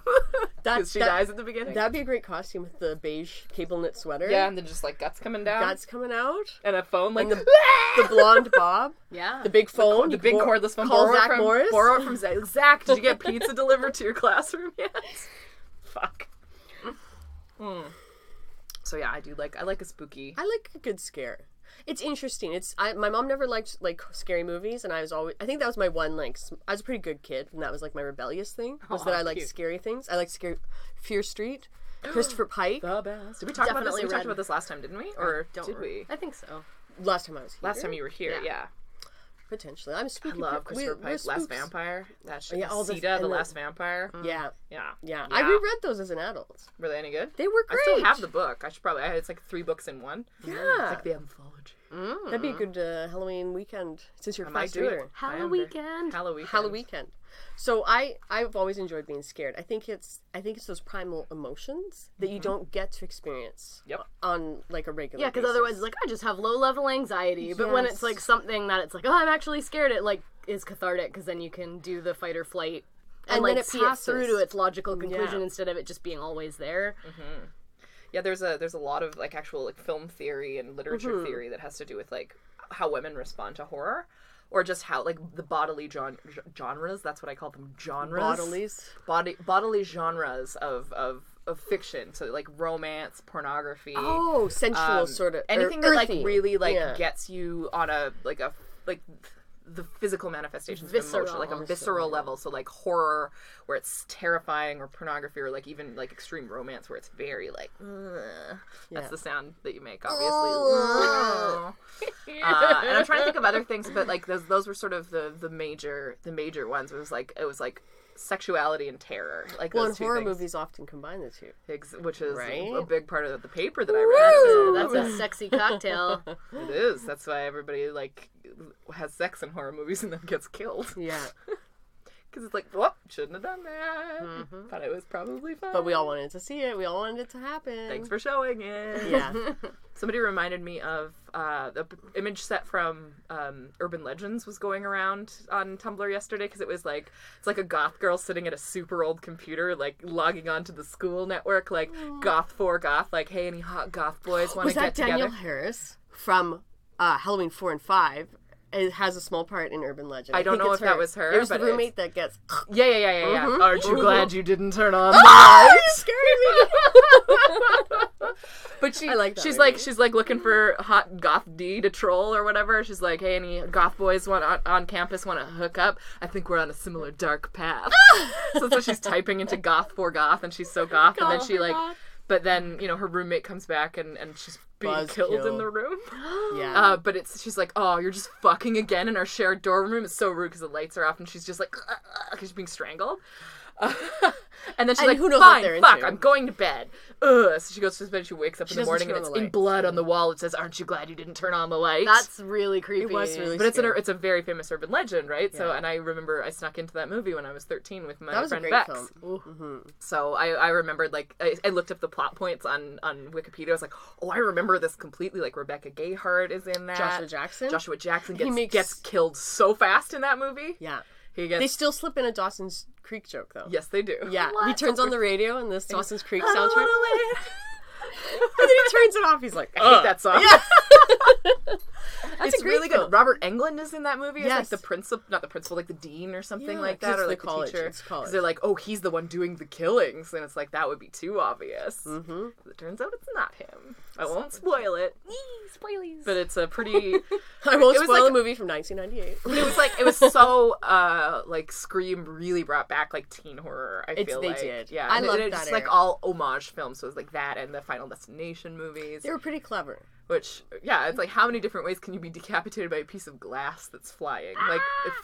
Speaker 2: Because she
Speaker 4: that-
Speaker 2: dies at the beginning.
Speaker 4: That'd be a great costume with the beige cable knit sweater.
Speaker 2: yeah, and then just like guts coming down.
Speaker 4: Guts coming out.
Speaker 2: and a phone like
Speaker 4: the- The blonde bob.
Speaker 3: yeah.
Speaker 4: The big phone.
Speaker 2: the
Speaker 4: you
Speaker 2: big
Speaker 4: bor-
Speaker 2: cordless phone.
Speaker 4: Call
Speaker 2: borrow it
Speaker 4: Zach
Speaker 2: from,
Speaker 4: Morris.
Speaker 2: Borrow it from Zach. Zach, did you get pizza delivered to your classroom yet? Fuck. Mm. So yeah, I do like I like a spooky.
Speaker 4: I like a good scare. It's interesting. It's I, my mom never liked like scary movies, and I was always I think that was my one like s- I was a pretty good kid, and that was like my rebellious thing was that I liked
Speaker 2: cute.
Speaker 4: scary things. I liked scary Fear Street, Christopher Pike.
Speaker 2: The best. Did we talk about this?
Speaker 3: Definitely
Speaker 2: We
Speaker 3: red.
Speaker 2: talked about this last time, didn't we? Or
Speaker 3: Don't
Speaker 2: did
Speaker 3: worry.
Speaker 2: we?
Speaker 3: I think so.
Speaker 4: Last time I was here,
Speaker 2: Last time you were here,
Speaker 3: Yeah.
Speaker 2: yeah.
Speaker 4: potentially I'm spooky.
Speaker 2: Love
Speaker 4: people.
Speaker 2: Christopher
Speaker 4: We- we're
Speaker 2: Pike, Last
Speaker 4: spooks.
Speaker 2: Vampire. That shit.
Speaker 4: Yeah, all the-
Speaker 2: Sita, the
Speaker 4: and the-
Speaker 2: Last Vampire.
Speaker 4: Yeah,
Speaker 2: Yeah.
Speaker 4: yeah, I reread those as an adult.
Speaker 2: Were they any good?
Speaker 4: They were great.
Speaker 2: I still have the book. I should probably. I had it's like three books in one.
Speaker 4: Yeah,
Speaker 2: The anthology.
Speaker 4: that'd be a good uh, Halloween weekend since you're
Speaker 2: I
Speaker 4: a
Speaker 2: might
Speaker 4: fast
Speaker 2: do
Speaker 4: reader.
Speaker 2: it. I
Speaker 3: Halloween
Speaker 2: am very-
Speaker 3: weekend.
Speaker 2: Halloween.
Speaker 4: Halloween. So I I've always enjoyed being scared. I think it's I think it's those primal emotions that you don't get to experience
Speaker 2: Mm-hmm. Yep.
Speaker 4: on like a regular.
Speaker 3: yeah, because
Speaker 4: basis.
Speaker 3: otherwise, it's like I just have low level anxiety. But when it's
Speaker 4: Yes.
Speaker 3: like something that it's like, oh, I'm actually scared. It like is cathartic because then you can do the fight or flight. And,
Speaker 4: And then
Speaker 3: like
Speaker 4: it
Speaker 3: see it through to
Speaker 4: passes.
Speaker 3: its logical conclusion
Speaker 4: Yeah.
Speaker 3: instead of it just being always there.
Speaker 2: Yeah, there's a there's a lot of like actual like film theory and literature
Speaker 4: Mm-hmm.
Speaker 2: theory that has to do with like how women respond to horror. Or just how like the bodily gen- genres. That's what I call them genres.
Speaker 4: Bodilies.
Speaker 2: body bodily genres of of of fiction. So like romance, pornography.
Speaker 4: Oh, sensual
Speaker 2: um,
Speaker 4: sort of or
Speaker 2: anything that like
Speaker 4: earthy.
Speaker 2: really like
Speaker 4: Yeah.
Speaker 2: gets you on a like a like the physical manifestations of emotion,
Speaker 3: Visceral.
Speaker 2: like a visceral level. So like horror, where it's terrifying, or pornography, or like even like extreme romance, where it's very like "Ugh." that's the sound that you make, obviously. uh, and I'm trying to think of other things, but like those those were sort of the the major the major ones. It was like it was like sexuality and terror, like
Speaker 4: Well, and
Speaker 2: those two
Speaker 4: horror
Speaker 2: things,
Speaker 4: movies often combine the two.
Speaker 2: Ex- which is a
Speaker 4: Right?
Speaker 2: big part of the paper that I read. So
Speaker 3: That's a sexy cocktail.
Speaker 2: it is. That's why everybody like has sex in horror movies and then gets killed
Speaker 4: Yeah.
Speaker 2: because it's like, whoop, shouldn't have done that. But it was probably fun.
Speaker 4: Mm-hmm. But we all wanted to see it. We all wanted it to happen.
Speaker 2: Thanks for showing it.
Speaker 4: Yeah.
Speaker 2: Somebody reminded me of uh, the p- image set from um, Urban Legends was going around on Tumblr yesterday because it was like it's like a goth girl sitting at a super old computer, like logging onto the school network, like goth for goth, like hey, any hot goth boys want to
Speaker 4: Was
Speaker 2: get
Speaker 4: that Daniel
Speaker 2: together?
Speaker 4: Harris from uh, Halloween four and five? It has a small part in Urban Legend.
Speaker 2: I don't
Speaker 4: think
Speaker 2: know
Speaker 4: it's
Speaker 2: if that was her,
Speaker 4: It was the
Speaker 2: but it's-
Speaker 4: roommate that gets.
Speaker 2: Yeah, yeah, yeah, yeah. yeah.
Speaker 4: Mm-hmm.
Speaker 2: Aren't you glad you didn't turn on? But she,
Speaker 4: I like that
Speaker 2: she's
Speaker 4: movie.
Speaker 2: like, she's like looking for hot goth D to troll or whatever. She's like, hey, any goth boys want on, on campus want to hook up? I think we're on a similar dark path. so, so she's typing into goth for goth, and she's so goth, and then she like, but then you know her roommate comes back and and she's being
Speaker 4: Buzz
Speaker 2: killed in
Speaker 4: killed.
Speaker 2: the room.
Speaker 4: yeah.
Speaker 2: Uh, but it's she's like, oh, you're just fucking again in our shared dorm room. It's so rude because the lights are off, and she's just like, "Uh, because she's being strangled. and then she's
Speaker 4: And
Speaker 2: like,
Speaker 4: who knows what
Speaker 2: fine,
Speaker 4: they're
Speaker 2: fuck,
Speaker 4: into."
Speaker 2: I'm going to bed. Ugh. So she goes to bed. She wakes up in the
Speaker 4: doesn't
Speaker 2: morning, and
Speaker 4: turn on
Speaker 2: it's
Speaker 4: the
Speaker 2: in
Speaker 4: lights.
Speaker 2: blood on the wall. It says, aren't you glad you didn't turn on the lights?
Speaker 3: That's really creepy.
Speaker 4: it was really.
Speaker 2: but it's, an,
Speaker 4: scary.
Speaker 2: it's a very famous urban legend, right? So, and I remember I snuck into that movie when I was 13 with my
Speaker 4: that was a
Speaker 2: friend
Speaker 4: great
Speaker 2: Bex.
Speaker 4: film.
Speaker 2: So I, I remembered like I, I looked up the plot points on on Wikipedia. I was like, oh, I remember this completely. Like Rebecca Gayheart is in that.
Speaker 4: Joshua Jackson?
Speaker 2: Joshua Jackson gets
Speaker 4: makes-
Speaker 2: gets killed so fast in that movie.
Speaker 4: Yeah.
Speaker 2: He
Speaker 4: They
Speaker 2: gets.
Speaker 4: still slip in a Dawson's Creek joke though.
Speaker 2: yes, they do.
Speaker 4: Yeah. He turns on the radio and this Dawson's Creek
Speaker 2: I don't
Speaker 4: soundtrack,
Speaker 2: wanna wait.
Speaker 4: and
Speaker 2: Uh,
Speaker 4: then he turns it off. He's like,
Speaker 2: I
Speaker 4: "Ugh."
Speaker 2: hate that song.
Speaker 4: That's
Speaker 2: it's
Speaker 4: a great
Speaker 2: really
Speaker 4: film.
Speaker 2: good. Robert Englund is in that movie. Yes. like
Speaker 4: Yes.
Speaker 2: the principal, not the principal, like the dean or something
Speaker 4: Yeah,
Speaker 2: like
Speaker 4: 'cause
Speaker 2: that,
Speaker 4: it's
Speaker 2: or
Speaker 4: the
Speaker 2: like the,
Speaker 4: college,
Speaker 2: teacher.
Speaker 4: it's college.
Speaker 2: 'Cause they're like, oh, he's the one doing the killings, and it's like that would be too obvious. Mm-hmm. It turns out it's not him. I won't spoil it. spoilies. But it's a pretty.
Speaker 4: I won't
Speaker 2: It was
Speaker 4: spoil
Speaker 2: like-
Speaker 4: the movie from 1998.
Speaker 2: it was like it was so uh like Scream really brought back like teen horror. I
Speaker 4: It's-
Speaker 2: feel
Speaker 4: they
Speaker 2: like
Speaker 4: did.
Speaker 2: Yeah,
Speaker 4: I
Speaker 2: and it-
Speaker 4: loved
Speaker 2: it's
Speaker 4: that
Speaker 2: just, like
Speaker 4: era.
Speaker 2: all homage films. So it was like that and the Final Destination movies.
Speaker 4: They were pretty clever.
Speaker 2: Which, yeah, it's like how many different ways can you be decapitated by a piece of glass that's flying? Like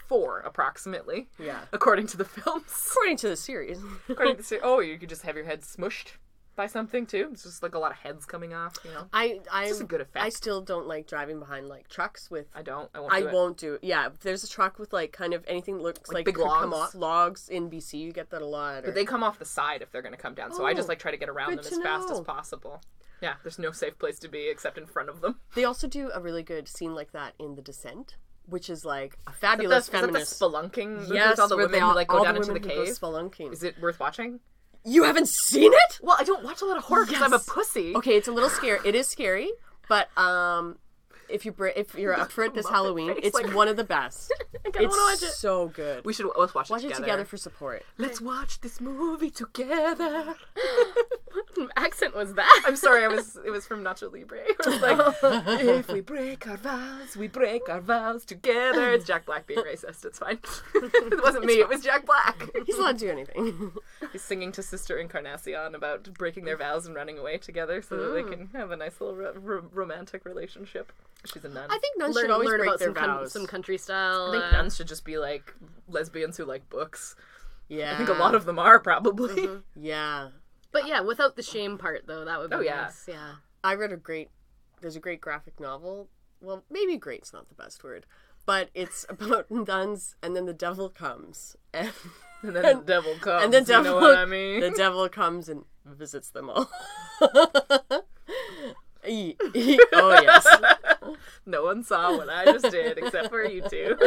Speaker 2: four, approximately.
Speaker 4: Ah. Yeah.
Speaker 2: According to the films.
Speaker 4: According to the series.
Speaker 2: according to the, oh, you could just have your head smushed by something too. It's just like a lot of heads coming off. You know.
Speaker 4: I I
Speaker 2: just a good
Speaker 4: I
Speaker 2: effect.
Speaker 4: still don't like driving behind like trucks with
Speaker 2: I don't. I won't.
Speaker 4: I
Speaker 2: do it.
Speaker 4: won't do it. Yeah, if there's a truck with like kind of anything that looks like,
Speaker 2: big
Speaker 4: could come
Speaker 2: logs?
Speaker 4: off logs in BC. You get that a lot. Or,
Speaker 2: But they come off the side if they're going to come down. So I just
Speaker 4: Oh,
Speaker 2: like try to get around
Speaker 4: good
Speaker 2: them
Speaker 4: to
Speaker 2: as fast as
Speaker 4: know.
Speaker 2: possible. Yeah, there's no safe place to be except in front of them.
Speaker 4: they also do a really good scene like that in The Descent, which is like a
Speaker 2: Is
Speaker 4: fabulous
Speaker 2: that the, is that the
Speaker 4: feminist.
Speaker 2: spelunking?
Speaker 4: yes,
Speaker 2: with all the
Speaker 4: where
Speaker 2: women
Speaker 4: they
Speaker 2: who like go
Speaker 4: all
Speaker 2: down into the
Speaker 4: women who go
Speaker 2: cave.
Speaker 4: spelunking.
Speaker 2: Is it worth watching?
Speaker 4: You haven't seen it?
Speaker 2: Well, I don't watch a lot of horror because I'm a pussy.
Speaker 4: Okay, it's a little scary. It is scary, but um, if you br- if you're up for it this Halloween,
Speaker 2: face,
Speaker 4: it's
Speaker 2: like-
Speaker 4: one of the best. it's
Speaker 2: watch it.
Speaker 4: so good.
Speaker 2: We should let's watch,
Speaker 4: watch
Speaker 2: it together.
Speaker 4: it together for support.
Speaker 2: Let's watch this movie together.
Speaker 3: accent was that?
Speaker 2: I'm sorry, I was it was from Nacho Libre. It was like if we break our vows, we break our vows together. It's Jack Black being racist. It's fine. it wasn't me. It was Jack Black.
Speaker 4: He's allowed to do anything.
Speaker 2: He's singing to Sister Encarnacion about breaking their vows and running away together so that
Speaker 4: Mm.
Speaker 2: they can have a nice little ro- ro- romantic relationship. She's a nun.
Speaker 4: I think nuns
Speaker 3: learn
Speaker 4: should always
Speaker 3: learn
Speaker 4: break
Speaker 3: about
Speaker 4: their
Speaker 3: some, coun-
Speaker 4: vows.
Speaker 3: some country style.
Speaker 2: I think
Speaker 3: uh,
Speaker 2: nuns should just be like lesbians who like books.
Speaker 4: yeah,
Speaker 2: I think a lot of them are probably.
Speaker 4: Mm-hmm. yeah.
Speaker 3: but yeah, without the shame part though, that would be
Speaker 2: Oh, yeah.
Speaker 3: nice. Yeah.
Speaker 4: I read a great. There's a great graphic novel. Well, maybe "great's" not the best word, but it's about nuns, and then the devil comes, and,
Speaker 2: And then the devil comes.
Speaker 4: and the
Speaker 2: Oh,
Speaker 4: devil.
Speaker 2: you know what I mean?
Speaker 4: The devil comes and visits them all. E- e- oh yes,
Speaker 2: No one saw what I just did except for you two.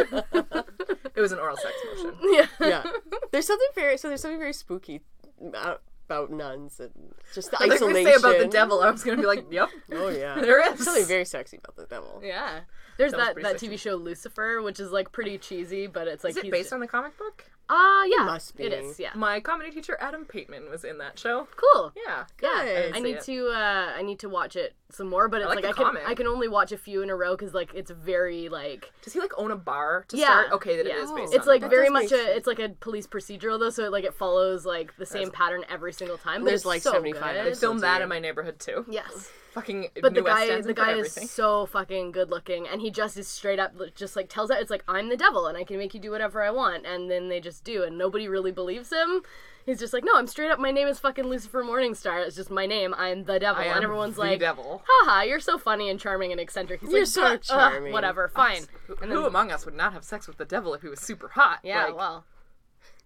Speaker 2: it was an oral sex motion.
Speaker 4: yeah. There's something very so. There's something very spooky about, about nuns and just the
Speaker 2: Like
Speaker 4: isolation.
Speaker 2: we say about the devil, I was gonna be like, "Yep,
Speaker 4: Oh yeah,
Speaker 2: there is."
Speaker 4: There's something very sexy about the devil.
Speaker 3: Yeah. There's
Speaker 2: was
Speaker 3: that,
Speaker 2: pretty
Speaker 3: that
Speaker 2: sexy.
Speaker 3: TV show Lucifer, which is like pretty cheesy, but it's like
Speaker 2: Is it
Speaker 3: he's
Speaker 2: based on the comic book?
Speaker 3: Ah, yeah.
Speaker 4: must be.
Speaker 3: It is, yeah.
Speaker 2: My comedy teacher Adam Pateman was in that show.
Speaker 3: Cool.
Speaker 2: Yeah,
Speaker 3: Yeah,
Speaker 4: Good.
Speaker 3: I
Speaker 2: see
Speaker 3: need
Speaker 2: it.
Speaker 3: to uh I need to watch it some more, but it's
Speaker 2: like
Speaker 3: like,
Speaker 2: the
Speaker 3: I can
Speaker 2: comic.
Speaker 3: I can only watch a few in a row because like it's very like
Speaker 2: Does he like own a bar to
Speaker 3: Yeah.
Speaker 2: start? Okay, then it
Speaker 3: Yeah.
Speaker 2: is based.
Speaker 3: it's
Speaker 2: on
Speaker 3: like
Speaker 2: the book.
Speaker 3: very
Speaker 4: does
Speaker 3: much
Speaker 4: make
Speaker 3: a it's like a police procedural though, so it, like it follows like the same pattern every single time. but
Speaker 4: There's,
Speaker 3: it's
Speaker 4: like,
Speaker 3: so
Speaker 4: 75
Speaker 3: good.
Speaker 4: episodes.
Speaker 2: Film that in my neighborhood too.
Speaker 3: Yes,
Speaker 2: fucking
Speaker 3: But the
Speaker 2: New West
Speaker 3: guy,
Speaker 2: Stands
Speaker 3: the
Speaker 2: in for
Speaker 3: guy is
Speaker 2: everything.
Speaker 3: so fucking good looking, and he just is straight up, li- just like tells it. It's like I'm the devil, and I can make you do whatever I want, and then they just do, and nobody really believes him. He's just like, no, I'm straight up. My name is fucking Lucifer Morningstar. It's just my name. I'm the devil,
Speaker 2: I am
Speaker 3: and everyone's
Speaker 2: the
Speaker 3: like,
Speaker 2: devil.
Speaker 3: haha, you're so funny and charming and eccentric. He's
Speaker 4: You're
Speaker 3: like,
Speaker 4: so
Speaker 3: "Duh, ugh,
Speaker 4: charming."
Speaker 3: whatever, fine. And
Speaker 2: Who
Speaker 3: then,
Speaker 2: among us would not have sex with the devil if he was super hot?
Speaker 3: yeah,
Speaker 2: Like,
Speaker 3: well.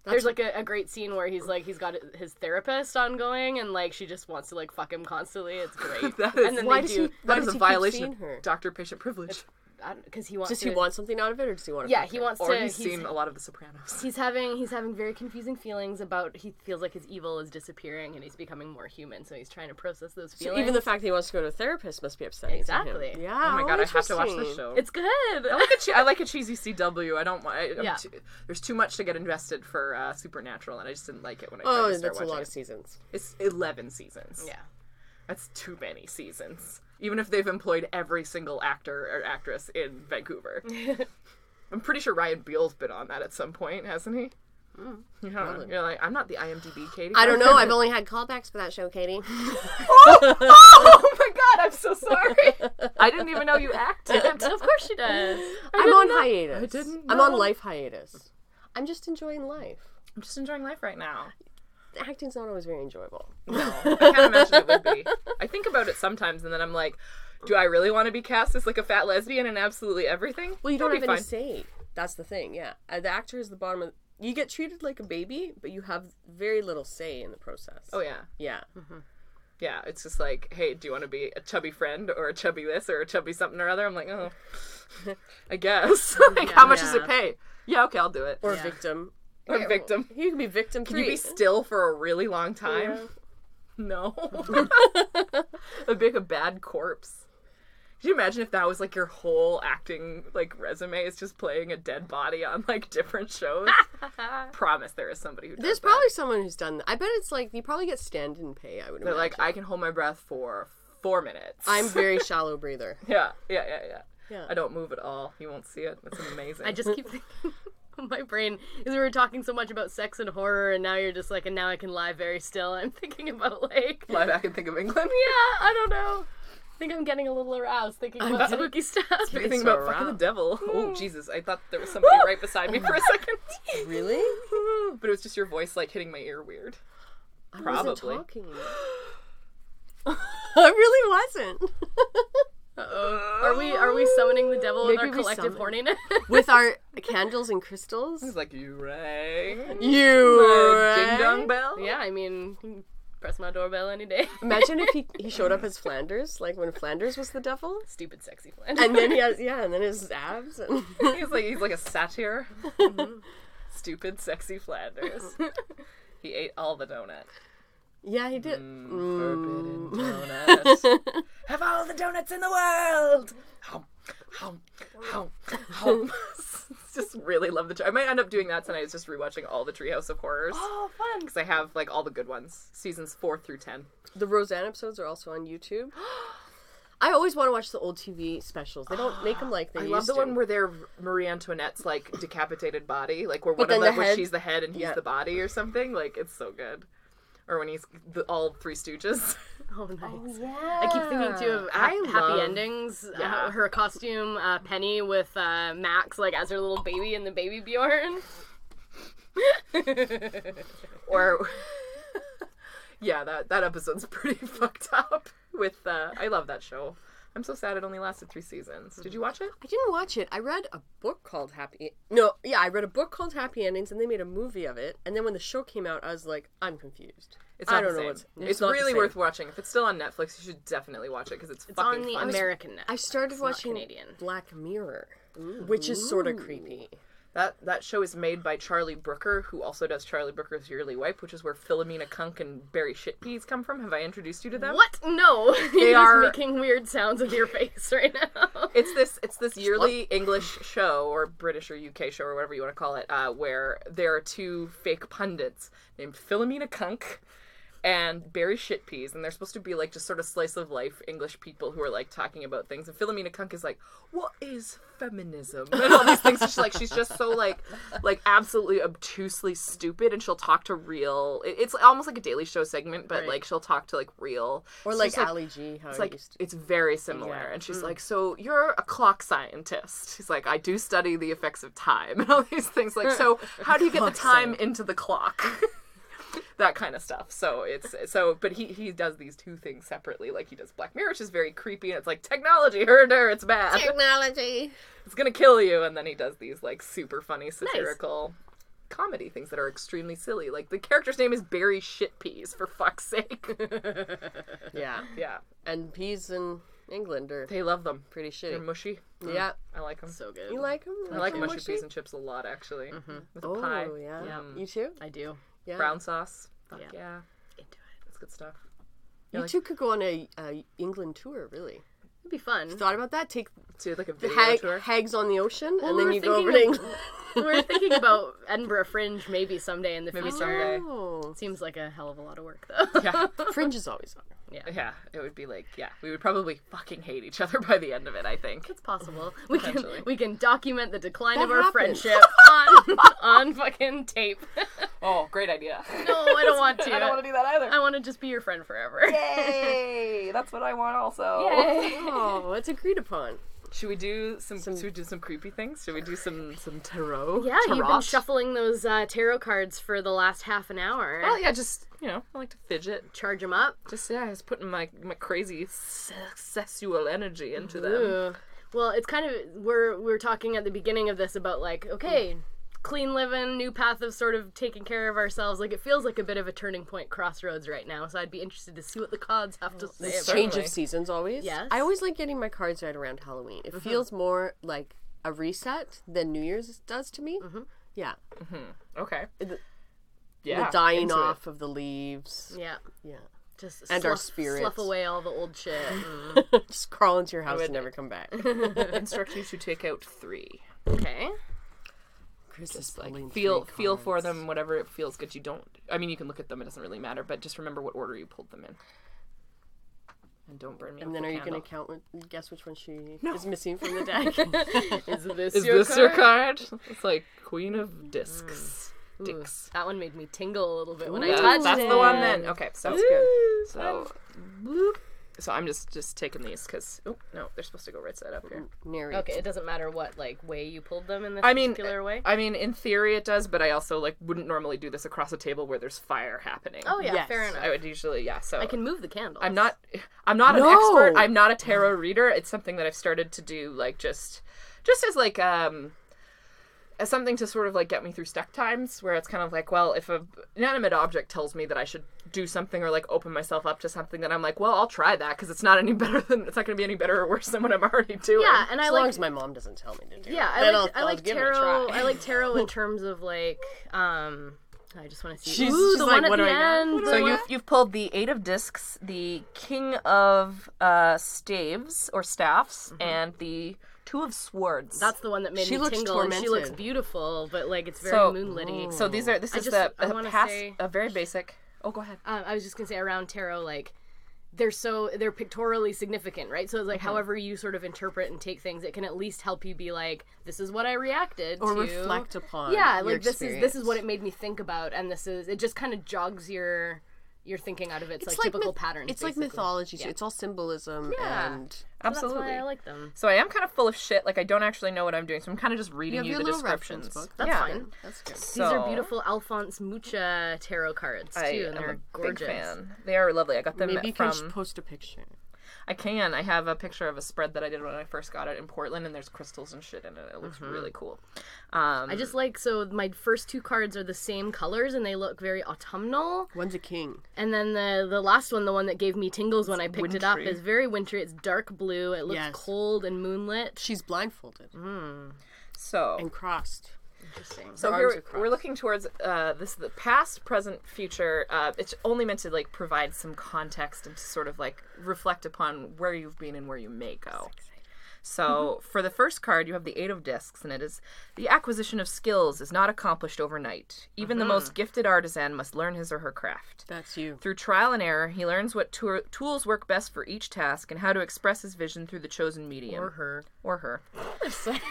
Speaker 3: There's like a, a great scene where he's like he's got his therapist ongoing and like she just wants to like fuck him constantly. It's great.
Speaker 2: That is-
Speaker 3: and then
Speaker 4: Why
Speaker 3: they
Speaker 4: does
Speaker 3: do
Speaker 4: he-
Speaker 2: that
Speaker 4: Why
Speaker 2: is
Speaker 4: does
Speaker 2: a
Speaker 4: keep
Speaker 2: violation
Speaker 4: seeing her?
Speaker 2: of doctor-patient privilege.
Speaker 3: because he wants
Speaker 4: Does
Speaker 3: to,
Speaker 4: he want something out of it, or does he want? To
Speaker 3: yeah
Speaker 4: fuck
Speaker 3: he
Speaker 4: her?
Speaker 3: wants
Speaker 2: Or
Speaker 3: to
Speaker 2: he's
Speaker 3: he's-
Speaker 2: seen a lot of The Sopranos.
Speaker 3: he's having he's having very confusing feelings about he feels like his evil is disappearing and he's becoming more human so he's trying to process those
Speaker 4: So
Speaker 3: feelings
Speaker 4: even the fact that he wants to go to a therapist must be upsetting. To him.
Speaker 3: Exactly.
Speaker 4: Yeah.
Speaker 2: Oh my god, I have to watch this
Speaker 4: interesting.
Speaker 2: show.
Speaker 3: it's good
Speaker 2: I like a che- I like a cheesy CW. I don't. I, I'm
Speaker 3: Yeah.
Speaker 2: too, there's too much to get invested for uh, Supernatural, and I just didn't like it when I tried
Speaker 4: Oh,
Speaker 2: to start
Speaker 4: that's a
Speaker 2: watching.
Speaker 4: lot of
Speaker 2: it.
Speaker 4: seasons.
Speaker 2: It's eleven seasons.
Speaker 3: yeah
Speaker 2: that's too many seasons. Even if they've employed every single actor or actress in Vancouver, I'm pretty sure Ryan Beale's been on that at some point, hasn't he? Yeah. You're like, I'm not the IMDb Katie.
Speaker 4: Hmm. I don't know. I've only had callbacks for that show, Katie.
Speaker 2: oh my god, I'm so sorry. I didn't even know you acted.
Speaker 3: of course she does
Speaker 4: I'm on hiatus. I
Speaker 2: didn't
Speaker 4: I'm on
Speaker 2: know.
Speaker 4: life hiatus. I'm just enjoying life.
Speaker 2: I'm just enjoying life right now.
Speaker 4: Acting's not always very enjoyable.
Speaker 2: I can't imagine it would be. I think about it sometimes, and then I'm like, do I really want to be cast as like a fat lesbian in absolutely everything?
Speaker 4: Well, you don't
Speaker 2: That'd
Speaker 4: have
Speaker 2: be
Speaker 4: any
Speaker 2: fun.
Speaker 4: say. That's the thing. Yeah, Uh, the actor is the bottom of. You get treated like a baby, but you have very little say in the process.
Speaker 2: Oh yeah,
Speaker 4: yeah. Mm-hmm.
Speaker 2: yeah. It's just like, hey, do you want to be a chubby friend or a chubby this or a chubby something or other? I'm like, oh, I guess. like, how much does it
Speaker 3: Yeah.
Speaker 2: pay? Yeah, okay, I'll do it.
Speaker 4: Or victim.
Speaker 2: Or victim.
Speaker 4: You can be victim
Speaker 2: Can
Speaker 4: three.
Speaker 2: you be still for a really long time? No. It'd be like a bad corpse. Could you imagine if that was like your whole acting like resume is just playing a dead body on like different shows? Promise there is somebody who does
Speaker 4: There's
Speaker 2: that.
Speaker 4: probably someone who's done that. I bet it's like you probably get stand and pay. I would.
Speaker 2: They're
Speaker 4: Imagine.
Speaker 2: like, I can hold my breath for four minutes.
Speaker 4: I'm very shallow breather.
Speaker 2: yeah, yeah, yeah, yeah.
Speaker 4: Yeah.
Speaker 2: I don't move at all. You won't see it. It's amazing.
Speaker 3: I just keep thinking my brain is we were talking so much about sex and horror and now you're just like and now I can lie very still I'm thinking about like
Speaker 2: fly back and think of England.
Speaker 3: yeah, I don't know. I think I'm getting a little aroused thinking about spooky stuff.
Speaker 2: I think
Speaker 4: so
Speaker 2: about fucking the
Speaker 4: around.
Speaker 2: devil. Oh Jesus! I thought there was somebody right beside
Speaker 3: Oh
Speaker 2: me for a second,
Speaker 4: Really?
Speaker 2: but it was just your voice like hitting my ear weird.
Speaker 4: I wasn't
Speaker 2: Probably.
Speaker 4: talking. I really wasn't.
Speaker 3: Are we are we summoning the devil with
Speaker 4: Maybe
Speaker 3: our
Speaker 4: we
Speaker 3: collective
Speaker 4: summon.
Speaker 3: horniness?
Speaker 4: With our candles and crystals.
Speaker 2: It's like you rang
Speaker 4: You
Speaker 2: the
Speaker 4: rang."
Speaker 2: ding dong bell.
Speaker 3: yeah, I mean, you can press my doorbell any day.
Speaker 4: Imagine if he, he showed up as Flanders, like when Flanders was the devil,
Speaker 3: Stupid sexy plan.
Speaker 4: and then he has yeah, and then his abs and
Speaker 2: He's like he's like a satyr. Stupid, sexy Flanders. he ate all the donut.
Speaker 4: yeah, he did.
Speaker 2: Mm.
Speaker 4: Mm.
Speaker 2: Forbidden donuts. Have all the donuts in the world. Hum, hum, hum, hum. just really love the. Tre- I might end up doing that tonight. Is just rewatching all the Treehouse of Horrors
Speaker 3: oh, fun.
Speaker 2: because I have like all the good ones, seasons four through ten.
Speaker 4: The Roseanne episodes are also on YouTube. I always want to watch the old TV specials. They don't make them like they
Speaker 2: I
Speaker 4: used
Speaker 2: love the
Speaker 4: to.
Speaker 2: one where they're Marie Antoinette's like decapitated body, like where one
Speaker 4: then
Speaker 2: of them
Speaker 4: the
Speaker 2: where
Speaker 4: head-
Speaker 2: she's the head and he's
Speaker 4: Yeah.
Speaker 2: the body or something. Like it's so good. Or when he's the, all Three Stooges.
Speaker 3: Oh, nice. I keep thinking too of ha-
Speaker 2: I
Speaker 3: happy
Speaker 2: love-
Speaker 3: endings. uh,
Speaker 2: Yeah.
Speaker 3: her costume, uh, Penny with uh, Max, like as her little baby in the baby Bjorn.
Speaker 2: or yeah, that that episode's pretty fucked up. With uh, I love that show. I'm so sad it only lasted three seasons. Did you watch it?
Speaker 4: I didn't watch it. I read a book called Happy. No, yeah, I read a book called Happy Endings, and they made a movie of it. And then when the show came out, I was like, I'm confused.
Speaker 2: It's not
Speaker 4: I don't
Speaker 2: the
Speaker 4: know.
Speaker 2: same.
Speaker 4: What's,
Speaker 2: it's
Speaker 4: not the
Speaker 2: really
Speaker 4: same.
Speaker 2: worth watching. If it's still on Netflix, you should definitely watch it because it's,
Speaker 3: It's
Speaker 2: fucking
Speaker 3: on the
Speaker 2: fun.
Speaker 3: American Netflix.
Speaker 4: I started
Speaker 3: it's not
Speaker 4: watching
Speaker 3: Canadian.
Speaker 4: Black Mirror, which is sort of creepy.
Speaker 2: That that show is made by Charlie Brooker, who also does Charlie Brooker's Yearly Wipe, which is where Philomena Kunk and Barry Shitpeas come from. Have I introduced you to them?
Speaker 3: What? No. You're just
Speaker 2: are-
Speaker 3: making weird sounds with your face right now.
Speaker 2: It's this it's this yearly English show or British or UK show or whatever you want to call it, uh, where there are two fake pundits named Philomena Kunk and Barry Shit Peas, and they're supposed to be like just sort of slice of life English people who are like talking about things. And Philomena Kunk is like, "What is feminism?" and all these things. And she's like, she's just so like, like absolutely obtusely stupid, and she'll talk to real. it- It's almost like a Daily Show segment, but
Speaker 3: Right.
Speaker 2: like she'll talk to like real
Speaker 4: Or
Speaker 2: So
Speaker 4: like
Speaker 2: she's
Speaker 4: Ali G, how
Speaker 2: it's
Speaker 4: it
Speaker 2: like
Speaker 4: used to. Mm.
Speaker 2: it's very similar,
Speaker 3: Yeah.
Speaker 2: and she's like, "So you're a clock scientist?" She's like, "I do study the effects of time and all these things." Like, so how do you get the time into the clock? that kind of stuff. So it's so, but he he does these two things separately. Like he does Black Mirror, which is very creepy, and it's like technology, her, her, it's bad,
Speaker 4: Technology.
Speaker 2: it's gonna kill you. And then he does these like super funny satirical. Comedy things that are extremely silly. Like the character's name is Barry Shitpeas, for fuck's sake.
Speaker 4: Yeah.
Speaker 2: yeah.
Speaker 4: And peas in England are
Speaker 2: They love them.
Speaker 4: pretty
Speaker 2: They're
Speaker 4: shitty.
Speaker 2: mushy.
Speaker 4: Yeah.
Speaker 2: I like them.
Speaker 3: So good.
Speaker 4: You like them?
Speaker 2: I like mushy peas and chips a lot, actually. With a
Speaker 4: Oh,
Speaker 2: pie,
Speaker 4: yeah.
Speaker 2: Yum.
Speaker 4: You too?
Speaker 3: I do.
Speaker 4: Yeah.
Speaker 2: brown sauce. Fuck yeah.
Speaker 3: Yeah. Into it.
Speaker 2: that's good stuff.
Speaker 4: You
Speaker 2: like-
Speaker 4: two could go on a, a England tour, really.
Speaker 3: It'd be fun.
Speaker 4: Thought about that? Take
Speaker 2: Do like a
Speaker 4: the
Speaker 2: video
Speaker 4: hag,
Speaker 2: tour.
Speaker 4: hags on the ocean, and
Speaker 3: we
Speaker 4: then
Speaker 3: were
Speaker 4: you go over to
Speaker 3: thinking of-
Speaker 4: England.
Speaker 3: we were thinking about Edinburgh Fringe maybe someday in the
Speaker 2: Maybe
Speaker 3: future.
Speaker 2: someday.
Speaker 4: Oh,
Speaker 3: Seems like a hell of a lot of work though.
Speaker 2: yeah,
Speaker 4: fringe is always on.
Speaker 2: yeah. It would be like yeah, we would probably fucking hate each other by the end of it. I think.
Speaker 3: It's possible. We can
Speaker 2: Potentially.
Speaker 3: we can document the decline
Speaker 4: That
Speaker 3: of our
Speaker 4: happens.
Speaker 3: friendship on on fucking tape. no,
Speaker 2: Oh, great idea.
Speaker 3: I don't want to.
Speaker 2: I don't want to do that either.
Speaker 3: I want to just be your friend forever.
Speaker 2: Yay! That's what I want. Also,
Speaker 4: Oh, it's agreed upon.
Speaker 2: should we do some, Should we do some creepy things? Should we do some some tarot?
Speaker 3: Yeah, you've
Speaker 2: Tarot?
Speaker 3: been shuffling those uh, tarot cards for the last half an hour.
Speaker 2: Well, yeah, just you know, I like to fidget.
Speaker 3: Charge them up.
Speaker 2: Just yeah, just putting my my crazy se- sexual energy into them.
Speaker 3: Ooh. Well, it's kind of we're we we're talking at the beginning of this about like okay, clean living, new path of sort of taking care of ourselves. Like it feels like a bit of a turning point crossroads right now. So I'd be interested to see what the cards have to say. About.
Speaker 4: Change
Speaker 2: certainly.
Speaker 4: of seasons always.
Speaker 3: Yes. Mm-hmm.
Speaker 4: I always like getting my cards right around Halloween. It feels more like a reset than New Year's does to me.
Speaker 3: Mm-hmm.
Speaker 4: Yeah.
Speaker 2: Okay.
Speaker 4: The-
Speaker 2: yeah.
Speaker 4: the dying
Speaker 2: into it.
Speaker 4: off of the leaves.
Speaker 3: Yeah,
Speaker 4: Yeah.
Speaker 3: just
Speaker 4: And our
Speaker 3: slough-
Speaker 4: spirits.
Speaker 3: slough away all the old shit.
Speaker 4: Just crawl into your house and never come back.
Speaker 2: instruct you to take out three.
Speaker 3: okay.
Speaker 4: Christmas
Speaker 2: Like
Speaker 4: Halloween
Speaker 2: feel
Speaker 4: tree
Speaker 2: feel for
Speaker 4: cards.
Speaker 2: them, whatever it feels good. You don't. I mean, you can look at them; it doesn't really matter. But just remember what order you pulled them in, and don't burn me.
Speaker 4: And
Speaker 2: with
Speaker 4: then
Speaker 2: the
Speaker 4: are you
Speaker 2: candle.
Speaker 4: going to count? what- Guess which one she is missing from the deck.
Speaker 3: Is this
Speaker 2: Is
Speaker 3: your
Speaker 2: this your card? It's like Queen
Speaker 4: Mm.
Speaker 2: of Discs. Dicks.
Speaker 3: That one made me tingle a little bit when I
Speaker 2: Yeah,
Speaker 3: touched
Speaker 2: that's
Speaker 3: it.
Speaker 2: the one. Then okay, so
Speaker 4: That's good.
Speaker 2: So, so I'm just just taking these because oh no, they're supposed to go right side up here.
Speaker 4: Nary.
Speaker 3: Okay, it doesn't matter what like way you pulled them in this
Speaker 2: I mean, uh,
Speaker 3: particular way.
Speaker 2: I mean, in theory it does, but I also like wouldn't normally do this across a table where there's fire happening.
Speaker 3: oh yeah,
Speaker 4: yes.
Speaker 3: fair enough.
Speaker 2: I would usually yeah. So
Speaker 3: I can move the candle.
Speaker 2: I'm not I'm not an
Speaker 4: No.
Speaker 2: expert. I'm not a tarot reader. It's something that I've started to do like just just as like um as something to sort of like get me through stuck times where it's kind of like well if a inanimate object tells me that I should do something or like open myself up to something then I'm like well I'll try that cuz it's not any better than it's not going to be any better or worse than what I'm already doing.
Speaker 3: Yeah, and I
Speaker 4: As
Speaker 3: like
Speaker 4: long as my mom doesn't tell me to do
Speaker 3: Yeah,
Speaker 4: it.
Speaker 3: I
Speaker 4: then
Speaker 3: like
Speaker 4: I'll-
Speaker 3: i
Speaker 4: I'll
Speaker 3: like
Speaker 4: give it a
Speaker 3: tarot.
Speaker 4: try.
Speaker 3: I like tarot in terms of like um. I just want to see.
Speaker 4: She's-
Speaker 3: Ooh,
Speaker 4: she's
Speaker 3: the
Speaker 4: like,
Speaker 3: one at
Speaker 4: "What
Speaker 3: the
Speaker 4: do I got?
Speaker 3: end.
Speaker 2: So you've, you've pulled the Eight of Discs, the King of uh, Staves or Staffs, and the Two of Swords.
Speaker 3: Mm-hmm. That's the one that made
Speaker 4: She
Speaker 3: me
Speaker 4: looks
Speaker 3: tingle. and She looks
Speaker 4: tormented. Mm.
Speaker 3: beautiful, but like it's very
Speaker 2: So-
Speaker 3: moonlitty.
Speaker 2: So these are this
Speaker 3: I
Speaker 2: is
Speaker 3: just-
Speaker 2: the
Speaker 3: I
Speaker 2: a
Speaker 3: wanna
Speaker 2: pass
Speaker 3: say-
Speaker 2: a very basic. Oh, go ahead.
Speaker 3: um, I was just gonna say around tarot, like they're so they're pictorially significant, right? So it's
Speaker 4: Mm-hmm.
Speaker 3: like however you sort of interpret and take things, it can at least help you be like, this is what I reacted
Speaker 4: or
Speaker 3: to.
Speaker 4: reflect upon.
Speaker 3: Yeah,
Speaker 4: your
Speaker 3: like this is this is
Speaker 4: experience.
Speaker 3: what it made me think about, and this is it. Just kind of jogs your your thinking out of its, like, typical
Speaker 4: myth-
Speaker 3: patterns.
Speaker 4: It's
Speaker 3: basically.
Speaker 4: like mythology. too. It's all symbolism
Speaker 3: Yeah.
Speaker 4: and
Speaker 2: Absolutely.
Speaker 3: That's why I like them.
Speaker 2: so I am kind of full of shit. Like I don't actually know what I'm doing. So I'm kind of just reading
Speaker 4: have
Speaker 2: you,
Speaker 4: your
Speaker 2: the
Speaker 4: little
Speaker 2: descriptions.
Speaker 4: reference book.
Speaker 3: That's
Speaker 2: yeah.
Speaker 3: fine.
Speaker 4: that's good.
Speaker 3: These
Speaker 2: So-
Speaker 3: are beautiful Alphonse Mucha tarot cards too,
Speaker 2: I
Speaker 3: and
Speaker 2: am
Speaker 3: they're
Speaker 2: a
Speaker 3: gorgeous.
Speaker 2: big fan. They are lovely. I got them
Speaker 4: Maybe you
Speaker 2: from.
Speaker 4: can just post a picture.
Speaker 2: I can. I have a picture of a spread that I did when I first got it in Portland, and there's crystals and shit in it. It looks really cool. Um,
Speaker 3: Mm-hmm. I just like so my first two cards are the same colors and they look very autumnal.
Speaker 4: One's a king.
Speaker 3: And then the the last one, the one that gave me tingles when I picked it up,
Speaker 2: wintry.
Speaker 3: is very wintry. It's dark blue. It looks
Speaker 4: Yes.
Speaker 3: cold and moonlit.
Speaker 4: She's blindfolded
Speaker 2: so
Speaker 4: and crossed.
Speaker 3: Interesting.
Speaker 2: So
Speaker 4: Her
Speaker 2: here
Speaker 4: arms
Speaker 2: we-
Speaker 4: are
Speaker 2: we're,
Speaker 4: crossed.
Speaker 2: looking towards uh, this the past, present, future. Uh, it's only meant to like provide some context and to sort of like reflect upon where you've been and where you may go. So for the first card, you have the Eight of Discs, and it is the acquisition of skills is not accomplished overnight. Even the
Speaker 4: Mm-hmm.
Speaker 2: most gifted artisan must learn his or her craft.
Speaker 4: That's you.
Speaker 2: Through trial and error, he learns what tour- tools work best for each task and how to express his vision through the chosen medium. Or her. Or her.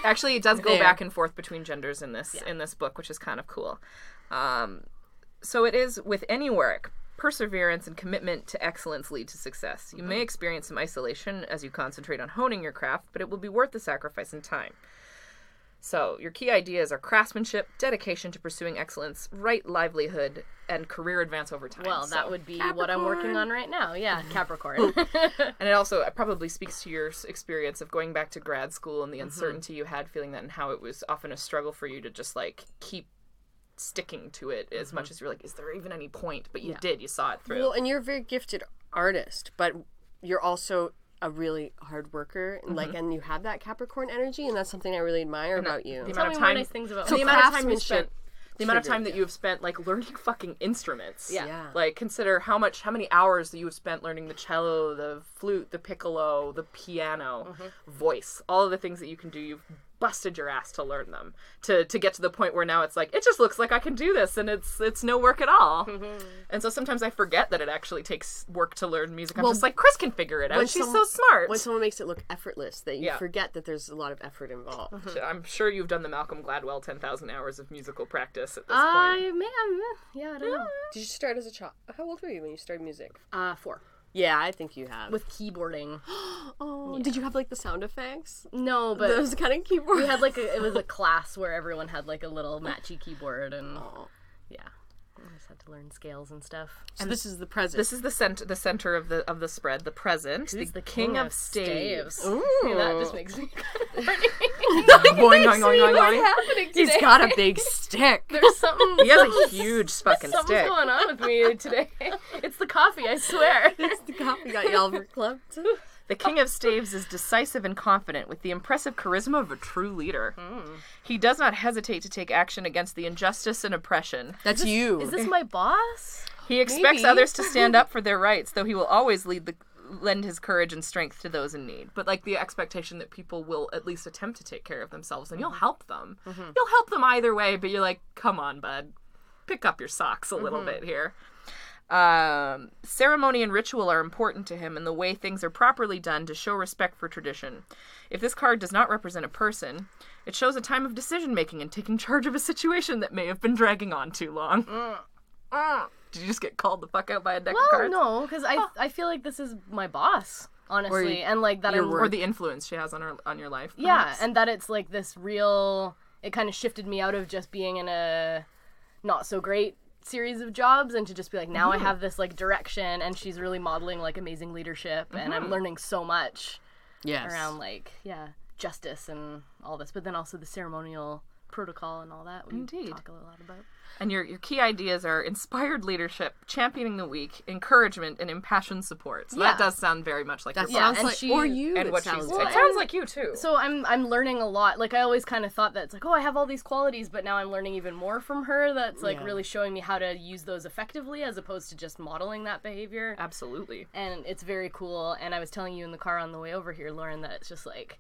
Speaker 2: Actually, it does go back and forth between genders in this in this book, which is kind of cool. Um, so it is with any work. Perseverance and commitment to excellence lead to success. You may
Speaker 3: Mm-hmm.
Speaker 2: experience some isolation as you concentrate on honing your craft, but it will be worth the sacrifice and time. So, your key ideas are craftsmanship, dedication to pursuing excellence, right livelihood, and career advance over time.
Speaker 3: Well,
Speaker 2: So-
Speaker 3: that would be what I'm working on right now. Yeah, Capricorn.
Speaker 2: And it also uh, probably speaks to your s- experience of going back to grad school and the uncertainty you had feeling that and how it was often a struggle for you to just like keep sticking to it as much as you're like, is there even any point? But you did, you saw it through.
Speaker 4: Well, and you're a very gifted artist, but you're also a really hard worker, and like, and you have that Capricorn energy, and that's something I really admire about you.
Speaker 2: the
Speaker 3: Tell
Speaker 2: amount
Speaker 3: me
Speaker 2: of
Speaker 3: more
Speaker 2: time,
Speaker 3: nice things about
Speaker 2: the
Speaker 3: me.
Speaker 2: amount of time you
Speaker 4: craftsmanship
Speaker 2: spent, the amount of time that you have spent like learning fucking instruments.
Speaker 3: Yeah.
Speaker 4: Yeah.
Speaker 2: Like consider how much, how many hours that you have spent learning the cello, the flute, the piccolo, the piano, voice, all of the things that you can do. You've busted your ass to learn them to to get to the point where now it's like it just looks like I can do this and it's it's no work at all. and so sometimes I forget that it actually takes work to learn music. I'm just like Chris can figure it out. She's
Speaker 4: someone-
Speaker 2: so smart.
Speaker 4: When someone makes it look effortless, that you
Speaker 2: Yeah. Mm-hmm.
Speaker 4: forget that there's a lot of effort involved.
Speaker 2: I'm sure you've done the Malcolm Gladwell 10,000 hours of musical practice at this point.
Speaker 3: I may, I'm, yeah, I don't know.
Speaker 4: Did you start as a child? How old were you when you started music?
Speaker 3: Uh, four
Speaker 4: Yeah, I think you have.
Speaker 3: with keyboarding.
Speaker 4: oh, did you have like the sound effects?
Speaker 3: No, but
Speaker 4: Those kind of keyboard.
Speaker 3: we had like a, it was a class where everyone had like a little matchy keyboard and yeah, I just had to learn scales and stuff.
Speaker 4: So this is the present.
Speaker 2: This is the center, the center of the of the spread, the present, the, king, of staves.
Speaker 3: See, that just makes me.
Speaker 2: Boing, boing, boing, boing, boing.
Speaker 4: He's got a big stick.
Speaker 3: There's something.
Speaker 2: He has a huge fucking
Speaker 3: Something's
Speaker 2: stick.
Speaker 3: going on with me today. It's the coffee, I swear.
Speaker 4: the copy got y'all clubbed.
Speaker 2: The king of staves is decisive and confident, with the impressive charisma of a true leader. He does not hesitate to take action against the injustice and oppression.
Speaker 4: That's you.
Speaker 3: Is this my boss?
Speaker 2: He expects
Speaker 4: Maybe.
Speaker 2: others to stand up for their rights, though he will always lead the lend his courage and strength to those in need. But like the expectation that people will at least attempt to take care of themselves, and you'll help them. You'll help them either way, but you're like, come on, bud, pick up your socks a little
Speaker 3: Mm-hmm.
Speaker 2: bit here. Um, ceremony and ritual are important to him, and the way things are properly done to show respect for tradition. If this card does not represent a person, it shows a time of decision making and taking charge of a situation that may have been dragging on too long. Did you just get called the fuck out by a deck of
Speaker 3: Mm, Well,
Speaker 2: cards?
Speaker 3: no, because I I feel like this is my boss, honestly, and like that I'm
Speaker 2: Or the influence she has on her on your life. Uh-huh.
Speaker 3: yeah, and that it's like this real. It kind of shifted me out of just being in a not so great series of jobs and to just be like now I
Speaker 4: Mm-hmm.
Speaker 3: have this like direction and she's really modeling like amazing leadership and I'm learning so much
Speaker 4: Mm-hmm. yes.
Speaker 3: around like yeah justice and all this, but then also the ceremonial protocol and all that we
Speaker 2: Indeed.
Speaker 3: talk a lot about.
Speaker 2: And your, your key ideas are inspired leadership, championing the weak, encouragement, and impassioned support. So
Speaker 3: Yeah.
Speaker 2: that does sound very much like
Speaker 4: that
Speaker 2: your
Speaker 4: sounds
Speaker 3: and
Speaker 4: like
Speaker 3: she-
Speaker 4: or you.
Speaker 2: and
Speaker 4: it
Speaker 2: what
Speaker 4: sounds
Speaker 2: she's
Speaker 4: like.
Speaker 2: It sounds like you too.
Speaker 3: So I'm I'm learning a lot. Like I always kind of thought that it's like, oh, I have all these qualities, but now I'm learning even more from her. That's like
Speaker 4: Yeah.
Speaker 3: really showing me how to use those effectively, as opposed to just modeling that behavior.
Speaker 2: Absolutely.
Speaker 3: And it's very cool. And I was telling you in the car on the way over here, Lauren, that it's just like.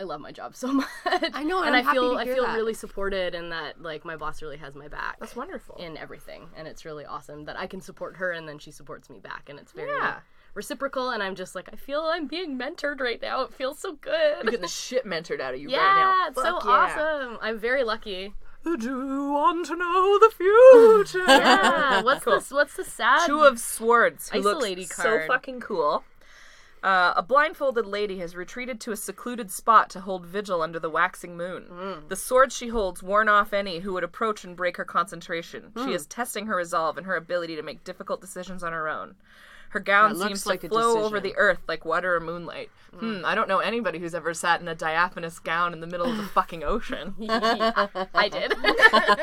Speaker 3: I love my job so much. I
Speaker 4: know, and
Speaker 3: and I
Speaker 4: I'm happy
Speaker 3: feel
Speaker 4: to hear
Speaker 3: I feel
Speaker 4: that.
Speaker 3: really supported, and that like my boss really has my back
Speaker 2: That's wonderful.
Speaker 3: in everything, and it's really awesome that I can support her, and then she supports me back, and it's very
Speaker 2: Yeah.
Speaker 3: reciprocal. And I'm just like, I feel I'm being mentored right now. It feels so good.
Speaker 2: You're getting the shit mentored out of you
Speaker 3: Yeah,
Speaker 2: right now.
Speaker 3: it's so awesome. I'm very lucky.
Speaker 2: awesome. Do you want to know the future?
Speaker 3: Yeah. What's this? What's the sad?
Speaker 2: Two of Swords, who looks
Speaker 3: Isolady
Speaker 2: so
Speaker 3: card.
Speaker 2: fucking cool. Uh, a blindfolded lady has retreated to a secluded spot to hold vigil under the waxing moon.
Speaker 4: Hmm.
Speaker 2: The sword she holds warn off any who would approach and break her concentration.
Speaker 4: Hmm.
Speaker 2: She is testing her resolve and her ability to make difficult decisions on her own. Her gown
Speaker 4: That looks
Speaker 2: seems
Speaker 4: like
Speaker 2: to
Speaker 4: a
Speaker 2: flow over the
Speaker 4: decision.
Speaker 2: earth like water or moonlight. Hmm, I don't know anybody who's ever sat in a diaphanous gown in the middle of the fucking ocean.
Speaker 3: I did.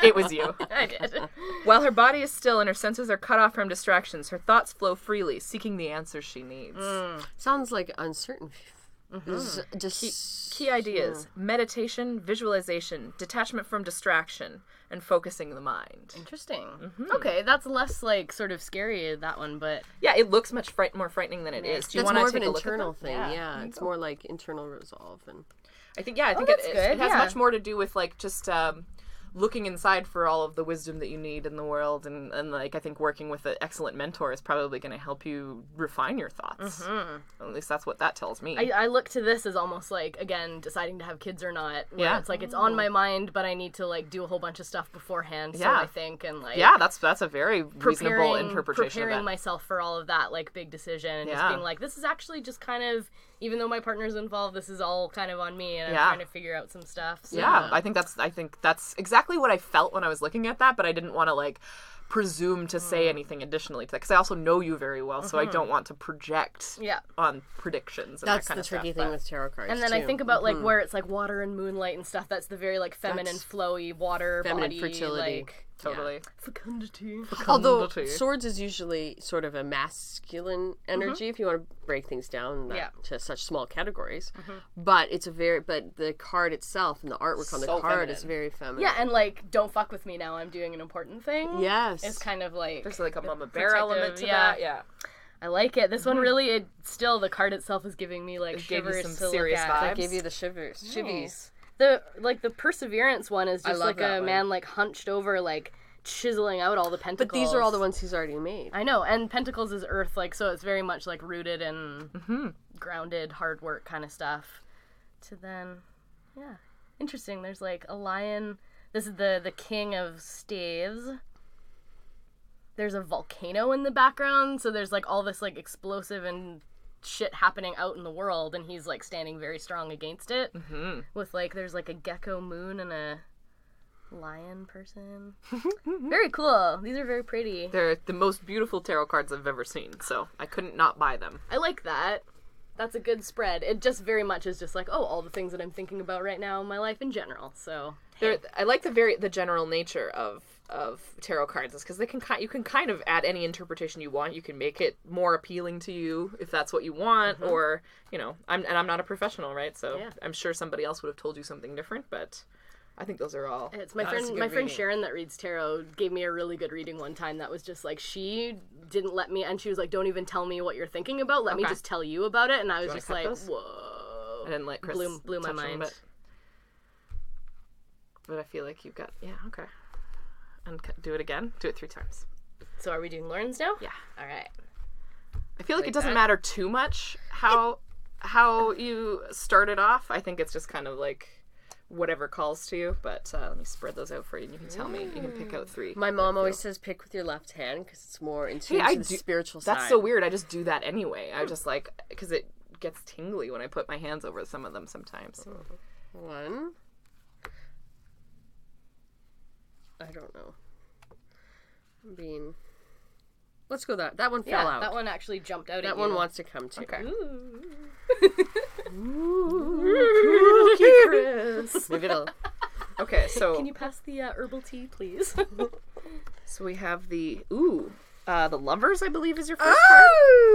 Speaker 2: it was you.
Speaker 3: I did.
Speaker 2: While her body is still and her senses are cut off from Mm, distractions, her thoughts flow freely, seeking the answers she needs.
Speaker 4: Sounds like uncertain Z- just
Speaker 2: Key ideas meditation, visualization, detachment from distraction, and focusing the mind.
Speaker 3: Interesting.
Speaker 2: Mm-hmm.
Speaker 3: Okay, that's less like sort of scary that one, but
Speaker 2: Yeah, it looks much fright- more frightening than it is. Do you
Speaker 4: that's
Speaker 2: want
Speaker 4: more
Speaker 2: to
Speaker 4: of an
Speaker 2: take a look at
Speaker 4: internal
Speaker 2: them?
Speaker 4: thing. Yeah, it's more like internal resolve and
Speaker 2: I think Oh, yeah, I think
Speaker 3: that's
Speaker 2: it, it,
Speaker 3: good,
Speaker 2: it has
Speaker 3: yeah.
Speaker 2: much more to do with like just um, looking inside for all of the wisdom that you need in the world, and, and like I think working with an excellent mentor is probably going to help you refine your thoughts. At least that's what that tells me.
Speaker 3: I, I look to this as almost like again deciding to have kids or not. Where
Speaker 2: Yeah.
Speaker 3: it's like it's on my mind, but I need to like do a whole bunch of stuff beforehand. So
Speaker 2: Yeah.
Speaker 3: I think and like
Speaker 2: yeah, that's that's a very
Speaker 3: preparing,
Speaker 2: reasonable interpretation
Speaker 3: preparing
Speaker 2: of that.
Speaker 3: myself for all of that like big decision and just
Speaker 2: Yeah.
Speaker 3: being like this is actually just kind of even though my partner's involved, this is all kind of on me and
Speaker 2: Yeah.
Speaker 3: I'm trying to figure out some stuff. So.
Speaker 2: yeah, I think that's I think that's exactly what I felt when I was looking at that, but I didn't want to like presume to
Speaker 3: Hmm.
Speaker 2: say anything additionally to that because I also know you very well, so I don't want to project
Speaker 3: Mm-hmm. Yeah.
Speaker 2: on predictions. And
Speaker 4: that's
Speaker 2: that kind
Speaker 4: the
Speaker 2: of stuff,
Speaker 4: tricky
Speaker 2: but-
Speaker 4: thing with tarot cards.
Speaker 3: And then I
Speaker 4: too.
Speaker 3: think about like
Speaker 2: Mm-hmm.
Speaker 3: where it's like water and moonlight and stuff. That's the very like feminine,
Speaker 4: That's
Speaker 3: flowy water,
Speaker 4: feminine
Speaker 3: body,
Speaker 4: fertility.
Speaker 3: like
Speaker 2: Totally.
Speaker 3: fecundity.
Speaker 4: Although
Speaker 2: Fecundity.
Speaker 4: swords is usually sort of a masculine energy, if you want to break things down
Speaker 3: Mm-hmm.
Speaker 4: that,
Speaker 3: Yeah. Mm-hmm.
Speaker 4: to such small categories, but it's a very but the card itself and the artwork on the
Speaker 2: So
Speaker 4: card is
Speaker 2: feminine.
Speaker 4: very feminine.
Speaker 3: Yeah, and like don't fuck with me now. I'm doing an important thing.
Speaker 4: yes,
Speaker 3: It's kind of like
Speaker 2: There's like a mama bear element to
Speaker 3: protective, yeah.
Speaker 2: that. Yeah.
Speaker 3: I like it. This
Speaker 4: Mhm.
Speaker 3: one really, it still the card itself is giving me like
Speaker 2: gave you
Speaker 3: shivers
Speaker 2: some
Speaker 3: to
Speaker 2: serious
Speaker 3: look at.
Speaker 2: vibes.
Speaker 4: gave you the shivers, shivvies.
Speaker 3: The like the perseverance one is just
Speaker 4: love
Speaker 3: like
Speaker 4: that
Speaker 3: a
Speaker 4: one.
Speaker 3: man like hunched over like chiseling out all the pentacles.
Speaker 4: But these are all the ones he's already made.
Speaker 3: I know, and pentacles is earth like so it's very much like rooted and grounded, hard work kind of stuff. To then, yeah, interesting. There's like a lion. This is the the king of staves. There's a volcano in the background, so there's like all this like explosive and shit happening out in the world, and he's like standing very strong against it. Mm-hmm. With like there's like a gecko moon and a lion person. very cool. These are very pretty.
Speaker 2: They're the most beautiful tarot cards I've ever seen, so I couldn't not buy them.
Speaker 3: I like that. That's a good spread. It just very much is just like, oh, all the things that I'm thinking about right now in my life in general. So
Speaker 2: They're, I like the very the general nature of of tarot cards because they can ki- you can kind of add any interpretation you want. You can make it more appealing to you if that's what you want, or you know, I'm and I'm not a professional, right? So
Speaker 3: Mm-hmm. Yeah.
Speaker 2: I'm sure somebody else would have told you something different, but I think those are all.
Speaker 3: it's my
Speaker 2: that's
Speaker 3: friend,
Speaker 2: good
Speaker 3: my friend
Speaker 2: reading.
Speaker 3: Sharon that reads tarot gave me a really good reading one time. That was just like she didn't let me, and she was like, "Don't even tell me what you're thinking about. Let me
Speaker 2: Okay.
Speaker 3: just tell you about it." And I was
Speaker 2: wanna
Speaker 3: just
Speaker 2: cut
Speaker 3: like,
Speaker 2: this?
Speaker 3: whoa.
Speaker 2: I didn't let Chris
Speaker 3: blew- blew my
Speaker 2: touch them,
Speaker 3: mind.
Speaker 2: but, but I feel like you've got yeah okay, and c- do it again. Do it three times.
Speaker 3: So are we doing Lauren's now?
Speaker 2: Yeah.
Speaker 3: All right.
Speaker 2: I feel like, it doesn't matter too much how how you started off. I think it's just kind of like whatever calls to you. But uh, let me spread those out for you, and you can tell me. You can pick out three.
Speaker 4: My mom always says pick with your left hand because it's more in tune
Speaker 2: I
Speaker 4: to the
Speaker 2: do-
Speaker 4: spiritual side.
Speaker 2: That's so weird. I just do that anyway. I just like because it gets tingly when I put my hands over some of them sometimes.
Speaker 4: One. I don't know. I'm being. Let's go that. That one fell
Speaker 3: Yeah,
Speaker 4: out.
Speaker 3: that one actually jumped out.
Speaker 4: That
Speaker 3: at
Speaker 4: one
Speaker 3: you.
Speaker 4: wants to come to.
Speaker 2: Okay.
Speaker 4: Maybe it'll.
Speaker 2: Okay. So
Speaker 3: Can you pass the uh, herbal tea, please?
Speaker 2: so we have the ooh. Uh, the lovers, I believe, is your first
Speaker 4: Ah! Ooh,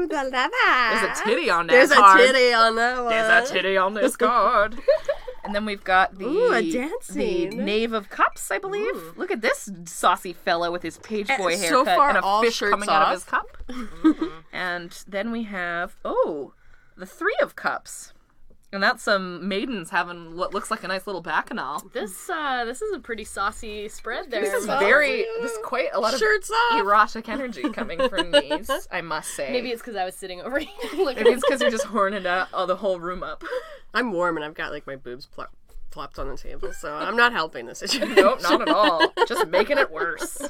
Speaker 4: Oh, the leather.
Speaker 2: card. There's a titty on that
Speaker 4: There's a
Speaker 2: card.
Speaker 4: titty on that one.
Speaker 2: There's a titty on this card. and then we've got the
Speaker 4: Ooh, a
Speaker 2: the
Speaker 4: dancing.
Speaker 2: knave of cups, I believe. Look at this saucy fellow with his page boy
Speaker 4: so
Speaker 2: haircut
Speaker 4: far,
Speaker 2: and a
Speaker 4: all
Speaker 2: fish
Speaker 4: shirts
Speaker 2: coming out of
Speaker 4: off.
Speaker 2: his cup. Mm-hmm. and then we have oh, the three of cups. And that's some maidens having what looks like a nice little bacchanal.
Speaker 3: this uh, this is a pretty saucy spread there.
Speaker 2: This is
Speaker 3: Mo.
Speaker 2: very, this is quite a lot of
Speaker 4: Shirts off.
Speaker 2: erotic energy coming from these, I must say.
Speaker 3: Maybe it's because I was sitting over here looking.
Speaker 2: Maybe it's because you're just horning out all the whole room up.
Speaker 4: I'm warm and I've got like my boobs plop, plopped on the table, so I'm not helping the situation.
Speaker 2: nope, not at all. Just making it worse.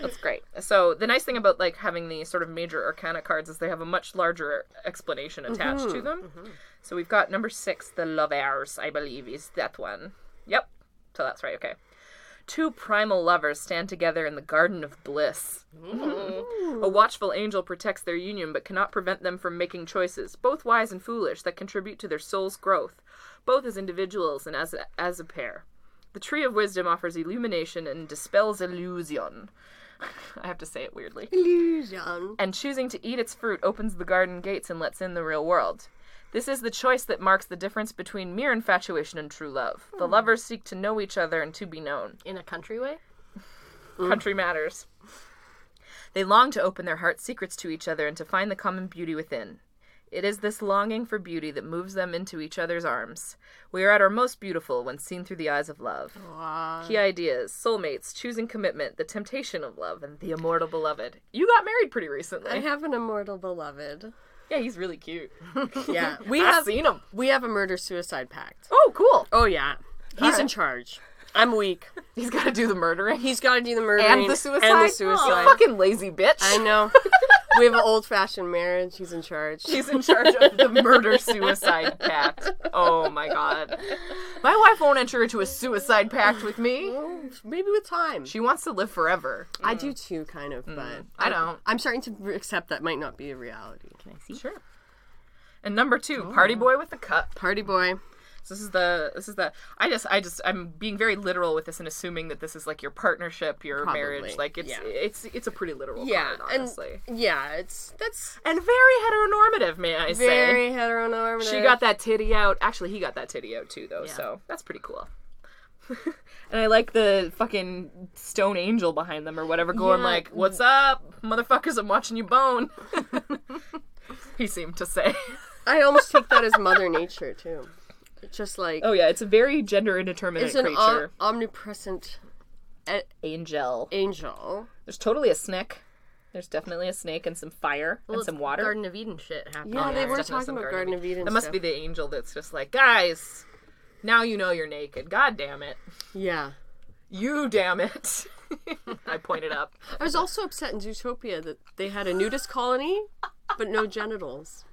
Speaker 2: That's great. So the nice thing about like having the sort of major arcana cards is they have a much larger explanation attached to them. So we've got number six, the lovers, I believe, is that one. Yep. So that's right. Okay. Two primal lovers stand together in the garden of bliss. A watchful angel protects their union but cannot prevent them from making choices, both wise and foolish, that contribute to their soul's growth, both as individuals and as a, as a pair. The tree of wisdom offers illumination and dispels illusion. I have to say it weirdly.
Speaker 4: Illusion.
Speaker 2: And choosing to eat its fruit opens the garden gates and lets in the real world. This is the choice that marks the difference between mere infatuation and true love. The lovers seek to know each other and to be known.
Speaker 3: in a country way.
Speaker 2: Country matters. They long to open their heart secrets to each other and to find the common beauty within. It is this longing for beauty that moves them into each other's arms. We are at our most beautiful when seen through the eyes of love. Key ideas soulmates, choosing commitment, the temptation of love, and the immortal beloved. You got married pretty recently.
Speaker 4: I have an immortal beloved.
Speaker 2: yeah, he's really cute.
Speaker 4: Yeah, we
Speaker 5: I've
Speaker 4: have
Speaker 5: seen him.
Speaker 4: we have a murder suicide pact.
Speaker 2: Oh, cool.
Speaker 4: Oh yeah, he's in charge. I'm weak.
Speaker 5: He's got to do the murdering
Speaker 4: He's got to do the murder
Speaker 5: and the suicide.
Speaker 2: Oh,
Speaker 4: And the
Speaker 5: You
Speaker 4: suicide.
Speaker 5: fucking lazy bitch.
Speaker 4: I know. we have an old-fashioned marriage. He's in charge.
Speaker 2: He's in charge of the murder suicide pact. Oh my god.
Speaker 5: My wife won't enter into a suicide pact with me.
Speaker 4: Maybe with time.
Speaker 5: She wants to live forever.
Speaker 4: I do too, kind of,
Speaker 2: Mm,
Speaker 4: but
Speaker 5: I don't.
Speaker 4: I'm starting to re- accept that might not be a reality.
Speaker 2: Sure. And number two,
Speaker 4: Oh.
Speaker 2: party boy with the cup.
Speaker 4: Party boy.
Speaker 2: So this is the this is the I just I just I'm being very literal with this and assuming that this is like your partnership, your
Speaker 4: Probably,
Speaker 2: marriage. Like it's
Speaker 4: yeah.
Speaker 2: it's it's a pretty literal
Speaker 4: Yeah,
Speaker 2: card, honestly.
Speaker 4: and yeah, it's that's
Speaker 2: And, very heteronormative, may I say.
Speaker 4: very heteronormative.
Speaker 2: She got that titty out. Actually, he got that titty out too, though. So that's pretty cool. and I like the fucking stone angel behind them or whatever, going
Speaker 4: Yeah.
Speaker 2: like, "What's up, motherfuckers? I'm watching you bone." he seemed to say.
Speaker 4: I almost take that as Mother Nature too. It's just like
Speaker 2: Oh yeah, it's a very gender indeterminate
Speaker 4: it's an
Speaker 2: creature.
Speaker 4: om- omnipresent
Speaker 2: Angel.
Speaker 4: angel.
Speaker 2: There's totally a snake. There's definitely a snake and some fire
Speaker 3: Well,
Speaker 2: and some
Speaker 3: it's
Speaker 2: water.
Speaker 3: Garden of Eden shit happened.
Speaker 4: Yeah, they
Speaker 2: there's
Speaker 4: were
Speaker 2: definitely
Speaker 4: talking
Speaker 2: some
Speaker 4: about Garden of Eden.
Speaker 2: That must be the angel that's just like, guys, now you know you're naked. God damn it.
Speaker 4: be. Yeah,
Speaker 2: You damn it. I pointed up.
Speaker 4: I was also upset in Zootopia that they had a nudist colony, but no genitals.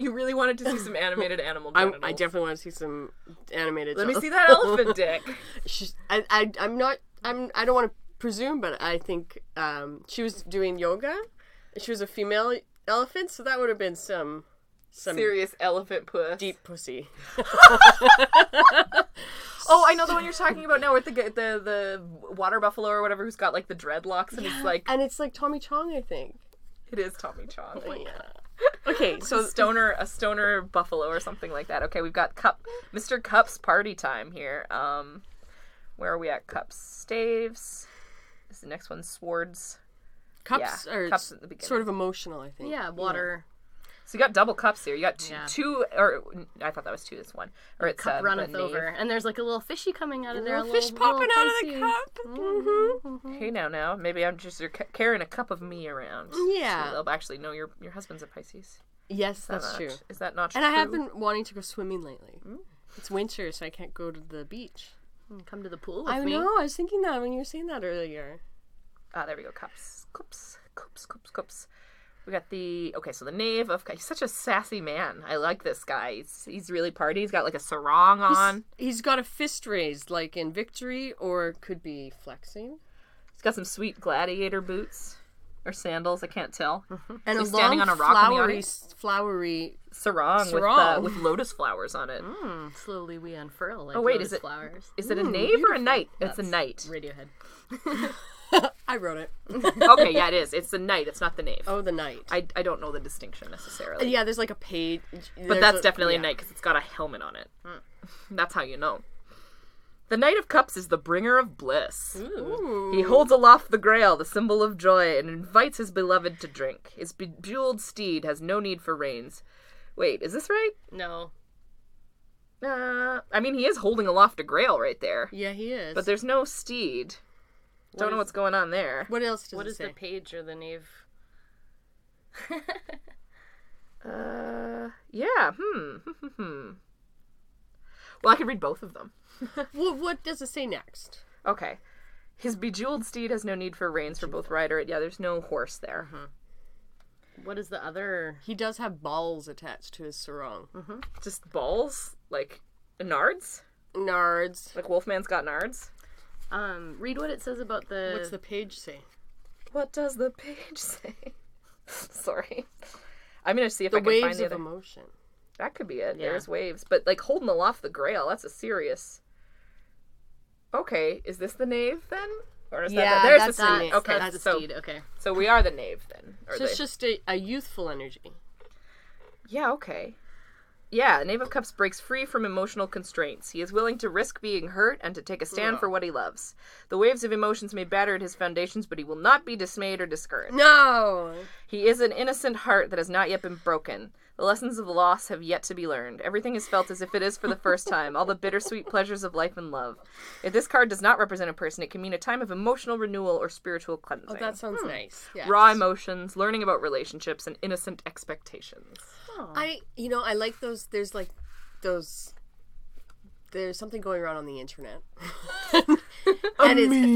Speaker 2: You really wanted to see some animated animal
Speaker 4: I,
Speaker 2: genitals.
Speaker 4: I definitely want to see some animated.
Speaker 2: Let me see that elephant dick.
Speaker 4: she's, I, I, I'm not. I'm. I don't want to presume, but I think um, she was doing yoga. She was a female elephant, so that would have been some some
Speaker 2: Serious elephant puss.
Speaker 4: deep pussy.
Speaker 2: Oh, I know the one you're talking about now with the g- the the water buffalo or whatever who's got like the dreadlocks and it's like
Speaker 4: And it's like Tommy Chong, I think.
Speaker 2: it is Tommy Chong.
Speaker 4: Oh, Okay,
Speaker 2: So
Speaker 4: so
Speaker 2: stoner, a stoner buffalo or something like that. Okay, we've got cup, Mr. Cups party time here. Um, where are we at? Cups, staves. Is the next one swords?
Speaker 4: cups
Speaker 2: yeah,
Speaker 4: are
Speaker 2: cups at the beginning.
Speaker 4: sort of emotional, I think.
Speaker 3: Yeah, water.
Speaker 2: So you got double cups here. You got two,
Speaker 3: Yeah.
Speaker 2: two or I thought that was two. This one or it's
Speaker 3: Cup
Speaker 2: uh,
Speaker 3: runneth
Speaker 2: the knave.
Speaker 3: over, and there's like a little fishy coming out of there. A
Speaker 4: Little fish
Speaker 3: little-
Speaker 4: popping
Speaker 3: little
Speaker 4: out of the
Speaker 3: pricey.
Speaker 4: cup. Mm-hmm.
Speaker 2: Hey now, now maybe I'm just you're ca- carrying a cup of me around.
Speaker 4: Mm, Yeah.
Speaker 2: So they'll actually know your your husband's a Pisces.
Speaker 4: Yes,
Speaker 2: Is that
Speaker 4: that's
Speaker 2: not-
Speaker 4: true.
Speaker 2: Is that not true?
Speaker 4: And I have been wanting to go swimming lately. It's winter, so I can't go to the beach.
Speaker 3: Come to the pool with
Speaker 4: I
Speaker 3: me.
Speaker 4: know. I was thinking that when you were saying that earlier.
Speaker 2: Ah, there we go. Cups, cups, cups, cups, cups. We got the okay. So the knave of he's such a sassy man. I like this guy. He's, he's really party. He's got like a sarong on.
Speaker 4: He's got a fist raised, like in victory, or could be flexing.
Speaker 2: He's got some sweet gladiator boots or sandals. I can't tell.
Speaker 4: And
Speaker 2: He's standing on a rock in the
Speaker 4: flowery,
Speaker 2: audience?
Speaker 4: flowery.
Speaker 2: Sarong, With, uh,
Speaker 4: Sarong. Mm.
Speaker 2: with lotus flowers on it. Is
Speaker 3: Slowly we unfurl like
Speaker 2: wait,
Speaker 3: lotus
Speaker 2: is it-
Speaker 3: flowers.
Speaker 2: it a
Speaker 4: Hmm,
Speaker 2: knave or a knight? It's a knight.
Speaker 3: Radiohead.
Speaker 4: I wrote it.
Speaker 2: okay, yeah, it is. It's the knight. It's not the knave.
Speaker 4: Oh, the knight.
Speaker 2: I, I don't know the distinction necessarily.
Speaker 4: yeah, there's like a page.
Speaker 2: But that's definitely a knight because it's got a helmet on it. Hmm. That's how you know. The Knight of Cups is the bringer of bliss. He holds aloft the grail, the symbol of joy, and invites his beloved to drink. His bejeweled steed has no need for reins. Wait, is this right?
Speaker 3: No,
Speaker 2: Uh, I mean, he is holding aloft a grail right there,
Speaker 4: Yeah, he is.
Speaker 2: but there's no steed. Don't know what's going on there.
Speaker 4: what else does
Speaker 3: what
Speaker 4: it
Speaker 3: is
Speaker 4: say?
Speaker 3: the page or the knave?
Speaker 2: Uh, yeah, hmm. hmm. well, I could read both of them.
Speaker 4: What, what does it say next?
Speaker 2: Okay. His bejeweled steed has no need for reins for both rider. Yeah, there's no horse there.
Speaker 3: What is the other?
Speaker 4: He does have balls attached to his sarong.
Speaker 2: Hmm. Just balls, like nards.
Speaker 4: Nards.
Speaker 2: Like Wolfman's got nards.
Speaker 3: Um, read what it says about the.
Speaker 4: What's the page say?
Speaker 2: What does the page say? Sorry. I'm gonna see if
Speaker 4: The
Speaker 2: I can find
Speaker 4: waves
Speaker 2: the
Speaker 4: of
Speaker 2: other.
Speaker 4: emotion.
Speaker 2: that could be it.
Speaker 3: Yeah.
Speaker 2: There's waves, but like holding aloft the Grail. That's a serious. Okay, is this the knave then? Or is
Speaker 4: Yeah,
Speaker 2: that the... there's
Speaker 4: that's
Speaker 2: the
Speaker 4: the
Speaker 2: steed?
Speaker 4: knave.
Speaker 2: Okay,
Speaker 3: That's the
Speaker 2: so
Speaker 3: steed. Okay.
Speaker 2: so we are the knave then. Or
Speaker 4: So it's
Speaker 2: the-
Speaker 4: just a, a youthful energy.
Speaker 2: Yeah. Okay. yeah, Knave of Cups breaks free from emotional constraints. He is willing to risk being hurt and to take a stand for what he loves. The waves of emotions may batter at his foundations, but he will not be dismayed or discouraged.
Speaker 4: No.
Speaker 2: He is an innocent heart that has not yet been broken. The lessons of loss have yet to be learned. Everything is felt as if it is for the first time, all the bittersweet pleasures of life and love. If this card does not represent a person, it can mean a time of emotional renewal or spiritual cleansing.
Speaker 4: Oh, that sounds nice. Yeah.
Speaker 2: Hmm. Raw emotions, learning about relationships, and innocent expectations.
Speaker 4: I you know I like those. There's like those. There's something going around on the internet, and it's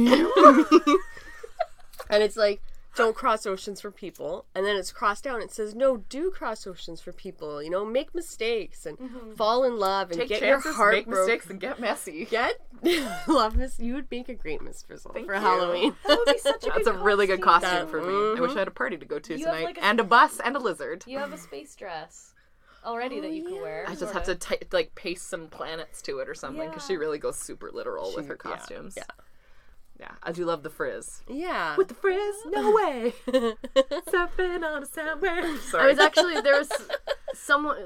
Speaker 4: and it's like don't cross oceans for people, and then it's crossed out. And it says no, do cross oceans for people. You know, make mistakes and fall in love and
Speaker 2: Mm-hmm. Take
Speaker 4: get
Speaker 2: chances,
Speaker 4: your heart
Speaker 2: make
Speaker 4: broken.
Speaker 2: mistakes, and get messy.
Speaker 4: Get love miss. You would make a great Miss Frizzle for Halloween.
Speaker 1: That's a really good costume for me. I wish
Speaker 4: Mhm.
Speaker 1: I had a party to go to
Speaker 3: You have,
Speaker 1: tonight,
Speaker 3: like, a-
Speaker 1: and a bus and a lizard.
Speaker 3: You have a space dress already that you can wear.
Speaker 1: I just have to t- like paste some planets to it or something because she really goes super literal with her costumes. Yeah, yeah. I do love the frizz.
Speaker 4: yeah.
Speaker 1: The frizz? No way. Surfing on a sandwich.
Speaker 3: I
Speaker 1: Sorry.
Speaker 3: was actually there was someone.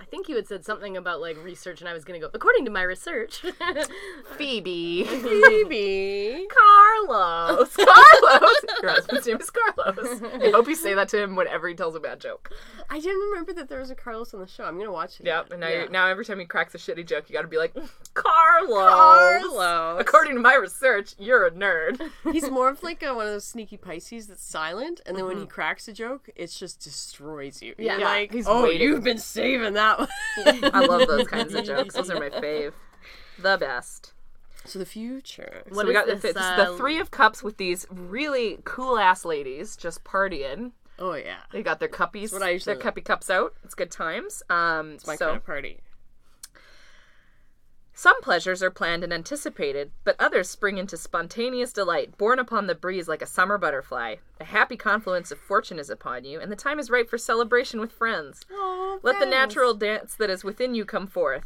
Speaker 3: I think you had said something about like research, and I was gonna go. According to my research,
Speaker 1: Phoebe.
Speaker 4: Phoebe.
Speaker 1: Carlos. Carlos. Your husband's name is Carlos. I hope you say that to him whenever he tells a bad joke.
Speaker 4: I didn't remember that there was a Carlos on the show. I'm gonna watch it.
Speaker 2: Yep, and now, you're, now every time he cracks a shitty joke, you gotta be like,
Speaker 1: Carlos. According to my research, you're a nerd.
Speaker 4: He's more of like a, one of those sneaky Pisces that's silent, and then when he cracks a joke, it just destroys you. You're
Speaker 1: Yeah,
Speaker 4: like,
Speaker 1: he's
Speaker 4: oh,
Speaker 1: waiting."
Speaker 4: you've been saving that one.
Speaker 2: I love those kinds of jokes. Those are my fave. The best.
Speaker 4: so the future.
Speaker 2: so we
Speaker 3: is
Speaker 2: got the,
Speaker 3: this,
Speaker 2: th- the
Speaker 3: uh,
Speaker 2: three of cups with these really cool ass ladies just partying.
Speaker 4: Oh yeah,
Speaker 2: They got their cuppies,
Speaker 4: what I usually
Speaker 2: their cuppy cups out. It's good times. Um,
Speaker 4: my
Speaker 2: so
Speaker 4: kind of party.
Speaker 2: some pleasures are planned and anticipated, but others spring into spontaneous delight, borne upon the breeze like a summer butterfly. A happy confluence of fortune is upon you, and the time is ripe for celebration with friends. Let the natural dance that is within you come forth,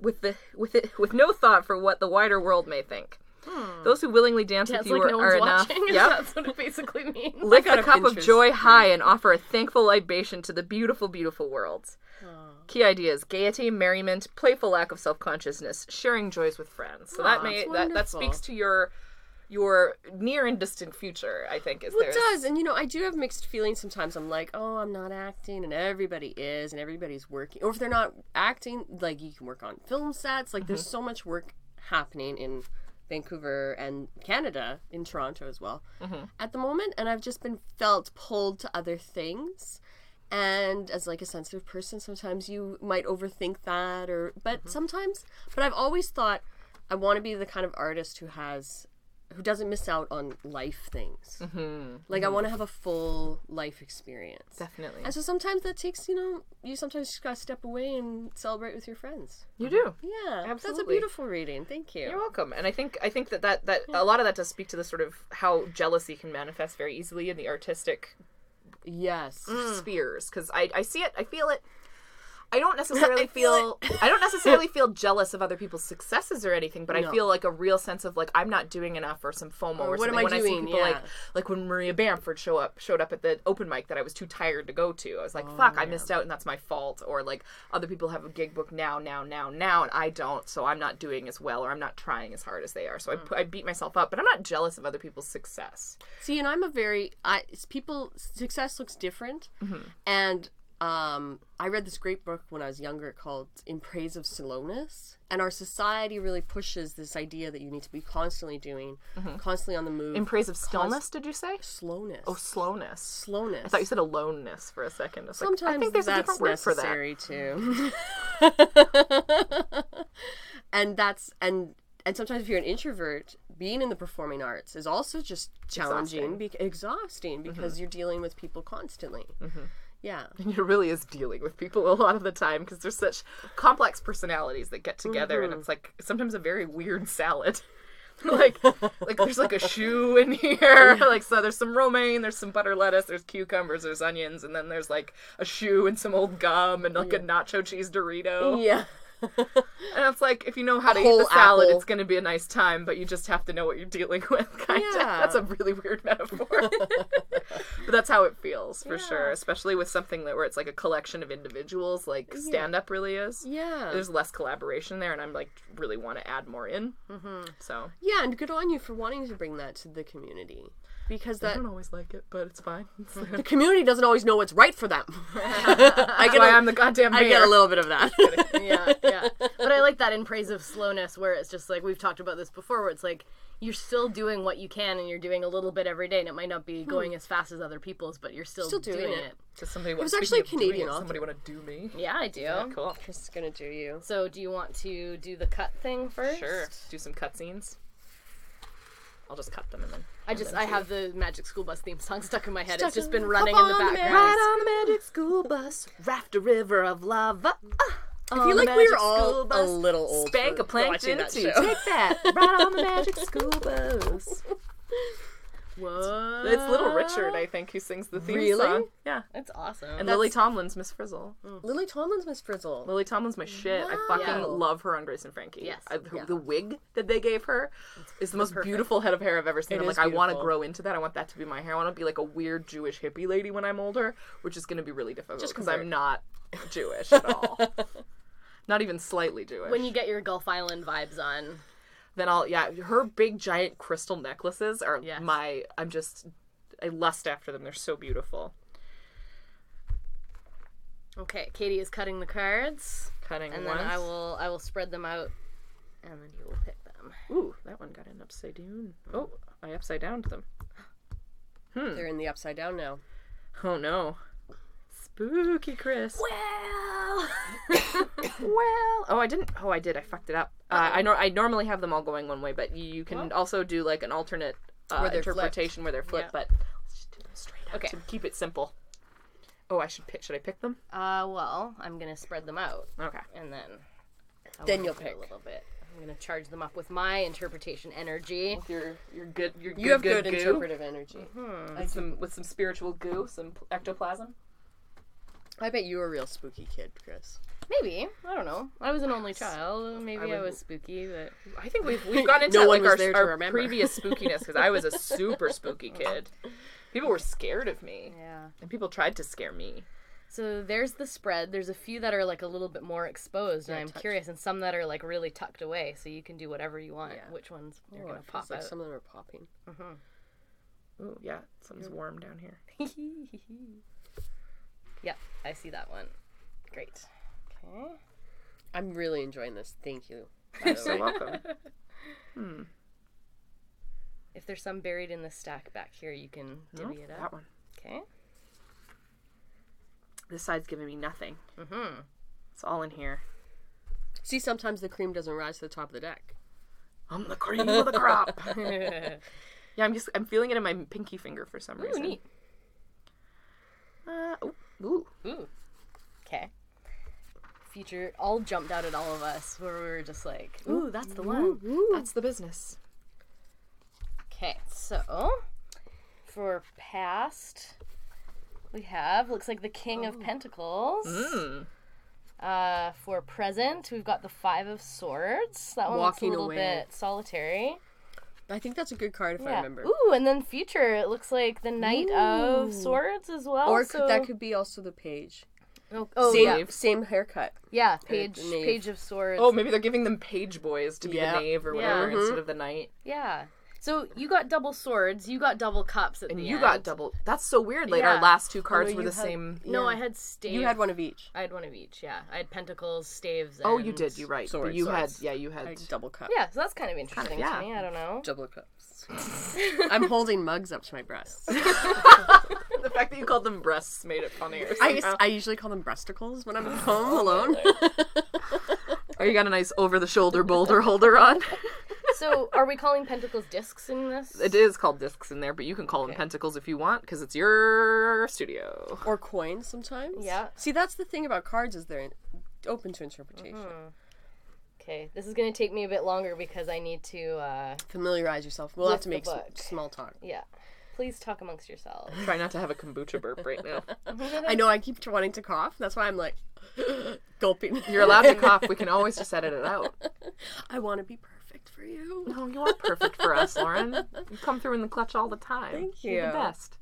Speaker 2: with the with it with no thought for what the wider world may think.
Speaker 4: Hmm.
Speaker 2: Those who willingly dance,
Speaker 3: dance
Speaker 2: with you
Speaker 3: like
Speaker 2: are,
Speaker 3: no
Speaker 2: are
Speaker 3: one's
Speaker 2: enough.
Speaker 3: watching.
Speaker 2: Yep.
Speaker 3: That's what it basically means.
Speaker 2: Lift
Speaker 4: got
Speaker 2: a
Speaker 4: a
Speaker 2: cup of
Speaker 4: Pinterest
Speaker 2: joy high and offer a thankful libation to the beautiful, beautiful world.
Speaker 4: Oh.
Speaker 2: Key ideas: gaiety, merriment, playful lack of self-consciousness, sharing joys with friends. So that may
Speaker 4: that's
Speaker 2: that, that
Speaker 4: wonderful.
Speaker 2: speaks to your your near and distant future. I think is
Speaker 4: Well, it
Speaker 2: there's
Speaker 4: does, and you know, I do have mixed feelings sometimes. I'm like, oh, I'm not acting, and everybody is, and everybody's working. Or if they're not acting, like you can work on film sets. Like there's so much work happening in Vancouver and Canada, in Toronto as well, at the moment. And I've just been felt pulled to other things. And as like a sensitive person, sometimes you might overthink that, or but sometimes, but I've always thought I want to be the kind of artist who has who doesn't miss out on life things. Like I want to have a full life experience.
Speaker 2: Mm-hmm. definitely
Speaker 4: And so sometimes that takes, you know, you sometimes just gotta step away and celebrate with your friends.
Speaker 2: you do.
Speaker 4: Yeah, That's a
Speaker 2: Absolutely.
Speaker 4: beautiful reading. Thank you.
Speaker 2: You're welcome. And I think I think that that, that a lot of that does speak to the sort of how jealousy can manifest very easily in the artistic
Speaker 4: yes.
Speaker 2: Mm. Hmm. spheres because I, I see it i feel it i don't necessarily feel, i don't necessarily feel jealous of other people's successes or anything but i
Speaker 4: No.
Speaker 2: feel like a real sense of like i'm not doing enough or some fomo or,
Speaker 4: what
Speaker 2: something
Speaker 4: am I
Speaker 2: when i see
Speaker 4: doing?
Speaker 2: people like
Speaker 4: Yeah.
Speaker 2: like when maria bamford show up showed up at the open mic that i was too tired to go to i was like fuck i missed out and that's my fault or like other people have a gig book now now now now and i don't so i'm not doing as well or i'm not trying as hard as they are so I pu- I, beat myself up but i'm not jealous of other people's success
Speaker 4: See, and I'm a very I it's people success looks different,
Speaker 2: Mm-hmm.
Speaker 4: and um, I read this great book when I was younger called "In Praise of Slowness," and our society really pushes this idea that you need to be constantly doing, constantly on the move,
Speaker 2: Mm-hmm. in praise of stillness did you say
Speaker 4: slowness,
Speaker 2: oh slowness
Speaker 4: slowness.
Speaker 2: I thought you said aloneness for a second. I was like,
Speaker 4: Sometimes
Speaker 2: I think there's a
Speaker 4: that's
Speaker 2: different word for that.
Speaker 4: necessary too. and that's and and sometimes if you're an introvert, being in the performing arts is also just challenging, exhausting, be- exhausting because
Speaker 2: Mm-hmm.
Speaker 4: you're dealing with people constantly. Yeah,
Speaker 2: And it really is dealing with people a lot of the time because there's such complex personalities that get together,
Speaker 4: Mm-hmm.
Speaker 2: and it's like sometimes a very weird salad. like, like there's like a shoe in here. Like, so there's some romaine, there's some butter lettuce, there's cucumbers, there's onions, and then there's like a shoe and some old gum and like a nacho cheese Dorito.
Speaker 4: yeah.
Speaker 2: And it's like if you know how to eat
Speaker 4: whole
Speaker 2: the salad,
Speaker 4: apple.
Speaker 2: it's going to be a nice time, but you just have to know what you're dealing with. Kind of.
Speaker 4: Yeah.
Speaker 2: That's a really weird metaphor, but that's how it feels for sure. Especially with something that where it's like a collection of individuals, like stand up really is.
Speaker 4: Yeah.
Speaker 2: There's less collaboration there, and I'm like really want to add more in. Mm-hmm. So
Speaker 4: yeah, and good on you for wanting to bring that to the community. Because
Speaker 2: I
Speaker 4: that
Speaker 2: don't always like it, but it's fine. It's like,
Speaker 4: the community doesn't always know what's right for them. I get
Speaker 2: why
Speaker 4: a-
Speaker 2: I'm the goddamn mayor.
Speaker 4: I get a little bit of that.
Speaker 3: yeah, yeah. But I like that in praise of slowness, where it's just like we've talked about this before, where it's like you're still doing what you can, and you're doing a little bit every day, and it might not be going as fast as other people's, but you're Hmm. still,
Speaker 4: Still
Speaker 3: doing,
Speaker 4: doing
Speaker 3: it.
Speaker 4: it.
Speaker 2: Does somebody
Speaker 4: was
Speaker 2: want,
Speaker 4: actually a Canadian author.
Speaker 2: Somebody want to do me?
Speaker 3: Yeah, I do.
Speaker 2: Cool.
Speaker 4: Chris is gonna do you.
Speaker 3: So, do you want to do the cut thing first?
Speaker 2: Sure. Do some cutscenes. I'll just cut them and then.
Speaker 3: I just I have the Magic School Bus theme song stuck in my head. it's
Speaker 4: Stuck
Speaker 3: just
Speaker 4: in-
Speaker 3: been running
Speaker 4: Up
Speaker 3: in the
Speaker 4: on the
Speaker 3: background.
Speaker 4: Ride
Speaker 2: on the magic school bus, raft a river of uh, lava.
Speaker 4: I feel like we're all a little old.
Speaker 2: Spank
Speaker 4: for
Speaker 2: a plankton
Speaker 4: watching that
Speaker 2: too.
Speaker 4: show.
Speaker 2: Take that, ride on the magic school bus.
Speaker 3: Whoa,
Speaker 2: It's Little Richard, I think, who sings the theme
Speaker 4: Really?
Speaker 2: song. Ah. Yeah.
Speaker 3: that's awesome.
Speaker 2: And Lily Tomlin's Miss Frizzle.
Speaker 4: Lily Tomlin's Miss Frizzle.
Speaker 2: Lily Tomlin's my shit. I fucking
Speaker 3: Wow.
Speaker 2: love her on Grace and Frankie.
Speaker 3: Yes.
Speaker 2: I, her- The wig that they gave her is the most beautiful head of hair I've ever seen. I'm like,
Speaker 4: is
Speaker 2: I want to
Speaker 4: beautiful.
Speaker 2: grow into that. I want that to be my hair. I want to be like a weird Jewish hippie lady when I'm older, which is going to be really difficult because I'm not Jewish at all. not even slightly Jewish.
Speaker 3: when you get your Gulf Island vibes on,
Speaker 2: then I'll yeah, her big giant crystal necklaces are
Speaker 3: Yes.
Speaker 2: my I'm just I lust after them. They're so beautiful.
Speaker 3: okay. Katie is cutting the cards,
Speaker 2: Cutting
Speaker 3: and
Speaker 2: once.
Speaker 3: then I will I will spread them out, and then you will pick them.
Speaker 2: Ooh, that one got an upside down. Oh, I upside downed them.
Speaker 4: Oh, They're in the upside down now.
Speaker 2: Oh no. Spooky Chris.
Speaker 3: Well,
Speaker 2: Well, oh, I didn't. Oh, I did. I fucked it up. Uh, I nor- I normally have them all going one way, but you can also do like an alternate uh,
Speaker 4: Where they're
Speaker 2: interpretation where they're flipped. But let's just do them straight up
Speaker 3: Okay.
Speaker 2: to keep it simple. Oh, I should pick. Should I pick them?
Speaker 3: uh, well, I'm gonna spread them out,
Speaker 2: Okay.
Speaker 3: and then I
Speaker 4: Then
Speaker 3: will
Speaker 4: you'll
Speaker 3: do
Speaker 4: pick.
Speaker 3: a little bit. I'm gonna charge them up with my interpretation energy.
Speaker 2: You're you're good. You're
Speaker 4: You have good,
Speaker 2: goo.
Speaker 4: interpretive energy.
Speaker 2: Mm-hmm. With some with some spiritual goo, some p- ectoplasm.
Speaker 4: I bet you were a real spooky kid, Chris.
Speaker 3: Maybe I don't know. I was an only child. Maybe I was spooky, but
Speaker 2: I think we've we've gone into
Speaker 4: No one
Speaker 2: like
Speaker 4: was
Speaker 2: our,
Speaker 4: there to
Speaker 2: our
Speaker 4: remember.
Speaker 2: previous spookiness because I was a super spooky kid. People were scared of me,
Speaker 3: yeah.
Speaker 2: and people tried to scare me.
Speaker 3: So there's the spread. There's a few that are like a little bit more exposed, and I'm curious, and some that are like really tucked away. So you can do whatever you want. Which ones you're gonna
Speaker 4: It
Speaker 3: pop
Speaker 4: feels like
Speaker 3: out?
Speaker 4: some of them are popping.
Speaker 2: Ooh, yeah, something's warm down here.
Speaker 3: Yep, I see that one. Great. Okay.
Speaker 4: I'm really enjoying this. Thank you.
Speaker 2: You're so welcome.
Speaker 3: If there's some buried in the stack back here, you can divvy it
Speaker 2: That
Speaker 3: up.
Speaker 2: one.
Speaker 3: Okay.
Speaker 2: This side's giving me nothing. Mm-hmm. It's all in here.
Speaker 4: See, sometimes the cream doesn't rise to the top of the deck.
Speaker 2: I'm the cream of the crop. yeah, I'm just I'm feeling it in my pinky finger for some
Speaker 3: Ooh,
Speaker 2: reason.
Speaker 3: neat.
Speaker 2: Uh, ooh, ooh.
Speaker 3: Ooh. Okay. Future all jumped out at all of us, where we were just like, "Ooh, that's the one."
Speaker 2: that's the business.
Speaker 3: Okay, so for past, we have looks like the King of Pentacles. Uh, for present, we've got the Five of Swords. That one
Speaker 4: Walking
Speaker 3: looks a little
Speaker 4: away.
Speaker 3: bit solitary.
Speaker 4: I think that's a good card if I
Speaker 3: Yeah.
Speaker 4: remember.
Speaker 3: Ooh, and then future, it looks like the Knight of Swords as well.
Speaker 4: Or
Speaker 3: so...
Speaker 4: could, that could be also the page.
Speaker 3: oh, oh,
Speaker 4: Same,
Speaker 3: yeah,
Speaker 4: same haircut.
Speaker 3: yeah, page,
Speaker 4: knave.
Speaker 3: page of Swords.
Speaker 2: Oh, maybe they're giving them page boys to be
Speaker 4: Yeah.
Speaker 2: the knave or
Speaker 3: Yeah.
Speaker 2: whatever instead of the knight.
Speaker 3: yeah. So you got double swords, you got double cups at
Speaker 2: And
Speaker 3: the
Speaker 2: you
Speaker 3: end.
Speaker 2: got double. That's so weird. Like
Speaker 3: Yeah.
Speaker 2: our last two cards
Speaker 4: no,
Speaker 2: were
Speaker 4: you
Speaker 2: the
Speaker 4: had-
Speaker 2: same.
Speaker 3: No, I had staves.
Speaker 4: You had one of each.
Speaker 3: I had one of each. Yeah, I had pentacles, staves.
Speaker 2: Oh, you
Speaker 3: and-
Speaker 2: did. You're right.
Speaker 4: Swords,
Speaker 2: but you
Speaker 4: swords.
Speaker 2: had. Yeah, you had.
Speaker 4: I double cup.
Speaker 3: Yeah, so that's kind of interesting
Speaker 2: yeah.
Speaker 3: to me. I don't know.
Speaker 4: Double cups. I'm holding mugs up to my breasts.
Speaker 2: the fact that you called them breasts made it funnier.
Speaker 4: I, us- I usually call them breasticles when I'm at home alone.
Speaker 2: or you got a nice over-the-shoulder boulder holder on.
Speaker 3: So, are we calling pentacles discs in this?
Speaker 2: It is called discs in there, but you can call them pentacles if you want because it's your studio.
Speaker 4: or coins sometimes.
Speaker 3: Yeah.
Speaker 4: See, that's the thing about cards is they're open to interpretation.
Speaker 2: Mm-hmm.
Speaker 3: Okay, this is going to take me a bit longer because I need to. uh
Speaker 4: Familiarize yourself. We'll
Speaker 3: With
Speaker 4: have to
Speaker 3: the
Speaker 4: make some,
Speaker 3: book.
Speaker 4: small talk.
Speaker 3: Yeah, please talk amongst yourselves.
Speaker 2: Try not to have a kombucha burp right now.
Speaker 4: I know I keep wanting to cough. That's why I'm like, gulping.
Speaker 2: You're allowed to cough. We can always just edit it out.
Speaker 4: I want to be perfect for you.
Speaker 2: No, you are perfect for us, Lauren. You come through in the clutch all the time.
Speaker 4: Thank
Speaker 2: You're
Speaker 4: you.
Speaker 2: the best.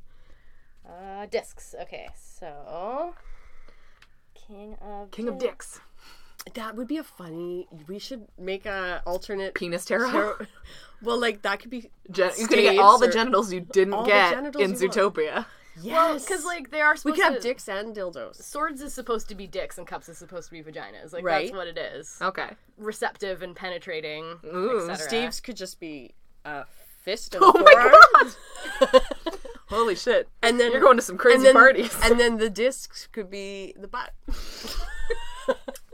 Speaker 3: Uh, discs. Okay, so King of
Speaker 2: King of dicks.
Speaker 4: That would be a funny. We should make a alternate.
Speaker 2: Penis tarot.
Speaker 4: Ter- well, like that could be.
Speaker 2: Gen- you could get
Speaker 4: Staves
Speaker 2: all the
Speaker 4: or-
Speaker 2: genitals you didn't
Speaker 4: All the
Speaker 2: get
Speaker 4: genitals
Speaker 2: in
Speaker 4: you want.
Speaker 2: Zootopia.
Speaker 4: Yes,
Speaker 3: because like they are
Speaker 4: we
Speaker 3: supposed
Speaker 4: could have
Speaker 3: to-
Speaker 4: dicks and dildos.
Speaker 3: Swords is supposed to be dicks and cups is supposed to be vaginas. Like
Speaker 4: Right.
Speaker 3: that's what it is.
Speaker 2: Okay.
Speaker 3: Receptive and penetrating.
Speaker 2: Oh. Ooh,
Speaker 3: etc.
Speaker 4: Steve's could just be a fist and oh forearm,
Speaker 2: Holy shit.
Speaker 4: and then
Speaker 2: You're going to some crazy
Speaker 4: and then,
Speaker 2: parties.
Speaker 4: and then the discs could be the butt.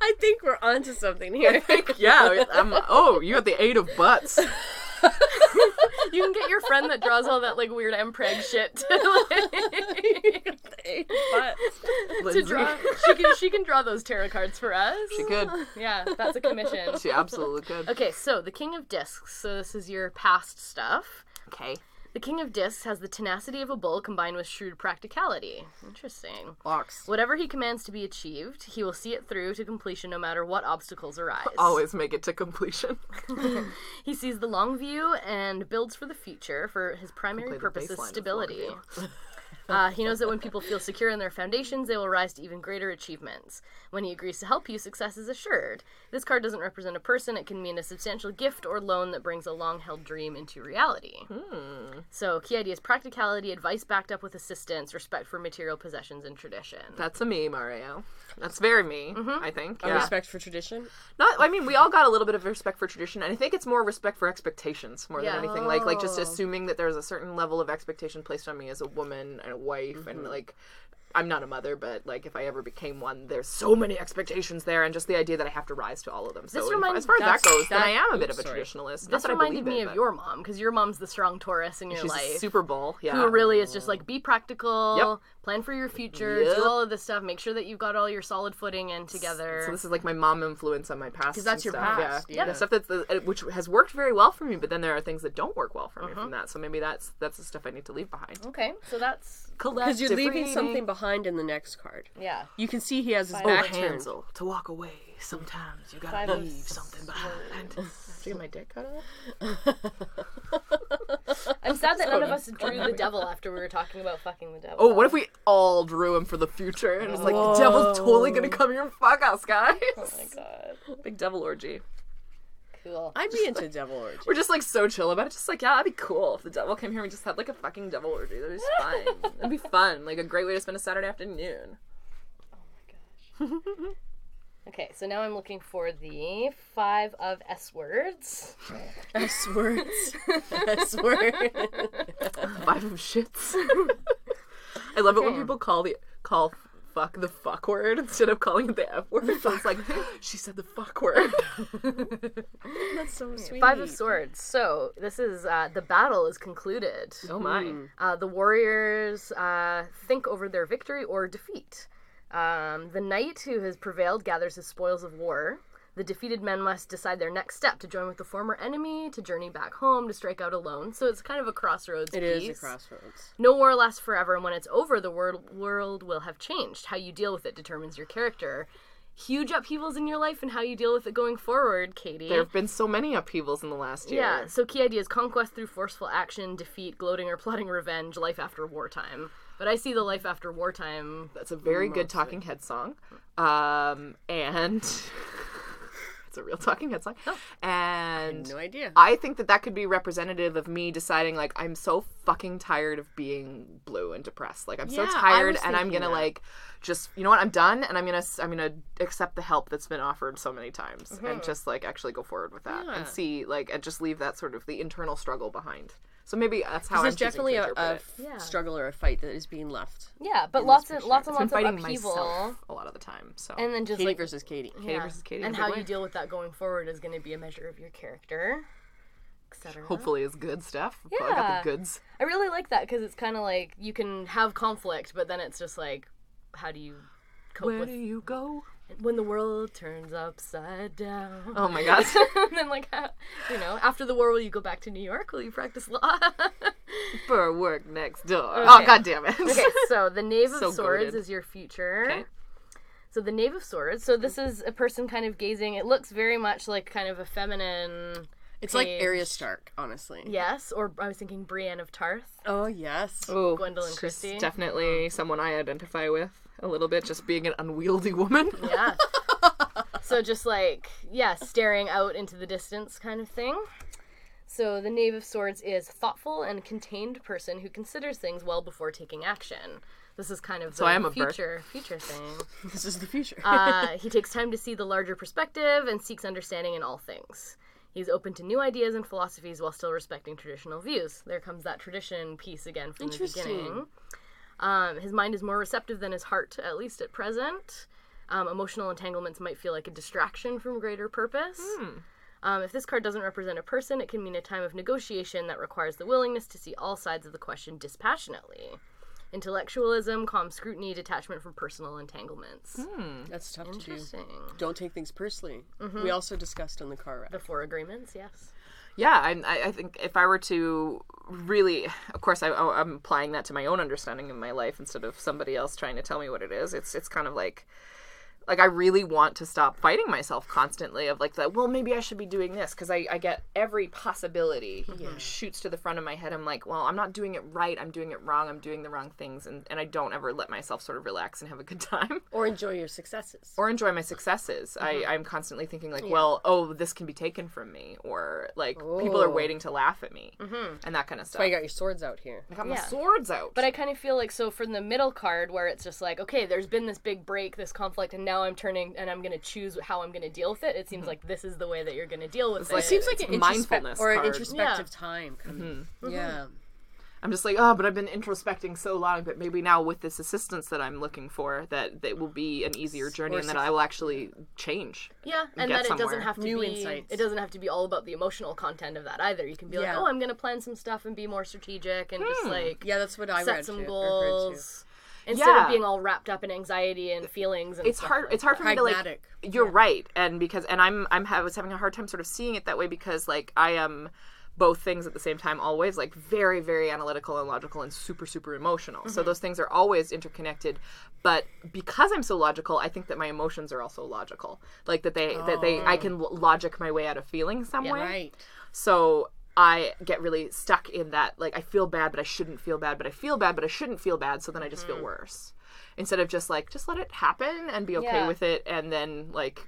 Speaker 4: I think we're onto something here.
Speaker 2: yeah. I'm, oh, you got the eight of butts.
Speaker 3: You can get your friend that draws all that like weird mpreg shit to, like,
Speaker 4: But
Speaker 3: to
Speaker 2: Lindsay.
Speaker 3: draw. She can she can draw those tarot cards for us.
Speaker 2: She could.
Speaker 3: Yeah, that's a commission.
Speaker 2: She absolutely could.
Speaker 3: Okay, so the King of Discs. So this is your past stuff.
Speaker 2: Okay.
Speaker 3: The King of Discs has the tenacity of a bull combined with shrewd practicality. Interesting.
Speaker 4: box.
Speaker 3: Whatever he commands to be achieved, he will see it through to completion no matter what obstacles arise.
Speaker 2: Always make it to completion.
Speaker 3: He sees the long view and builds for the future, for his primary
Speaker 2: Play the
Speaker 3: purpose
Speaker 2: bass
Speaker 3: is
Speaker 2: line of
Speaker 3: stability.
Speaker 2: Long View.
Speaker 3: Uh, he knows that when people feel secure in their foundations, they will rise to even greater achievements. When he agrees to help you, success is assured. This card doesn't represent a person, it can mean a substantial gift or loan that brings a long held dream into reality.
Speaker 2: Hmm.
Speaker 3: So, key ideas practicality, advice backed up with assistance, respect for material possessions and tradition.
Speaker 2: That's a me, Mario. That's very me, I think. Yeah.
Speaker 4: Respect for tradition.
Speaker 2: Not, I mean, we all got a little bit of respect for tradition, and I think it's more respect for expectations more
Speaker 3: Yeah.
Speaker 2: than anything. Like, like just assuming that there's a certain level of expectation placed on me as a woman and a wife, and like, I'm not a mother, but like, if I ever became one, there's so many expectations there, and just the idea that I have to rise to all of them. So,
Speaker 3: This
Speaker 2: if-
Speaker 3: reminds-
Speaker 2: as far as that
Speaker 4: that's-
Speaker 2: goes, then
Speaker 4: that-
Speaker 2: I am a bit
Speaker 4: oops,
Speaker 2: of a
Speaker 4: sorry.
Speaker 2: traditionalist.
Speaker 3: This
Speaker 2: not that I
Speaker 3: reminded
Speaker 2: believe
Speaker 3: me
Speaker 2: it,
Speaker 3: of
Speaker 2: but
Speaker 3: your mom, because your mom's the strong Taurus in your
Speaker 2: she's
Speaker 3: life.
Speaker 2: a Super Bowl. Yeah,
Speaker 3: who really is just like be practical,
Speaker 2: Yep.
Speaker 3: plan for your future,
Speaker 2: Yep.
Speaker 3: do all of this stuff, make sure that you've got all your solid footing in together.
Speaker 2: So this is like my mom influence on my past. Because
Speaker 4: that's your
Speaker 2: stuff.
Speaker 4: past,
Speaker 2: Yeah.
Speaker 4: yeah.
Speaker 2: The stuff that's the, uh, which has worked very well for me, but then there are things that don't work well for me from that. So maybe that's that's the stuff I need to leave behind.
Speaker 3: okay, so that's
Speaker 4: Because you're leaving something behind in the next card.
Speaker 3: yeah.
Speaker 4: You can see he has his
Speaker 2: Oh,
Speaker 4: back turned.
Speaker 2: Hansel, to walk away. Sometimes you gotta
Speaker 3: Five of
Speaker 2: leave something behind. Did you get my dick cut off?
Speaker 3: I'm sad that none of us drew the devil after we were talking about fucking the devil.
Speaker 2: Oh, what if we all drew him for the future and it's like the devil's totally gonna come here and fuck us, guys?
Speaker 3: Oh my god,
Speaker 2: Big devil orgy.
Speaker 3: cool.
Speaker 4: I'd be into devil orgy.
Speaker 2: We're just like so chill about it. Just like, yeah, that'd be cool if the devil came here and we just had like a fucking devil orgy. That'd be fun. That'd be fun. Like a great way to spend a Saturday afternoon.
Speaker 3: Okay, so now I'm looking for the five of S words.
Speaker 4: S words. S words.
Speaker 2: Five of shits. I love it when people call the call fuck the fuck word instead of calling it the F word. So it's like she said the fuck word.
Speaker 4: That's so sweet.
Speaker 3: Five of swords. So this is uh, the battle is concluded.
Speaker 2: Oh my.
Speaker 3: Uh, the warriors uh, think over their victory or defeat. Um, the knight who has prevailed gathers his spoils of war. The defeated men must decide their next step to join with the former enemy, to journey back home, to strike out alone. So it's kind of a crossroads.
Speaker 4: It
Speaker 3: piece.
Speaker 4: is a crossroads.
Speaker 3: No war lasts forever, and when it's over, the world world will have changed. How you deal with it determines your character. Huge upheavals in your life, and how you deal with it going forward, Katie.
Speaker 2: There have been so many upheavals in the last year.
Speaker 3: Yeah, so key ideas conquest through forceful action, defeat, gloating or plotting revenge, life after wartime. But I see the life after wartime.
Speaker 2: That's a very good Talking Head song. Um, and it's a real Talking Head song. And
Speaker 4: No idea.
Speaker 2: I think that that could be representative of me deciding like I'm so fucking tired of being blue and depressed. Like I'm
Speaker 4: Yeah,
Speaker 2: so
Speaker 4: I
Speaker 2: tired
Speaker 4: was
Speaker 2: and I'm
Speaker 4: thinking
Speaker 2: going to
Speaker 4: that.
Speaker 2: like just you know what? I'm done and I'm going to I'm going to accept the help that's been offered so many times and just like actually go forward with that
Speaker 4: Mm-hmm. Yeah.
Speaker 2: and see like and just leave that sort of the internal struggle behind. So maybe that's how I'm
Speaker 4: There's
Speaker 2: choosing
Speaker 4: definitely
Speaker 2: to
Speaker 4: a,
Speaker 2: interpret
Speaker 4: a
Speaker 2: it.
Speaker 4: f-
Speaker 3: Yeah.
Speaker 4: struggle or a fight that is being left.
Speaker 3: Yeah, but lots and lots and
Speaker 2: I'm
Speaker 3: lots of
Speaker 2: fighting
Speaker 3: upheaval,
Speaker 2: myself a lot of the time. So
Speaker 3: and then just
Speaker 4: Katie
Speaker 3: like
Speaker 4: versus Katie.
Speaker 3: yeah.
Speaker 2: versus Katie in
Speaker 3: and
Speaker 2: a big
Speaker 3: how
Speaker 2: way.
Speaker 3: you deal with that going forward is going to be a measure of your character, etc.
Speaker 4: uh-huh.
Speaker 2: hopefully is good stuff. Yeah. I got
Speaker 3: Yeah.
Speaker 2: the goods.
Speaker 3: I really like that because it's kind of like you can have conflict, but then it's just like, how do you cope
Speaker 2: Where
Speaker 3: with
Speaker 2: do you go?
Speaker 3: when the world turns upside down?
Speaker 2: Oh my god.
Speaker 3: uh, and then like, how- you know, after the war, will you go back to New York? Will you practice law?
Speaker 2: Burr work next door. Oh god damn it.
Speaker 3: Okay, so the Knave of
Speaker 2: So
Speaker 3: Swords
Speaker 2: goated.
Speaker 3: is your future. So the Knave of Swords. So this is a person kind of gazing. It looks very much like kind of a feminine.
Speaker 4: It's like
Speaker 3: Page.
Speaker 4: Arya Stark, honestly.
Speaker 3: Yes, or I was thinking Brienne of Tarth.
Speaker 4: Oh yes.
Speaker 2: Oh,
Speaker 3: Gwendolyn
Speaker 2: she's
Speaker 3: Christie. Oh,
Speaker 2: Definitely someone I identify with a little bit, just being an unwieldy woman.
Speaker 3: Yeah. so just like yeah, staring out into the distance kind of thing. So the Knave of Swords is thoughtful and contained person who considers things well before taking action. This is kind of the
Speaker 2: I am a bird.
Speaker 3: future future thing.
Speaker 4: This is the future.
Speaker 3: Uh, he takes time to see the larger perspective and seeks understanding in all things. He's open to new ideas and philosophies while still respecting traditional views. There comes that tradition piece again from the beginning. Um, his mind is more receptive than his heart, at least at present. Um, emotional entanglements might feel like a distraction from greater purpose. Um, if this card doesn't represent a person, it can mean a time of negotiation that requires the willingness to see all sides of the question dispassionately. Intellectualism, calm scrutiny, detachment from personal entanglements.
Speaker 4: That's tough to do.
Speaker 3: Interesting.
Speaker 4: Don't take things personally. We also discussed on the car ride.
Speaker 3: The four agreements, yes.
Speaker 2: yeah, I- I, I think if I were to really, of course, I, I'm applying that to my own understanding of my life instead of somebody else trying to tell me what it is. It's it's kind of like like I really want to stop fighting myself constantly of like that. Well, maybe I should be doing this because I, I get every possibility
Speaker 3: Mm-hmm.
Speaker 2: shoots to the front of my head. I'm like, well, I'm not doing it right. I'm doing it wrong. I'm doing the wrong things, and and I don't ever let myself sort of relax and have a good time
Speaker 4: Or enjoy your successes.
Speaker 2: or enjoy my successes.
Speaker 4: Mm-hmm.
Speaker 2: I, I'm constantly thinking like, well, oh, this can be taken from me, or like people are waiting to laugh at me, and that kind of stuff.
Speaker 4: Mm-hmm. Why you got your swords out here.
Speaker 2: I got my
Speaker 3: Yeah.
Speaker 2: swords out.
Speaker 3: But I kind of feel like so from the middle card where it's just like, okay, there's been this big break, this conflict, and now I'm turning and I'm going to choose how I'm going to deal with it. It seems like this is the way that you're going to deal with it.
Speaker 2: like- seems an introspe- mindfulness
Speaker 4: or an
Speaker 2: card.
Speaker 4: introspective time. Coming. Yeah.
Speaker 2: I'm just like, oh, but I've been introspecting so long, but maybe now with this assistance that I'm looking for, that that will be an easier journey, and that I will actually change.
Speaker 3: yeah,
Speaker 2: get
Speaker 3: and that it
Speaker 2: somewhere.
Speaker 3: doesn't have to
Speaker 4: New
Speaker 3: be
Speaker 4: insights.
Speaker 3: it doesn't have to be all about the emotional content of that either. You can be like,
Speaker 4: Yeah.
Speaker 3: oh, I'm going to plan some stuff and be more strategic and just like
Speaker 4: Yeah, that's what I read.
Speaker 3: set some
Speaker 4: too, or heard too.
Speaker 3: goals instead
Speaker 2: Yeah.
Speaker 3: of being all wrapped up in anxiety and feelings. And
Speaker 2: It's
Speaker 3: stuff
Speaker 2: hard.
Speaker 3: like
Speaker 2: It's hard for me to like.
Speaker 4: Pragmatic.
Speaker 2: You're right, and because and I'm I'm ha- was having a hard time sort of seeing it that way because like I am both things at the same time always like very very analytical and logical and super super emotional so those things are always interconnected but because i'm so logical i think that my emotions are also logical like that they that they i can l- logic my way out of feeling some way
Speaker 4: Right.
Speaker 2: so I get really stuck in that like I feel bad but I shouldn't feel bad but I feel bad but I shouldn't feel bad so then I just
Speaker 3: Mm.
Speaker 2: feel worse instead of just like just let it happen and be okay
Speaker 3: Yeah.
Speaker 2: with it and then like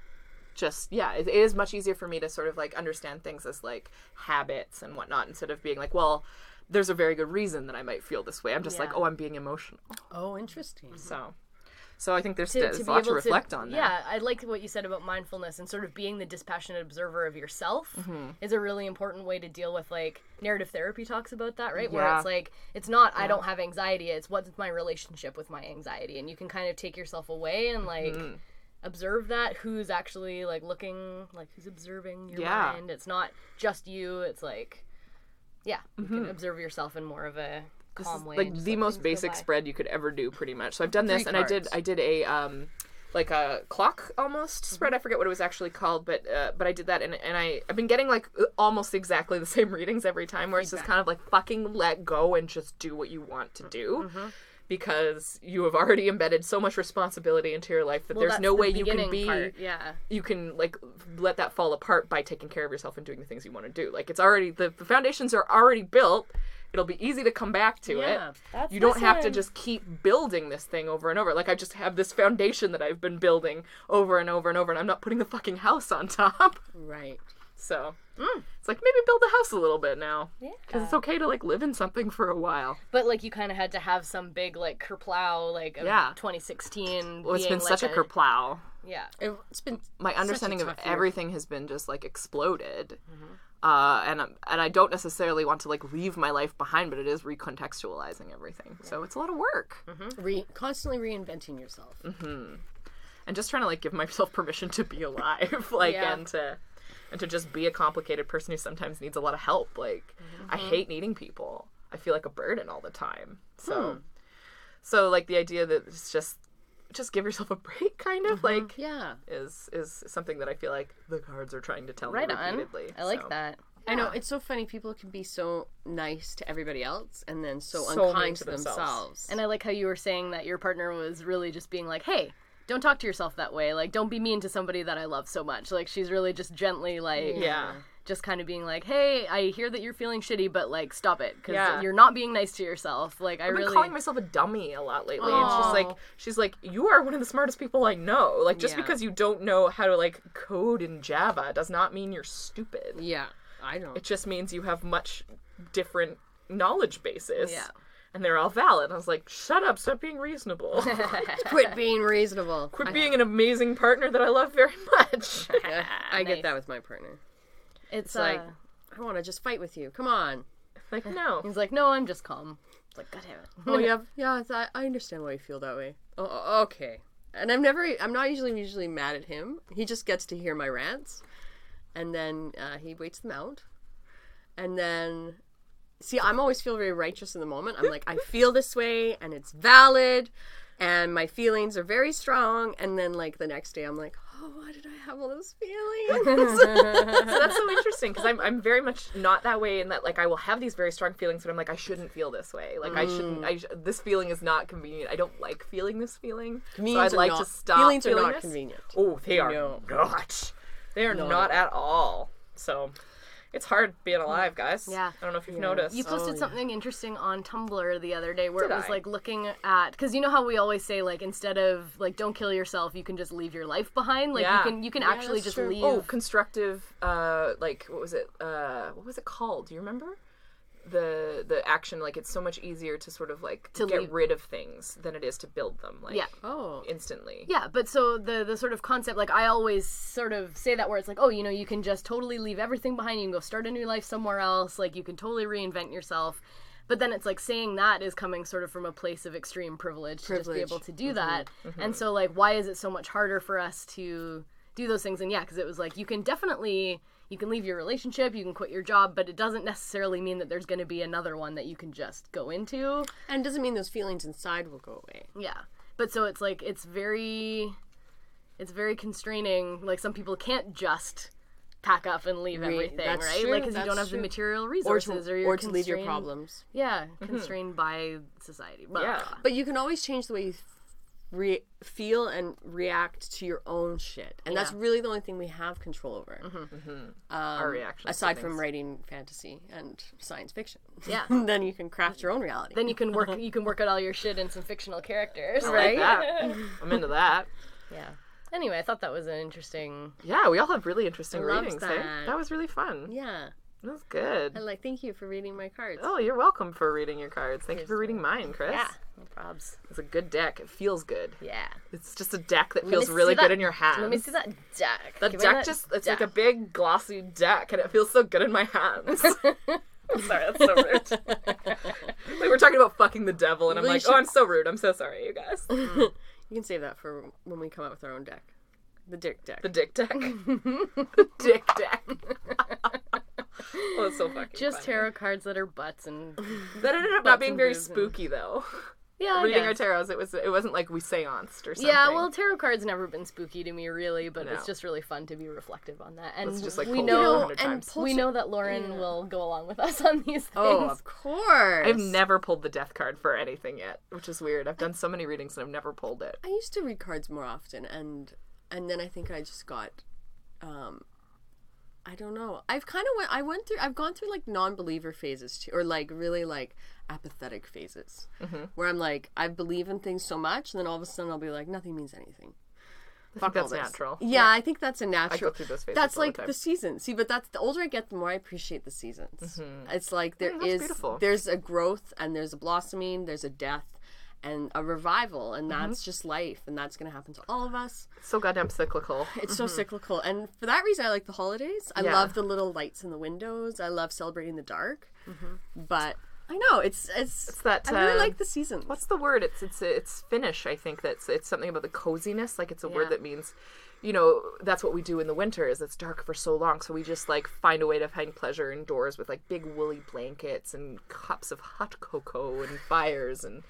Speaker 2: just yeah it, it is much easier for me to sort of like understand things as like habits and whatnot instead of being like well there's a very good reason that I might feel this way I'm just like
Speaker 3: Yeah.
Speaker 2: oh I'm being emotional
Speaker 4: Oh, interesting.
Speaker 2: so so I think there's,
Speaker 3: to,
Speaker 2: there's
Speaker 3: to
Speaker 2: a
Speaker 3: be
Speaker 2: lot
Speaker 3: able
Speaker 2: to reflect on there.
Speaker 3: Yeah, I like what you said about mindfulness and sort of being the dispassionate observer of yourself
Speaker 2: Mm-hmm.
Speaker 3: is a really important way to deal with like narrative therapy talks about that, right? Where
Speaker 2: Yeah.
Speaker 3: it's like it's not I don't have anxiety, it's what's my relationship with my anxiety and you can kind of take yourself away and like
Speaker 2: Mm-hmm.
Speaker 3: observe that who's actually like looking, like who's observing your
Speaker 2: Yeah.
Speaker 3: mind. It's not just you, it's like yeah, you can observe yourself in more of a calm way. and
Speaker 2: Mm-hmm. like
Speaker 3: just
Speaker 2: the
Speaker 3: let
Speaker 2: most
Speaker 3: things go
Speaker 2: basic
Speaker 3: by.
Speaker 2: spread you could ever do pretty much so i've done this
Speaker 4: Three
Speaker 2: and i did
Speaker 4: cards.
Speaker 2: i did a um like a clock almost spread
Speaker 3: Mm-hmm.
Speaker 2: i forget what it was actually called but uh, but i did that and, and i i've been getting like uh, almost exactly the same readings every time where it's just kind of like fucking let go and just do what you want to do
Speaker 3: Mm-hmm.
Speaker 2: because you have already embedded so much responsibility into your life that
Speaker 3: Well,
Speaker 2: there's
Speaker 3: that's
Speaker 2: no
Speaker 3: the
Speaker 2: way you can
Speaker 3: beginning
Speaker 2: be
Speaker 3: part, yeah.
Speaker 2: you can like let that fall apart by taking care of yourself and doing the things you want to do. Like it's already the, the foundations are already built. It'll be easy to come back to
Speaker 4: Yeah,
Speaker 2: it. you don't have to just keep building this thing over and over. Like I just have this foundation that I've been building over and over and over, and I'm not putting the fucking house on top.
Speaker 4: Right.
Speaker 2: So it's like maybe build a house a little bit now, because it's okay to like live in something for a while.
Speaker 3: But like you kind of had to have some big like kerplow like of
Speaker 2: Yeah.
Speaker 3: 2016.
Speaker 2: Well, Oh, it's
Speaker 3: being,
Speaker 2: been
Speaker 3: like,
Speaker 2: such a kerplow.
Speaker 3: yeah.
Speaker 4: It, has been
Speaker 2: my
Speaker 4: such a
Speaker 2: understanding of
Speaker 4: tough year. Mm-hmm.
Speaker 2: everything has been just like exploded. Uh, and I'm- and I don't necessarily want to like leave my life behind, but it is recontextualizing everything. So it's a lot of work,
Speaker 4: Mm-hmm. Re- constantly reinventing yourself.
Speaker 2: and just trying to like give myself permission to be alive, like
Speaker 3: Yeah.
Speaker 2: and to and to just be a complicated person who sometimes needs a lot of help. Like I
Speaker 4: Mm-hmm.
Speaker 2: hate needing people. I feel like a burden all the time. So
Speaker 4: Hmm.
Speaker 2: so like the idea that it's just just give yourself a break, kind of like
Speaker 4: Yeah.
Speaker 2: is is something that I feel like the cards are trying to tell
Speaker 3: Right
Speaker 2: me
Speaker 3: on.
Speaker 2: repeatedly.
Speaker 3: I like
Speaker 2: so.
Speaker 3: that.
Speaker 4: I know it's so funny. People can be so nice to everybody else, and then so,
Speaker 2: So mean
Speaker 4: unkind
Speaker 2: to
Speaker 4: to
Speaker 2: themselves.
Speaker 4: themselves.
Speaker 3: And I like how you were saying that your partner was really just being like, hey, don't talk to yourself that way. Like, don't be mean to somebody that I love so much. Like, she's really just gently, like,
Speaker 2: Yeah.
Speaker 3: just kind of being like, hey, I hear that you're feeling shitty, but like, stop it. Because
Speaker 2: Yeah.
Speaker 3: you're not being nice to yourself. Like, I
Speaker 2: I've been
Speaker 3: really.
Speaker 2: calling myself a dummy a lot lately. And she's like, she's like, you are one of the smartest people I know. Like, just
Speaker 4: Yeah.
Speaker 2: because you don't know how to like code in Java does not mean you're stupid.
Speaker 4: yeah, I don't.
Speaker 2: It just means you have much different knowledge bases.
Speaker 3: Yeah.
Speaker 2: And they're all valid. I was like, shut up, stop being reasonable.
Speaker 4: Quit being reasonable.
Speaker 2: Quit being an amazing partner that I love very much.
Speaker 4: Yeah,
Speaker 2: Ah,
Speaker 4: I
Speaker 3: Nice.
Speaker 4: get that with my partner.
Speaker 3: it's
Speaker 4: It's like,
Speaker 3: uh,
Speaker 4: I want to just fight with you. Come on.
Speaker 2: like, no.
Speaker 3: he's like, no, I'm just calm. It's like, God damn it.
Speaker 4: Oh, yeah, yeah. it's- I, I understand why you feel that way. Oh, oh, okay. And I'm never. I'm not usually usually mad at him. He just gets to hear my rants, and then uh, he waits them out, and then. See, I'm always feel very righteous in the moment. I'm like, I feel this way, and it's valid, and my feelings are very strong. And then, like the next day, I'm like, oh, why did I have all those feelings?
Speaker 2: So that's so interesting because I'm, I'm very much not that way in that like I will have these very strong feelings but I'm like I shouldn't feel this way like I shouldn't
Speaker 4: Mm.
Speaker 2: I sh- this feeling is not convenient I don't like feeling this feeling so
Speaker 4: Convenience
Speaker 2: I'd
Speaker 4: are
Speaker 2: like to
Speaker 4: not-
Speaker 2: stop
Speaker 4: feelings are
Speaker 2: feeling
Speaker 4: not
Speaker 2: this.
Speaker 4: convenient.
Speaker 2: oh they are
Speaker 4: No.
Speaker 2: not they are not at all so it's hard being
Speaker 4: Mm.
Speaker 2: alive guys
Speaker 3: Yeah.
Speaker 2: I don't know if you've noticed
Speaker 3: You posted something interesting on Tumblr the other day where
Speaker 2: Oh, Did
Speaker 3: it was
Speaker 2: I?
Speaker 3: like looking at because you know how we always say like instead of like don't kill yourself, you can just leave your life behind. Like
Speaker 2: Yeah.
Speaker 3: you can you can actually just leave.
Speaker 2: oh constructive uh like what was it uh what was it called do you remember the the action like it's so much easier to sort of like
Speaker 3: To
Speaker 2: get
Speaker 3: leave-
Speaker 2: rid of things than it is to build them like
Speaker 3: Yeah.
Speaker 4: oh,
Speaker 2: instantly
Speaker 3: Yeah, but so the the sort of concept, like I always sort of say that where it's like, oh, you know, you can just totally leave everything behind. You can go start a new life somewhere else. Like you can totally reinvent yourself. But then it's like saying that is coming sort of from a place of extreme privilege, to just be
Speaker 4: Privilege.
Speaker 3: able to do that. And so like, why is it so much harder for us to do those things? And yeah, because it was like you can definitely you can leave your relationship, you can quit your job, but it doesn't necessarily mean that there's going to be another one that you can just go into.
Speaker 4: and it doesn't mean those feelings inside will go away.
Speaker 3: Yeah. But so it's like it's very it's very constraining. Like some people can't just pack up and leave everything,
Speaker 4: that's
Speaker 3: right?
Speaker 4: true,
Speaker 3: Like because you
Speaker 4: that's
Speaker 3: don't have the
Speaker 4: true.
Speaker 3: material
Speaker 4: or
Speaker 3: resources,
Speaker 4: to,
Speaker 3: or, you're
Speaker 4: or to leave your
Speaker 3: constrained-
Speaker 4: problems.
Speaker 3: Yeah, constrained by society. Blah,
Speaker 2: Yeah.
Speaker 3: blah, blah.
Speaker 4: But you can always change the way you f- re- feel and react to your own shit, and that's really the only thing we have control over,
Speaker 2: Mm-hmm,
Speaker 4: Um,
Speaker 2: our reactions
Speaker 4: aside from writing fantasy and science fiction.
Speaker 3: Yeah.
Speaker 4: then you can craft your own reality.
Speaker 3: Then you can work. You can work out all your shit in some fictional characters,
Speaker 2: right
Speaker 3: right?
Speaker 2: i'm into that
Speaker 3: Yeah. Anyway, I thought that was an interesting.
Speaker 2: yeah we all have really interesting
Speaker 4: love
Speaker 2: readings hey?
Speaker 4: that.
Speaker 2: that was really fun
Speaker 4: yeah,
Speaker 2: that was good
Speaker 4: I like. Thank you for reading my cards.
Speaker 2: oh you're welcome for reading your cards thank you for reading mine chris
Speaker 3: Yeah. No probs.
Speaker 2: it's a good deck it feels good
Speaker 3: Yeah.
Speaker 2: it's just a deck that feels
Speaker 3: see
Speaker 2: really
Speaker 3: that.
Speaker 2: good in your hand
Speaker 3: Let me see that deck.
Speaker 2: The
Speaker 3: Give me
Speaker 2: deck
Speaker 3: that
Speaker 2: just it's like a
Speaker 3: deck.
Speaker 2: big glossy deck and it feels so good in my hands. Sorry, that's so rude. we were talking about fucking the devil and I'm
Speaker 4: Well, you
Speaker 2: like,
Speaker 4: should-
Speaker 2: "Oh, I'm so rude. I'm so sorry, you guys."
Speaker 4: You can save that for when we come up with our own deck, the dick deck.
Speaker 2: The dick deck. the dick deck. well, it's so fucking
Speaker 3: just
Speaker 2: funny.
Speaker 3: tarot cards that are butts and
Speaker 2: That ended up not being
Speaker 3: and
Speaker 2: very
Speaker 3: boobs and-
Speaker 2: spooky though.
Speaker 3: yeah. I
Speaker 2: Reading our
Speaker 3: guess.
Speaker 2: tarots, it was it wasn't like we seanced or something.
Speaker 3: Yeah, well, tarot cards never been spooky to me really, but
Speaker 2: No.
Speaker 3: it's just really fun to be reflective on that. And
Speaker 2: it's just like
Speaker 3: we
Speaker 2: pulled it a
Speaker 3: know
Speaker 2: hundred
Speaker 4: and
Speaker 2: times.
Speaker 4: pull-
Speaker 3: we know that Lauren will go along with us on these things.
Speaker 4: oh, of course.
Speaker 2: I've never pulled the death card for anything yet, which is weird. I've done so many readings and I've never pulled it.
Speaker 4: I used to read cards more often, and and then I think I just got, um, I don't know. I've kind of went. I went through. I've gone through like non-believer phases too, or like really like apathetic phases, where I'm like I believe in things so much, and then all of a sudden I'll be like nothing means anything.
Speaker 2: I think
Speaker 4: all
Speaker 2: that's
Speaker 4: this.
Speaker 2: natural.
Speaker 4: Yeah, I think that's a natural.
Speaker 2: through those phases
Speaker 4: That's
Speaker 2: all the
Speaker 4: like
Speaker 2: time.
Speaker 4: the seasons. See, but that's the older I get, the more I appreciate the seasons. It's like there is
Speaker 2: Mm-hmm. that's beautiful.
Speaker 4: there's a growth and there's a blossoming, there's a death and a revival, and
Speaker 2: Mm-hmm.
Speaker 4: that's just life, and that's gonna happen to all of us.
Speaker 2: So goddamn cyclical.
Speaker 4: It's so cyclical, and for that reason, I like the holidays. I
Speaker 2: Mm-hmm. Yeah.
Speaker 4: love the little lights in the windows. I love celebrating the dark, but I know it's it's,
Speaker 2: Mm-hmm. It's that,
Speaker 4: I really
Speaker 2: uh,
Speaker 4: like the seasons.
Speaker 2: What's the word? It's it's it's Finnish. I think that's it's something about the coziness. Like it's a word
Speaker 3: Yeah.
Speaker 2: that means, you know, that's what we do in the winter. Is it's dark for so long, so we just like find a way to find pleasure indoors with like big woolly blankets and cups of hot cocoa and fires and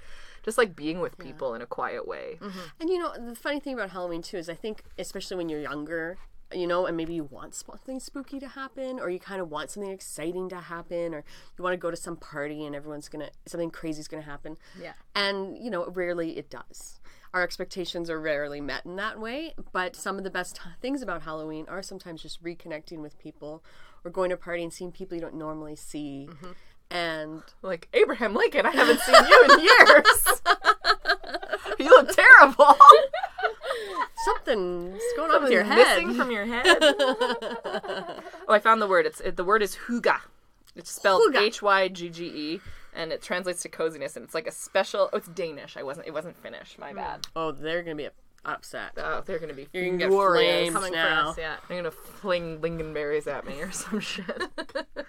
Speaker 2: just like being with people in a quiet way.
Speaker 4: And you know, the funny thing about Halloween too is I think, especially when you're younger, you know, and maybe you want something spooky to happen, or you kind of want something exciting to happen, or you want to go to some party and everyone's gonna something crazy's gonna happen.
Speaker 3: Yeah.
Speaker 4: And you know, rarely it does. Our expectations are rarely met in that way, but some of the best things about Halloween are sometimes just reconnecting with people, or going to a party and seeing people you don't normally see, and
Speaker 2: Like Abraham Lincoln, I haven't seen you in years. you look terrible.
Speaker 4: something's going on with your head.
Speaker 2: Missing from your head. oh, I found the word. It's it, the word is huga. It's spelled H Y G G E, and it translates to coziness. And it's like a special. Oh, it's Danish. I wasn't. It wasn't Finnish. My bad.
Speaker 4: Oh, they're gonna be upset.
Speaker 2: Oh, they're gonna be.
Speaker 4: You're gonna get
Speaker 2: furious.
Speaker 4: flames
Speaker 3: Coming for
Speaker 4: now.
Speaker 3: us, yeah.
Speaker 2: They're gonna fling lingonberries at me or some shit.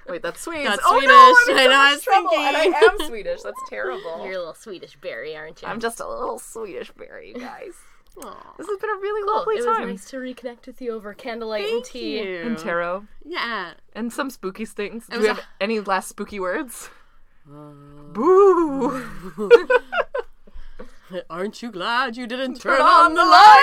Speaker 2: Wait, that's Swedish.
Speaker 4: That's
Speaker 2: oh,
Speaker 4: Swedish.
Speaker 2: No, I'm in
Speaker 4: I know, I
Speaker 2: so
Speaker 4: was
Speaker 2: much trouble, and I
Speaker 4: thinking.
Speaker 2: am Swedish. That's terrible.
Speaker 3: You're a little Swedish berry, aren't you?
Speaker 2: I'm just a little Swedish berry, you guys. This has been a really
Speaker 3: Cool.
Speaker 2: lovely
Speaker 3: Oh, It was
Speaker 2: time.
Speaker 3: nice to reconnect with you over candlelight and tea.
Speaker 2: And tarot.
Speaker 4: Yeah.
Speaker 2: And some spooky things. Do
Speaker 4: was
Speaker 2: we
Speaker 4: a- Uh,
Speaker 2: have any last spooky words? Boo!
Speaker 4: Aren't you glad you didn't turn,
Speaker 2: on
Speaker 4: on
Speaker 2: the
Speaker 4: the light?